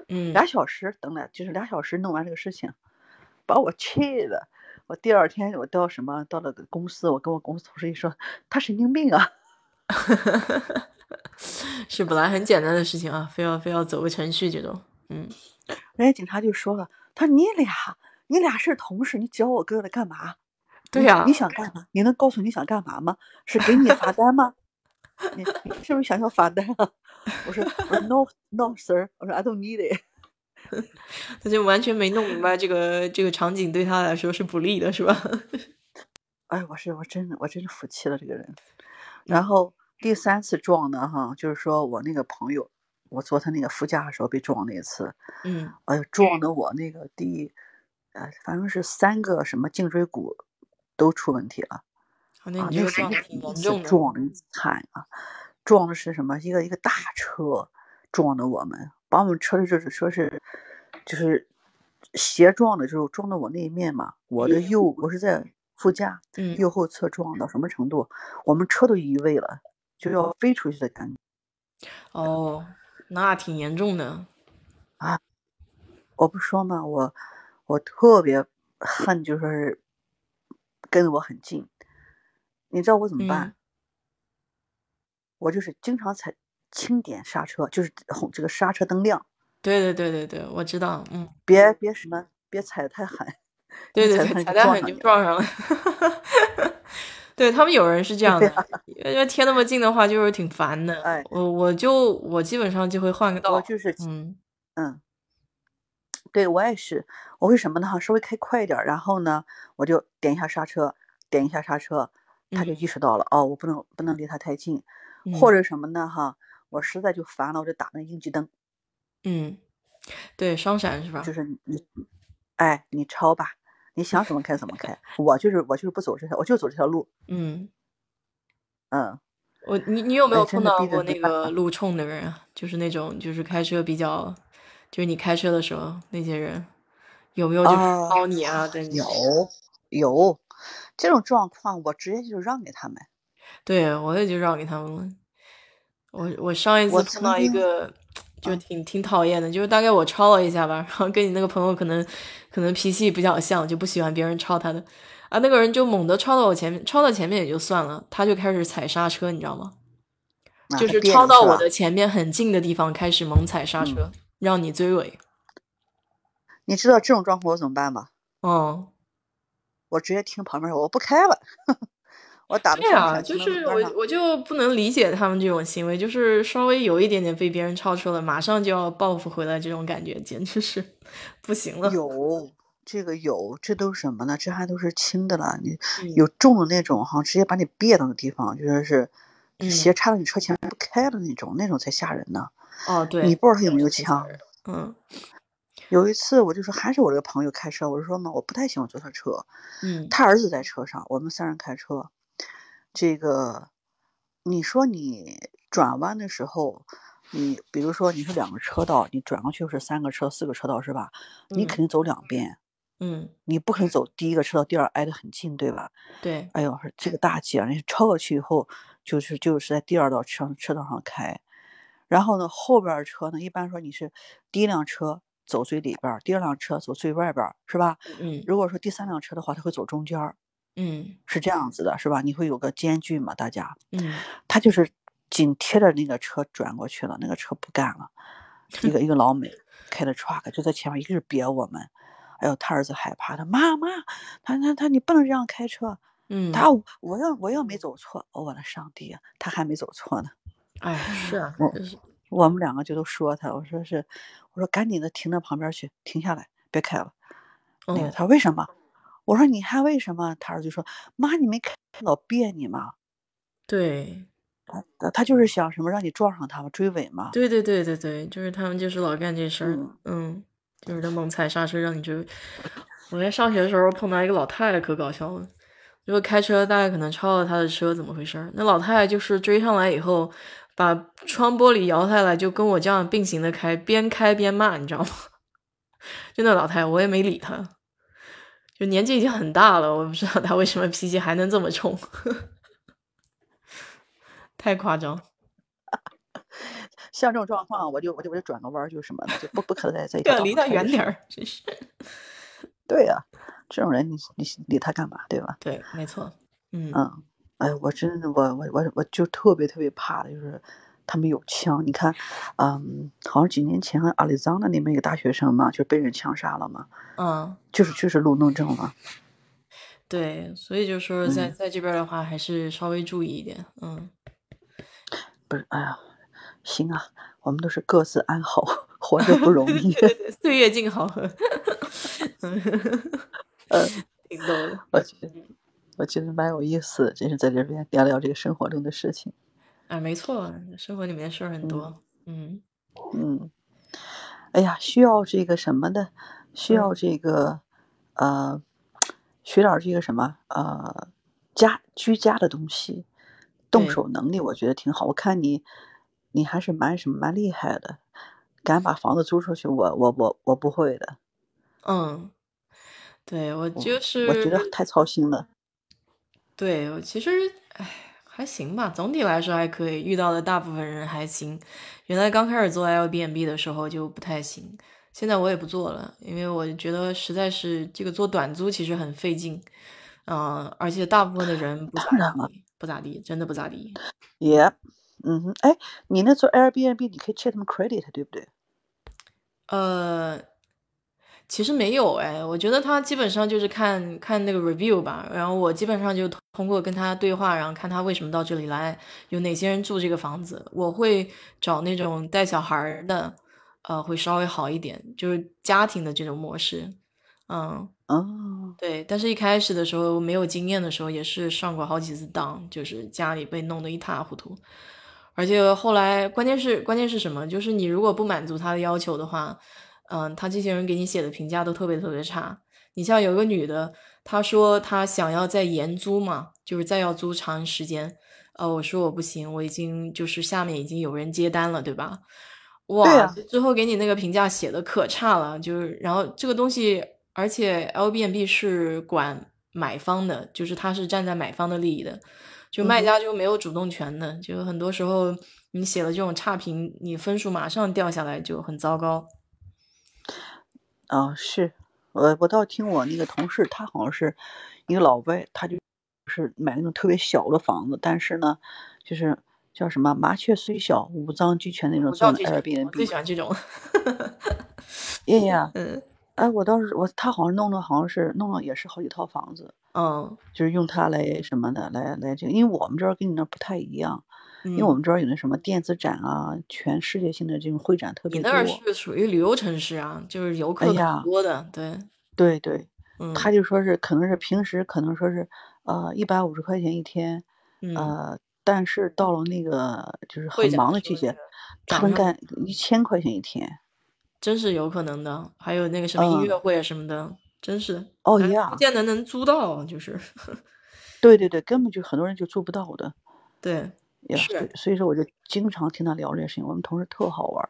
Speaker 1: 嗯，
Speaker 2: 俩小时，等了就是俩小时弄完这个事情，把我气的。我第二天我到什么到了个公司，我跟我公司同事一说，他神经病啊，
Speaker 1: 是本来很简单的事情啊，非要非要走个程序这种。嗯，
Speaker 2: 人家警察就说了，他说你俩你俩是同事，你找我哥来干嘛？
Speaker 1: 对
Speaker 2: 你
Speaker 1: 呀、
Speaker 2: 你想干嘛？你能告诉你想干嘛吗？是给你 罚单吗？你你是不是想要罚单啊？我说我说 no no sir，我说 I don't need it。
Speaker 1: 他就完全没弄明白这个这个场景对他来说是不利的，是吧？
Speaker 2: 哎，我是我真的我真是服气了这个人。然后第三次撞呢，哈，就是说我那个朋友，我坐他那个副驾的时候被撞那次，
Speaker 1: 嗯，
Speaker 2: 哎呦，撞的我那个第，呃，反正是三个什么颈椎骨都出问题了。
Speaker 1: 好，那
Speaker 2: 啊，
Speaker 1: 你这
Speaker 2: 那
Speaker 1: 个
Speaker 2: 是
Speaker 1: 撞
Speaker 2: 一
Speaker 1: 得挺严
Speaker 2: 次
Speaker 1: 重的。
Speaker 2: 撞的惨啊！撞的是什么？一个一个大车撞的我们，把我们车的就是说是就是斜撞的，就是撞到我那一面嘛。我的右我是在副驾
Speaker 1: 嗯
Speaker 2: 右后侧撞到什么程度？我们车都移位了，就要飞出去的感觉。
Speaker 1: 哦，那挺严重的。
Speaker 2: 我不说嘛，我我特别恨，就说是跟得我很近。你知道我怎么办？
Speaker 1: 嗯
Speaker 2: 我就是经常踩轻点刹车，就是红这个刹车灯亮，
Speaker 1: 对对对对对，我知道，嗯，
Speaker 2: 别别什么，别踩得太狠。
Speaker 1: 对
Speaker 2: 你
Speaker 1: 对
Speaker 2: 踩
Speaker 1: 对，
Speaker 2: 得
Speaker 1: 踩得
Speaker 2: 狠就
Speaker 1: 狠就
Speaker 2: 撞上
Speaker 1: 撞上了。 对他们有人是这样
Speaker 2: 啊
Speaker 1: 的，因为贴那么近的话就是挺烦的。
Speaker 2: 哎
Speaker 1: 我我就我基本上就会换个道
Speaker 2: 我，就是
Speaker 1: 嗯
Speaker 2: 嗯，对我也是，我会什么呢？哈，稍微开快一点儿，然后呢，我就点一下刹车，点一下刹车，他就
Speaker 1: 嗯
Speaker 2: 意识到了，哦，我不能不能离他太近，
Speaker 1: 嗯
Speaker 2: 或者什么呢？哈，我实在就烦了，我就打那应急灯，
Speaker 1: 嗯，对双闪是吧
Speaker 2: 就？是你你，哎，你超吧，你想怎么开怎么开，我就是我就是不走这条，我就走这条路，
Speaker 1: 嗯，
Speaker 2: 嗯，
Speaker 1: 我你你有没有
Speaker 2: 哎真
Speaker 1: 碰
Speaker 2: 的
Speaker 1: 到
Speaker 2: 逼得
Speaker 1: 过
Speaker 2: 没
Speaker 1: 那
Speaker 2: 办
Speaker 1: 个路冲的人啊？就是那种就是开车比较，就是你开车的时候那些人有没有就是
Speaker 2: 啊
Speaker 1: 凹你啊？在你
Speaker 2: 有有这种状况，我直接就让给他们。
Speaker 1: 对，我也就让给他们了。我我上一次
Speaker 2: 我
Speaker 1: 碰
Speaker 2: 曾
Speaker 1: 到一
Speaker 2: 经
Speaker 1: 个就
Speaker 2: 嗯
Speaker 1: 挺挺讨厌的，就是大概我超了一下吧，然后跟你那个朋友可能可能脾气比较像，就不喜欢别人超他的啊。那个人就猛地超到我前面，超到前面也就算了，他就开始踩刹车，你知道吗？
Speaker 2: 啊
Speaker 1: 就
Speaker 2: 他
Speaker 1: 是
Speaker 2: 别
Speaker 1: 超
Speaker 2: 扭
Speaker 1: 到
Speaker 2: 吧嗯
Speaker 1: 我的前面很近的地方开始猛踩刹车，让你追尾。
Speaker 2: 你知道这种状况我怎么办吗？
Speaker 1: 哦、
Speaker 2: 我直接听旁边说我不开了， 我打的
Speaker 1: 对
Speaker 2: 双
Speaker 1: 啊，
Speaker 2: 闪
Speaker 1: 就
Speaker 2: 停在
Speaker 1: 是
Speaker 2: 路边上
Speaker 1: 我，我就不能理解他们这种行为，就是稍微有一点点被别人超车了，马上就要报复回来，这种感觉简直是不行了。
Speaker 2: 有这个有，这都是什么呢？这还都是轻的了，你
Speaker 1: 嗯
Speaker 2: 有重的那种哈，直接把你别到的地方，就说是
Speaker 1: 嗯
Speaker 2: 斜插到你车前面不开的那种，那种才吓人呢。
Speaker 1: 哦，对，
Speaker 2: 你不知道他有没有
Speaker 1: 这个
Speaker 2: 枪
Speaker 1: 词。儿嗯
Speaker 2: 有一次我就说还是我这个朋友开车，我就说嘛，我不太喜欢坐他车，
Speaker 1: 嗯
Speaker 2: 他儿子在车上，我们三人开车。这个，你说你转弯的时候，你比如说你是两个车道，你转过去是三个车、四个车道是吧？你
Speaker 1: 嗯
Speaker 2: 肯定走两边，
Speaker 1: 嗯，
Speaker 2: 你不可能走第一个车道，第二挨得很近，对吧？
Speaker 1: 对，
Speaker 2: 哎呦，这个大姐，人家超过去以后，就是就是在第二道车车道上开，然后呢，后边儿车呢，一般说你是第一辆车走最里边儿，第二辆车走最外边儿，是吧？
Speaker 1: 嗯
Speaker 2: 如果说第三辆车的话，他会走中间儿，
Speaker 1: 嗯
Speaker 2: 是这样子的，是吧？你会有个间距嘛，大家，
Speaker 1: 嗯，
Speaker 2: 他就是紧贴着那个车转过去了，那个车不干了，一个一个老美开的 truck 就在前面一直别我们，哎呦，他儿子害怕，他妈妈，他他他，你不能这样开车，
Speaker 1: 嗯，
Speaker 2: 他我要我要没走错，哦，我的上帝呀，他还没走错呢，
Speaker 1: 哎是啊，
Speaker 2: 我
Speaker 1: 就是
Speaker 2: 我们两个就都说他，我说是，我说赶紧的停到旁边去，停下来，别开了。那个
Speaker 1: 嗯
Speaker 2: 他说为什么？我说你还为什么？他儿子就说妈，你没看到别你吗？
Speaker 1: 对
Speaker 2: 他他就是想什么让你撞上他嘛，追尾嘛。
Speaker 1: 对对对对对，就是他们就是老干这事儿
Speaker 2: 嗯，
Speaker 1: 嗯，就是他猛踩刹车让你追尾。我在上学的时候碰到一个老太太，可搞笑了。如果开车，大概可能超了她的车，怎么回事儿？那老太太就是追上来以后，把窗玻璃摇下来，就跟我这样并行的开，边开边骂，你知道吗？ 就那老太太，我也没理她，就年纪已经很大了，我不知道她为什么脾气还能这么冲， 太夸张。
Speaker 2: 像这种状况，我就我就我就转个弯儿，就什么的，就不不可能在在一条
Speaker 1: 对，啊
Speaker 2: 道
Speaker 1: 离
Speaker 2: 上
Speaker 1: 她
Speaker 2: 开
Speaker 1: 远
Speaker 2: 就
Speaker 1: 点
Speaker 2: 是。
Speaker 1: 儿，真是。
Speaker 2: 对呀、这种人你你理他干嘛，对吧？
Speaker 1: 对，没错，嗯
Speaker 2: 嗯，哎，我真的我我我我就特别特别怕的就是他们有枪。你看，嗯，好像几年前阿里桑那里面有个大学生嘛，就被人枪杀了嘛，
Speaker 1: 嗯，
Speaker 2: 就是就是路怒症嘛。
Speaker 1: 对，所以就说在
Speaker 2: 嗯
Speaker 1: 在这边儿的话，还是稍微注意一点，嗯。
Speaker 2: 不是，哎呀，行啊，我们都是各自安好， 活着不容 易。
Speaker 1: 对对对，岁月静好合，嗯，
Speaker 2: 呃，
Speaker 1: 挺逗的。
Speaker 2: 我觉得我觉得蛮有意思，真是在这边聊聊这个生活中的事情。
Speaker 1: 啊，没错，生活里面事儿很
Speaker 2: 嗯
Speaker 1: 多。嗯
Speaker 2: 嗯，哎呀，需要这个什么的，需
Speaker 1: 嗯
Speaker 2: 要这个，呃，学点儿这个什么，呃，家居家的东西，动
Speaker 1: 对
Speaker 2: 手能力我觉得挺好。我看你，你还是蛮什么蛮厉害的，敢把房子租出去，我我我我不会的，
Speaker 1: 嗯，对，我
Speaker 2: 我
Speaker 1: 就是
Speaker 2: 我觉得太操心了。
Speaker 1: 对，我其实，唉，还行吧，总体来说还可以，遇到的大部分人还行。原来刚开始做 Airbnb 的时候就不太行，现在我也不做了，因为我觉得实在是这个做短租其实很费劲，嗯、而且大部分的人不
Speaker 2: 当
Speaker 1: 咋
Speaker 2: 然了
Speaker 1: 地，不咋地，真的不咋地。
Speaker 2: 也、嗯哼，哎，你那做 Airbnb 你可以 check 他们 credit 对不对？
Speaker 1: 呃，其实没有哎，我觉得他基本上就是看看那个 review 吧，然后我基本上就通通过跟他对话，然后看他为什么到这里来，有哪些人住这个房子，我会找那种带小孩儿的，呃，会稍微好一点，就是家庭的这种模式，嗯，
Speaker 2: 哦，
Speaker 1: 对。但是一开始的时候没有经验的时候，也是上过好几次当，就是家里被弄得一塌糊涂，而且后来关键是关键是什么？就是你如果不满足他的要求的话，嗯、他这些人给你写的评价都特别特别差。你像有一个女的，她说她想要再延租嘛，就是再要租长时间。呃，我说我不行，我已经就是下面已经有人接单了，对吧？哇，
Speaker 2: 对啊
Speaker 1: 之后给你那个评价写的可差了，就是然后这个东西，而且 Airbnb 是管买方的，就是他是站在买方的利益的，就卖
Speaker 2: 嗯哼
Speaker 1: 家就没有主动权的，就很多时候你写了这种差评，你分数马上掉下来就很糟糕。
Speaker 2: 啊，是我我倒听我那个同事，他好像是一个老外，他就是买那种特别小的房子，但是呢，就是叫什么麻雀虽小，五脏俱全那种
Speaker 1: 我知道
Speaker 2: 做
Speaker 1: 这种，我最喜
Speaker 2: Airbnb。
Speaker 1: 欢这 种。
Speaker 2: 哎呀，
Speaker 1: 嗯
Speaker 2: 哎，我倒是我他好像弄了，好像是弄了也是好几套房子，
Speaker 1: 嗯
Speaker 2: 就是用它来什么的，来来这个，因为我们这儿跟你那儿不太一样，因为
Speaker 1: 嗯，
Speaker 2: 我们这儿有那什么电子展啊，全世界性的这种会展特
Speaker 1: 你
Speaker 2: 别
Speaker 1: 那儿
Speaker 2: 多。
Speaker 1: 是属于旅游城市啊，就是游
Speaker 2: 哎
Speaker 1: 客
Speaker 2: 呀
Speaker 1: 很多的，对，
Speaker 2: 对对，
Speaker 1: 嗯
Speaker 2: 他就说是可能是平时可能说是呃一百五十块钱一天，
Speaker 1: 嗯，
Speaker 2: 呃，但是到了那个就是
Speaker 1: 会
Speaker 2: 很
Speaker 1: 展
Speaker 2: 忙
Speaker 1: 的
Speaker 2: 的
Speaker 1: 时
Speaker 2: 季
Speaker 1: 候那
Speaker 2: 节，
Speaker 1: 个
Speaker 2: 他
Speaker 1: 涨
Speaker 2: 能
Speaker 1: 上去
Speaker 2: 干一千块钱一天。
Speaker 1: 真是有可能的，还有那个什么音
Speaker 2: 嗯，
Speaker 1: 乐会啊什么的，真是，
Speaker 2: 哦
Speaker 1: 但是不
Speaker 2: 呀，
Speaker 1: 见得能租到，啊就是
Speaker 2: 对对对，根本就很多人就做不到的
Speaker 1: 对，
Speaker 2: 呀。所以
Speaker 1: 是
Speaker 2: 所以说，我就经常听他聊这些事情，我们同事特好玩儿，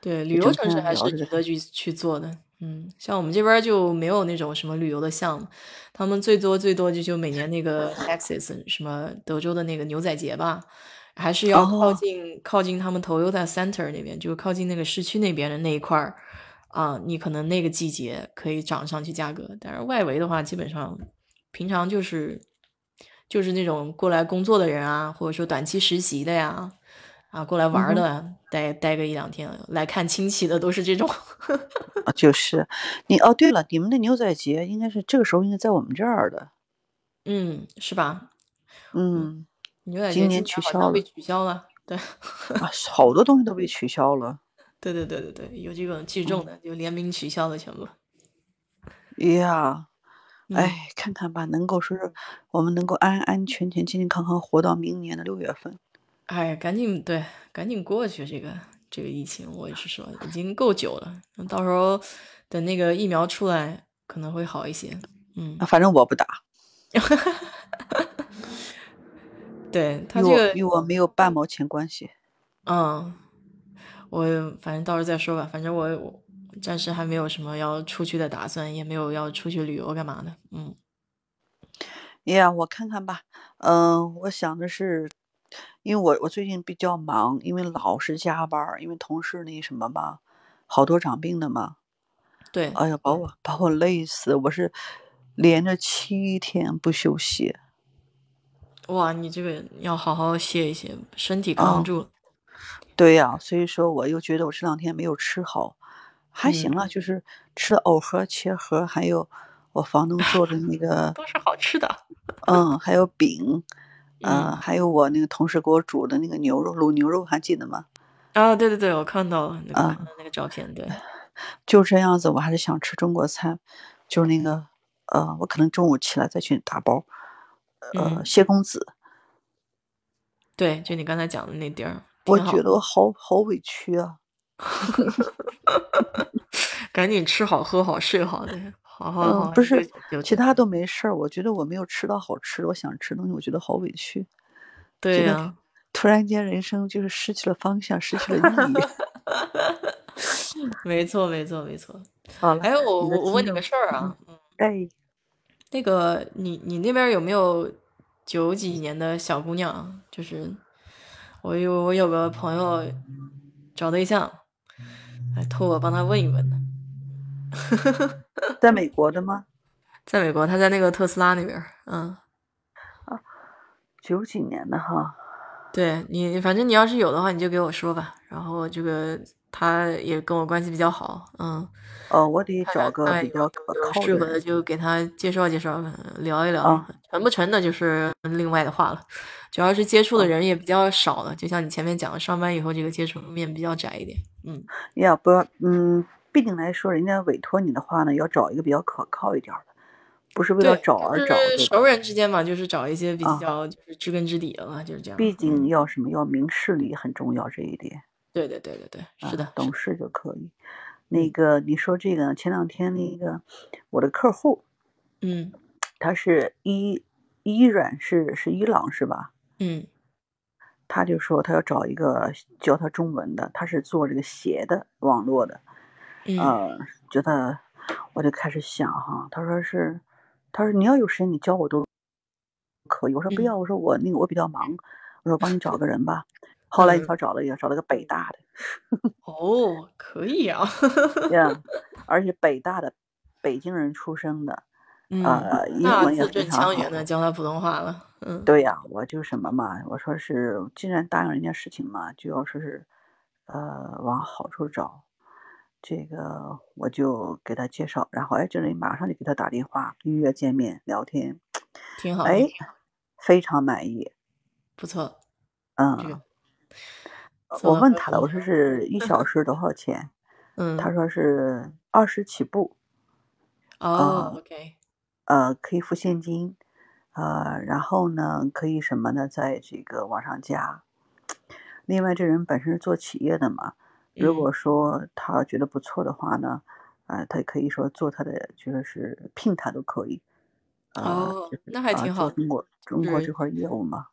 Speaker 1: 对，旅
Speaker 2: 就
Speaker 1: 游
Speaker 2: 整
Speaker 1: 城市
Speaker 2: 天
Speaker 1: 还
Speaker 2: 聊
Speaker 1: 是
Speaker 2: 这
Speaker 1: 值
Speaker 2: 个。
Speaker 1: 得去去做的，嗯，像我们这边儿就没有那种什么旅游的项目，他们最多最多就就每年那 个 Texas 什么德州的那个牛仔节吧，还是要靠
Speaker 2: 哦，
Speaker 1: 近靠近他们 Toyota Center 那边，就是靠近那个市区那边的那一块儿啊，你可能那个季节可以涨上去价格，但是外围的话，基本上平常就是就是那种过来工作的人啊，或者说短期实习的呀，啊，过来玩儿
Speaker 2: 嗯哼。
Speaker 1: 的，待待个一两天，来看亲戚的都是这种。
Speaker 2: 啊，就是你哦。对了，你们的牛仔节应该是这个时候应该在我们这儿的，
Speaker 1: 嗯，是吧？嗯，
Speaker 2: 嗯，
Speaker 1: 牛仔节
Speaker 2: 今
Speaker 1: 今
Speaker 2: 年
Speaker 1: 年
Speaker 2: 取
Speaker 1: 好像
Speaker 2: 消
Speaker 1: 被
Speaker 2: 了
Speaker 1: 取消了。对，
Speaker 2: 啊，好多东西都被取消了。
Speaker 1: 对对对对对，有这种聚众
Speaker 2: 嗯，
Speaker 1: 的，就联名取消了全部。
Speaker 2: 呀，
Speaker 1: 嗯，
Speaker 2: 哎，看看吧，能够说是我们能够安安全全、健健康康活到明年的六月份。
Speaker 1: 哎呀，赶紧对，赶紧过去这个这个疫情，我也是说已经够久了，嗯到时候等那个疫苗出来可能会好一些。嗯，
Speaker 2: 啊，反正我不打，
Speaker 1: 对，
Speaker 2: 与
Speaker 1: 他这
Speaker 2: 我
Speaker 1: 个，
Speaker 2: 与我没有半毛钱关系。
Speaker 1: 嗯，我反正到时候再说吧，反正我我暂时还没有什么要出去的打算，也没有要出去旅游干嘛的。嗯
Speaker 2: 呀，我看看吧。嗯，我想的是，因为我我最近比较忙，因为老是加班儿，因为同事那什么嘛，好多长病的嘛。
Speaker 1: 对，
Speaker 2: 哎呀，把我把我累死！我是连着七天不休息
Speaker 1: 哇，你这个要好好歇一歇，身体扛不
Speaker 2: 啊。
Speaker 1: 住。
Speaker 2: 对呀，所以说我又觉得我这两天没有吃好，还行
Speaker 1: 嗯，
Speaker 2: 了，就是吃了藕盒、茄盒，还有我房东做的那个，
Speaker 1: 都是好吃的。
Speaker 2: 嗯，还有饼，呃，
Speaker 1: 嗯
Speaker 2: 还有我那个同事给我煮的那个牛肉，卤牛肉还记得吗？
Speaker 1: 啊，对对对，我看到了那个
Speaker 2: 啊、
Speaker 1: 看到那个照片，对，
Speaker 2: 就这样子，我还是想吃中国餐，就是那个，呃，我可能中午起来再去打包，呃，
Speaker 1: 嗯，
Speaker 2: 蟹公子，
Speaker 1: 对，就你刚才讲的那地儿，
Speaker 2: 我
Speaker 1: 挺
Speaker 2: 觉
Speaker 1: 好，
Speaker 2: 得我好好委屈啊。
Speaker 1: 赶紧吃好喝好睡好，对，好好
Speaker 2: 嗯，
Speaker 1: 好好
Speaker 2: 不
Speaker 1: 休
Speaker 2: 是，
Speaker 1: 息休
Speaker 2: 其
Speaker 1: 息。
Speaker 2: 他都没事儿，我觉得我没有吃到好吃的，我想吃的东西，我觉得好委屈。
Speaker 1: 对啊呀、
Speaker 2: 突然间人生就是失去了方向，失去了意义。
Speaker 1: 没错没错没错。
Speaker 2: 好了，
Speaker 1: 哎，我
Speaker 2: 你的
Speaker 1: 我我问你
Speaker 2: 听
Speaker 1: 个
Speaker 2: 众
Speaker 1: 事儿啊，
Speaker 2: 哎，
Speaker 1: 那个你你那边儿有没有九几年的小姑娘啊？就是我有我有个朋友找对象，还托我帮他问一问呢。
Speaker 2: 在美国的吗？
Speaker 1: 在美国，他在那个特斯拉那边儿，嗯，
Speaker 2: 九几年的哈，
Speaker 1: 对你，反正你要是有的话，你就给我说吧。然后这个他也跟我关系比较好，嗯，
Speaker 2: 哦，我得
Speaker 1: 看
Speaker 2: 找
Speaker 1: 看
Speaker 2: 个
Speaker 1: 看
Speaker 2: 比
Speaker 1: 有
Speaker 2: 较可
Speaker 1: 有
Speaker 2: 靠
Speaker 1: 适合
Speaker 2: 的
Speaker 1: 的
Speaker 2: 人。
Speaker 1: 哎就给他介绍介绍，聊一聊，
Speaker 2: 啊
Speaker 1: 成不成的就是另外的话了。主要是接触的
Speaker 2: 啊
Speaker 1: 人也比较少了，就像你前面讲的，上班以后这个接触面比较窄一点。嗯，
Speaker 2: 呀，不要，嗯，毕竟来说，人家委托你的话呢，要找一个比较可靠一点儿的，不是为了
Speaker 1: 对，
Speaker 2: 找
Speaker 1: 就
Speaker 2: 而找，
Speaker 1: 是
Speaker 2: 对
Speaker 1: 熟
Speaker 2: 吧？
Speaker 1: 人之间嘛，就是找一些比
Speaker 2: 啊
Speaker 1: 较就是知根知底的嘛，就是这样。
Speaker 2: 毕
Speaker 1: 嗯，
Speaker 2: 竟要什么，要明事理很重要这一点
Speaker 1: 对对对对对，是
Speaker 2: 啊，
Speaker 1: 的，是
Speaker 2: 懂
Speaker 1: 的，
Speaker 2: 事就可以。那
Speaker 1: 嗯
Speaker 2: 个你说这个，前两天那个我的客户，
Speaker 1: 嗯
Speaker 2: 他是伊伊软是是伊朗是吧？
Speaker 1: 嗯
Speaker 2: 他就说他要找一个教他中文的，他是做这个鞋的网络的，
Speaker 1: 嗯
Speaker 2: 呃，觉得我就开始想哈，他说是，他说你要有时间你教我都可以，我说不
Speaker 1: 嗯
Speaker 2: 要，我说我那个我比较忙，我说我帮你找个人吧。后来一
Speaker 1: 嗯，
Speaker 2: 瞧找了一个找了个北大的，
Speaker 1: 哦，可以啊，
Speaker 2: 呃呀，而且北大的北京人出生的，
Speaker 1: 嗯，
Speaker 2: 呃，英
Speaker 1: 那
Speaker 2: 文也
Speaker 1: 字
Speaker 2: 非
Speaker 1: 正
Speaker 2: 常
Speaker 1: 腔圆的
Speaker 2: 好。
Speaker 1: 教他普通话了。嗯
Speaker 2: 对呀，我就什么嘛，我说是，既然答应人家事情嘛，就要说是，呃，往好处找。这个我就给他介绍，然后哎，这人马上就给他打电话预约见面聊天，
Speaker 1: 挺好
Speaker 2: 哎，
Speaker 1: 的，
Speaker 2: 非常满意。
Speaker 1: 不错，这
Speaker 2: 嗯，
Speaker 1: 个
Speaker 2: 呃
Speaker 1: 做
Speaker 2: 我
Speaker 1: 到
Speaker 2: 问
Speaker 1: 合
Speaker 2: 他了，
Speaker 1: 理。
Speaker 2: 我说是一小时多少钱？他
Speaker 1: 嗯，
Speaker 2: 说是二十起步，
Speaker 1: 哦
Speaker 2: 呃
Speaker 1: ，OK，
Speaker 2: 呃，可以付现金，呃，然后呢，可以什么呢，在这个往上加。另外，这人本身是做企业的嘛，如
Speaker 1: 嗯
Speaker 2: 果说他觉得不错的话呢，呃，他可以说做他的，就是聘他都可以，呃，
Speaker 1: 哦，
Speaker 2: 就是
Speaker 1: 那还
Speaker 2: 啊，
Speaker 1: 挺
Speaker 2: 做
Speaker 1: 好的，
Speaker 2: 中国
Speaker 1: 就
Speaker 2: 中国
Speaker 1: 是
Speaker 2: 这块业务嘛，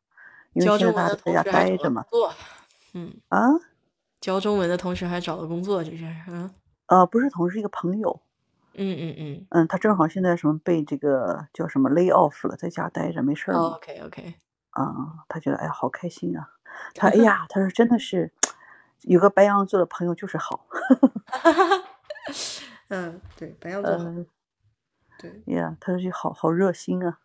Speaker 2: 因为
Speaker 1: 教
Speaker 2: 现
Speaker 1: 中
Speaker 2: 在大
Speaker 1: 文的
Speaker 2: 家都在
Speaker 1: 同
Speaker 2: 家
Speaker 1: 时还找
Speaker 2: 待着
Speaker 1: 了工
Speaker 2: 嘛，
Speaker 1: 作。嗯，
Speaker 2: 啊，
Speaker 1: 教中文的同时还找了工作，这是。嗯
Speaker 2: 呃，不是同事，一个朋友，
Speaker 1: 嗯嗯嗯。
Speaker 2: 嗯，他正好现在什么被这个叫什么 lay off 了，在家待着没事儿
Speaker 1: 哦
Speaker 2: 嘛，
Speaker 1: ，OK OK，
Speaker 2: 啊，他觉得哎呀好开心啊，他哎呀，他说真的是有个白羊座的朋友就是好，
Speaker 1: 嗯，对，白羊座好，
Speaker 2: 嗯、
Speaker 1: 对，
Speaker 2: 呃、呀，他说就好好热心啊。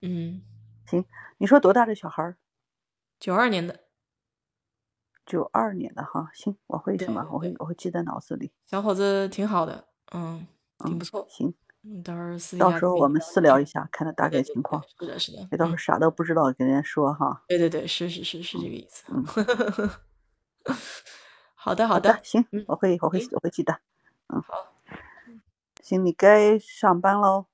Speaker 1: 嗯，
Speaker 2: 行，你说多大这小孩儿？
Speaker 1: 九二年的，
Speaker 2: 九二年的哈，行，我会
Speaker 1: 对
Speaker 2: 什么？
Speaker 1: 对
Speaker 2: 我会
Speaker 1: 对，
Speaker 2: 我会记在脑子里。
Speaker 1: 小伙子挺好的，嗯，挺
Speaker 2: 嗯，
Speaker 1: 不错，
Speaker 2: 行，
Speaker 1: 嗯，到时候私底
Speaker 2: 到
Speaker 1: 下
Speaker 2: 时
Speaker 1: 再
Speaker 2: 候
Speaker 1: 跟
Speaker 2: 我
Speaker 1: 你
Speaker 2: 们
Speaker 1: 聊
Speaker 2: 私
Speaker 1: 聊
Speaker 2: 聊
Speaker 1: 这
Speaker 2: 一
Speaker 1: 个，
Speaker 2: 下，看他大
Speaker 1: 对
Speaker 2: 概
Speaker 1: 对对
Speaker 2: 情
Speaker 1: 对，
Speaker 2: 况，
Speaker 1: 是的，是的，
Speaker 2: 别到时候
Speaker 1: 嗯，
Speaker 2: 啥都不知道跟人家说哈。
Speaker 1: 对对对，是是是是这个意思，
Speaker 2: 嗯，
Speaker 1: 好的好
Speaker 2: 好的，
Speaker 1: 的，
Speaker 2: 行，
Speaker 1: 嗯，
Speaker 2: 我会我会
Speaker 1: 行，
Speaker 2: 我会记得。嗯，
Speaker 1: 好，
Speaker 2: 行，你该上班喽。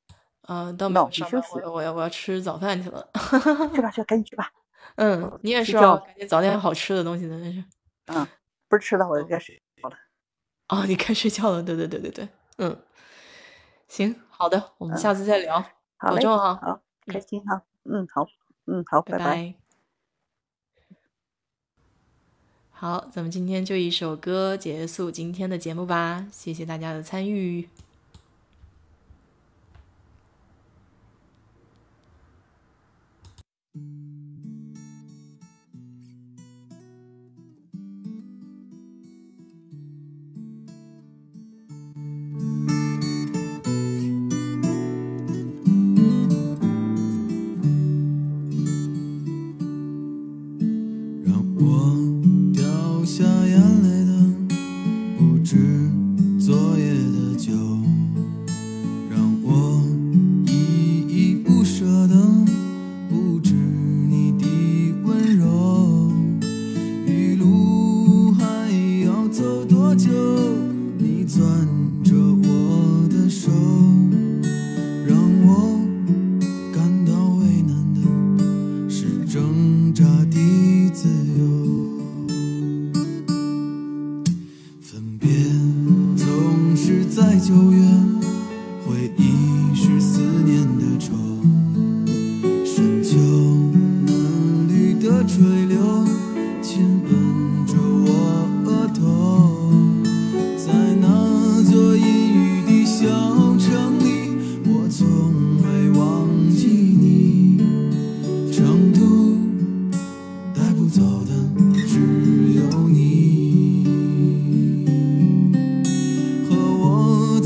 Speaker 1: 嗯，倒没有
Speaker 2: 那你
Speaker 1: 上
Speaker 2: 休
Speaker 1: 班，我
Speaker 2: 息，
Speaker 1: 要我要我要吃早饭去了，
Speaker 2: 去吧去吧，赶紧去吧，
Speaker 1: 嗯，你也是
Speaker 2: 睡
Speaker 1: 哦，
Speaker 2: 觉。
Speaker 1: 赶紧找点好吃的东西，真的是，
Speaker 2: 嗯，不是吃了我就
Speaker 1: 嗯，
Speaker 2: 该睡觉了。
Speaker 1: 哦，你该睡觉了，对对对对对，嗯，行，好的，我们
Speaker 2: 嗯，
Speaker 1: 下次再聊，
Speaker 2: 好
Speaker 1: 保
Speaker 2: 嘞，
Speaker 1: 重哈，
Speaker 2: 好，开
Speaker 1: 嗯，
Speaker 2: 心哈。嗯，好，嗯，好，
Speaker 1: 拜
Speaker 2: 拜拜。
Speaker 1: 拜。好，咱们今天就一首歌结束今天的节目吧，谢谢大家的参与。
Speaker 4: 让我掉下眼泪的不止昨夜的酒，让我依依不舍的不止你的温柔。余路还要走多久？你攥着我的手，让我感到为难的。是挣扎的自由。分别总是在九月，回忆是思念的愁，深秋嫩绿的春哦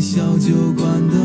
Speaker 4: 小酒馆的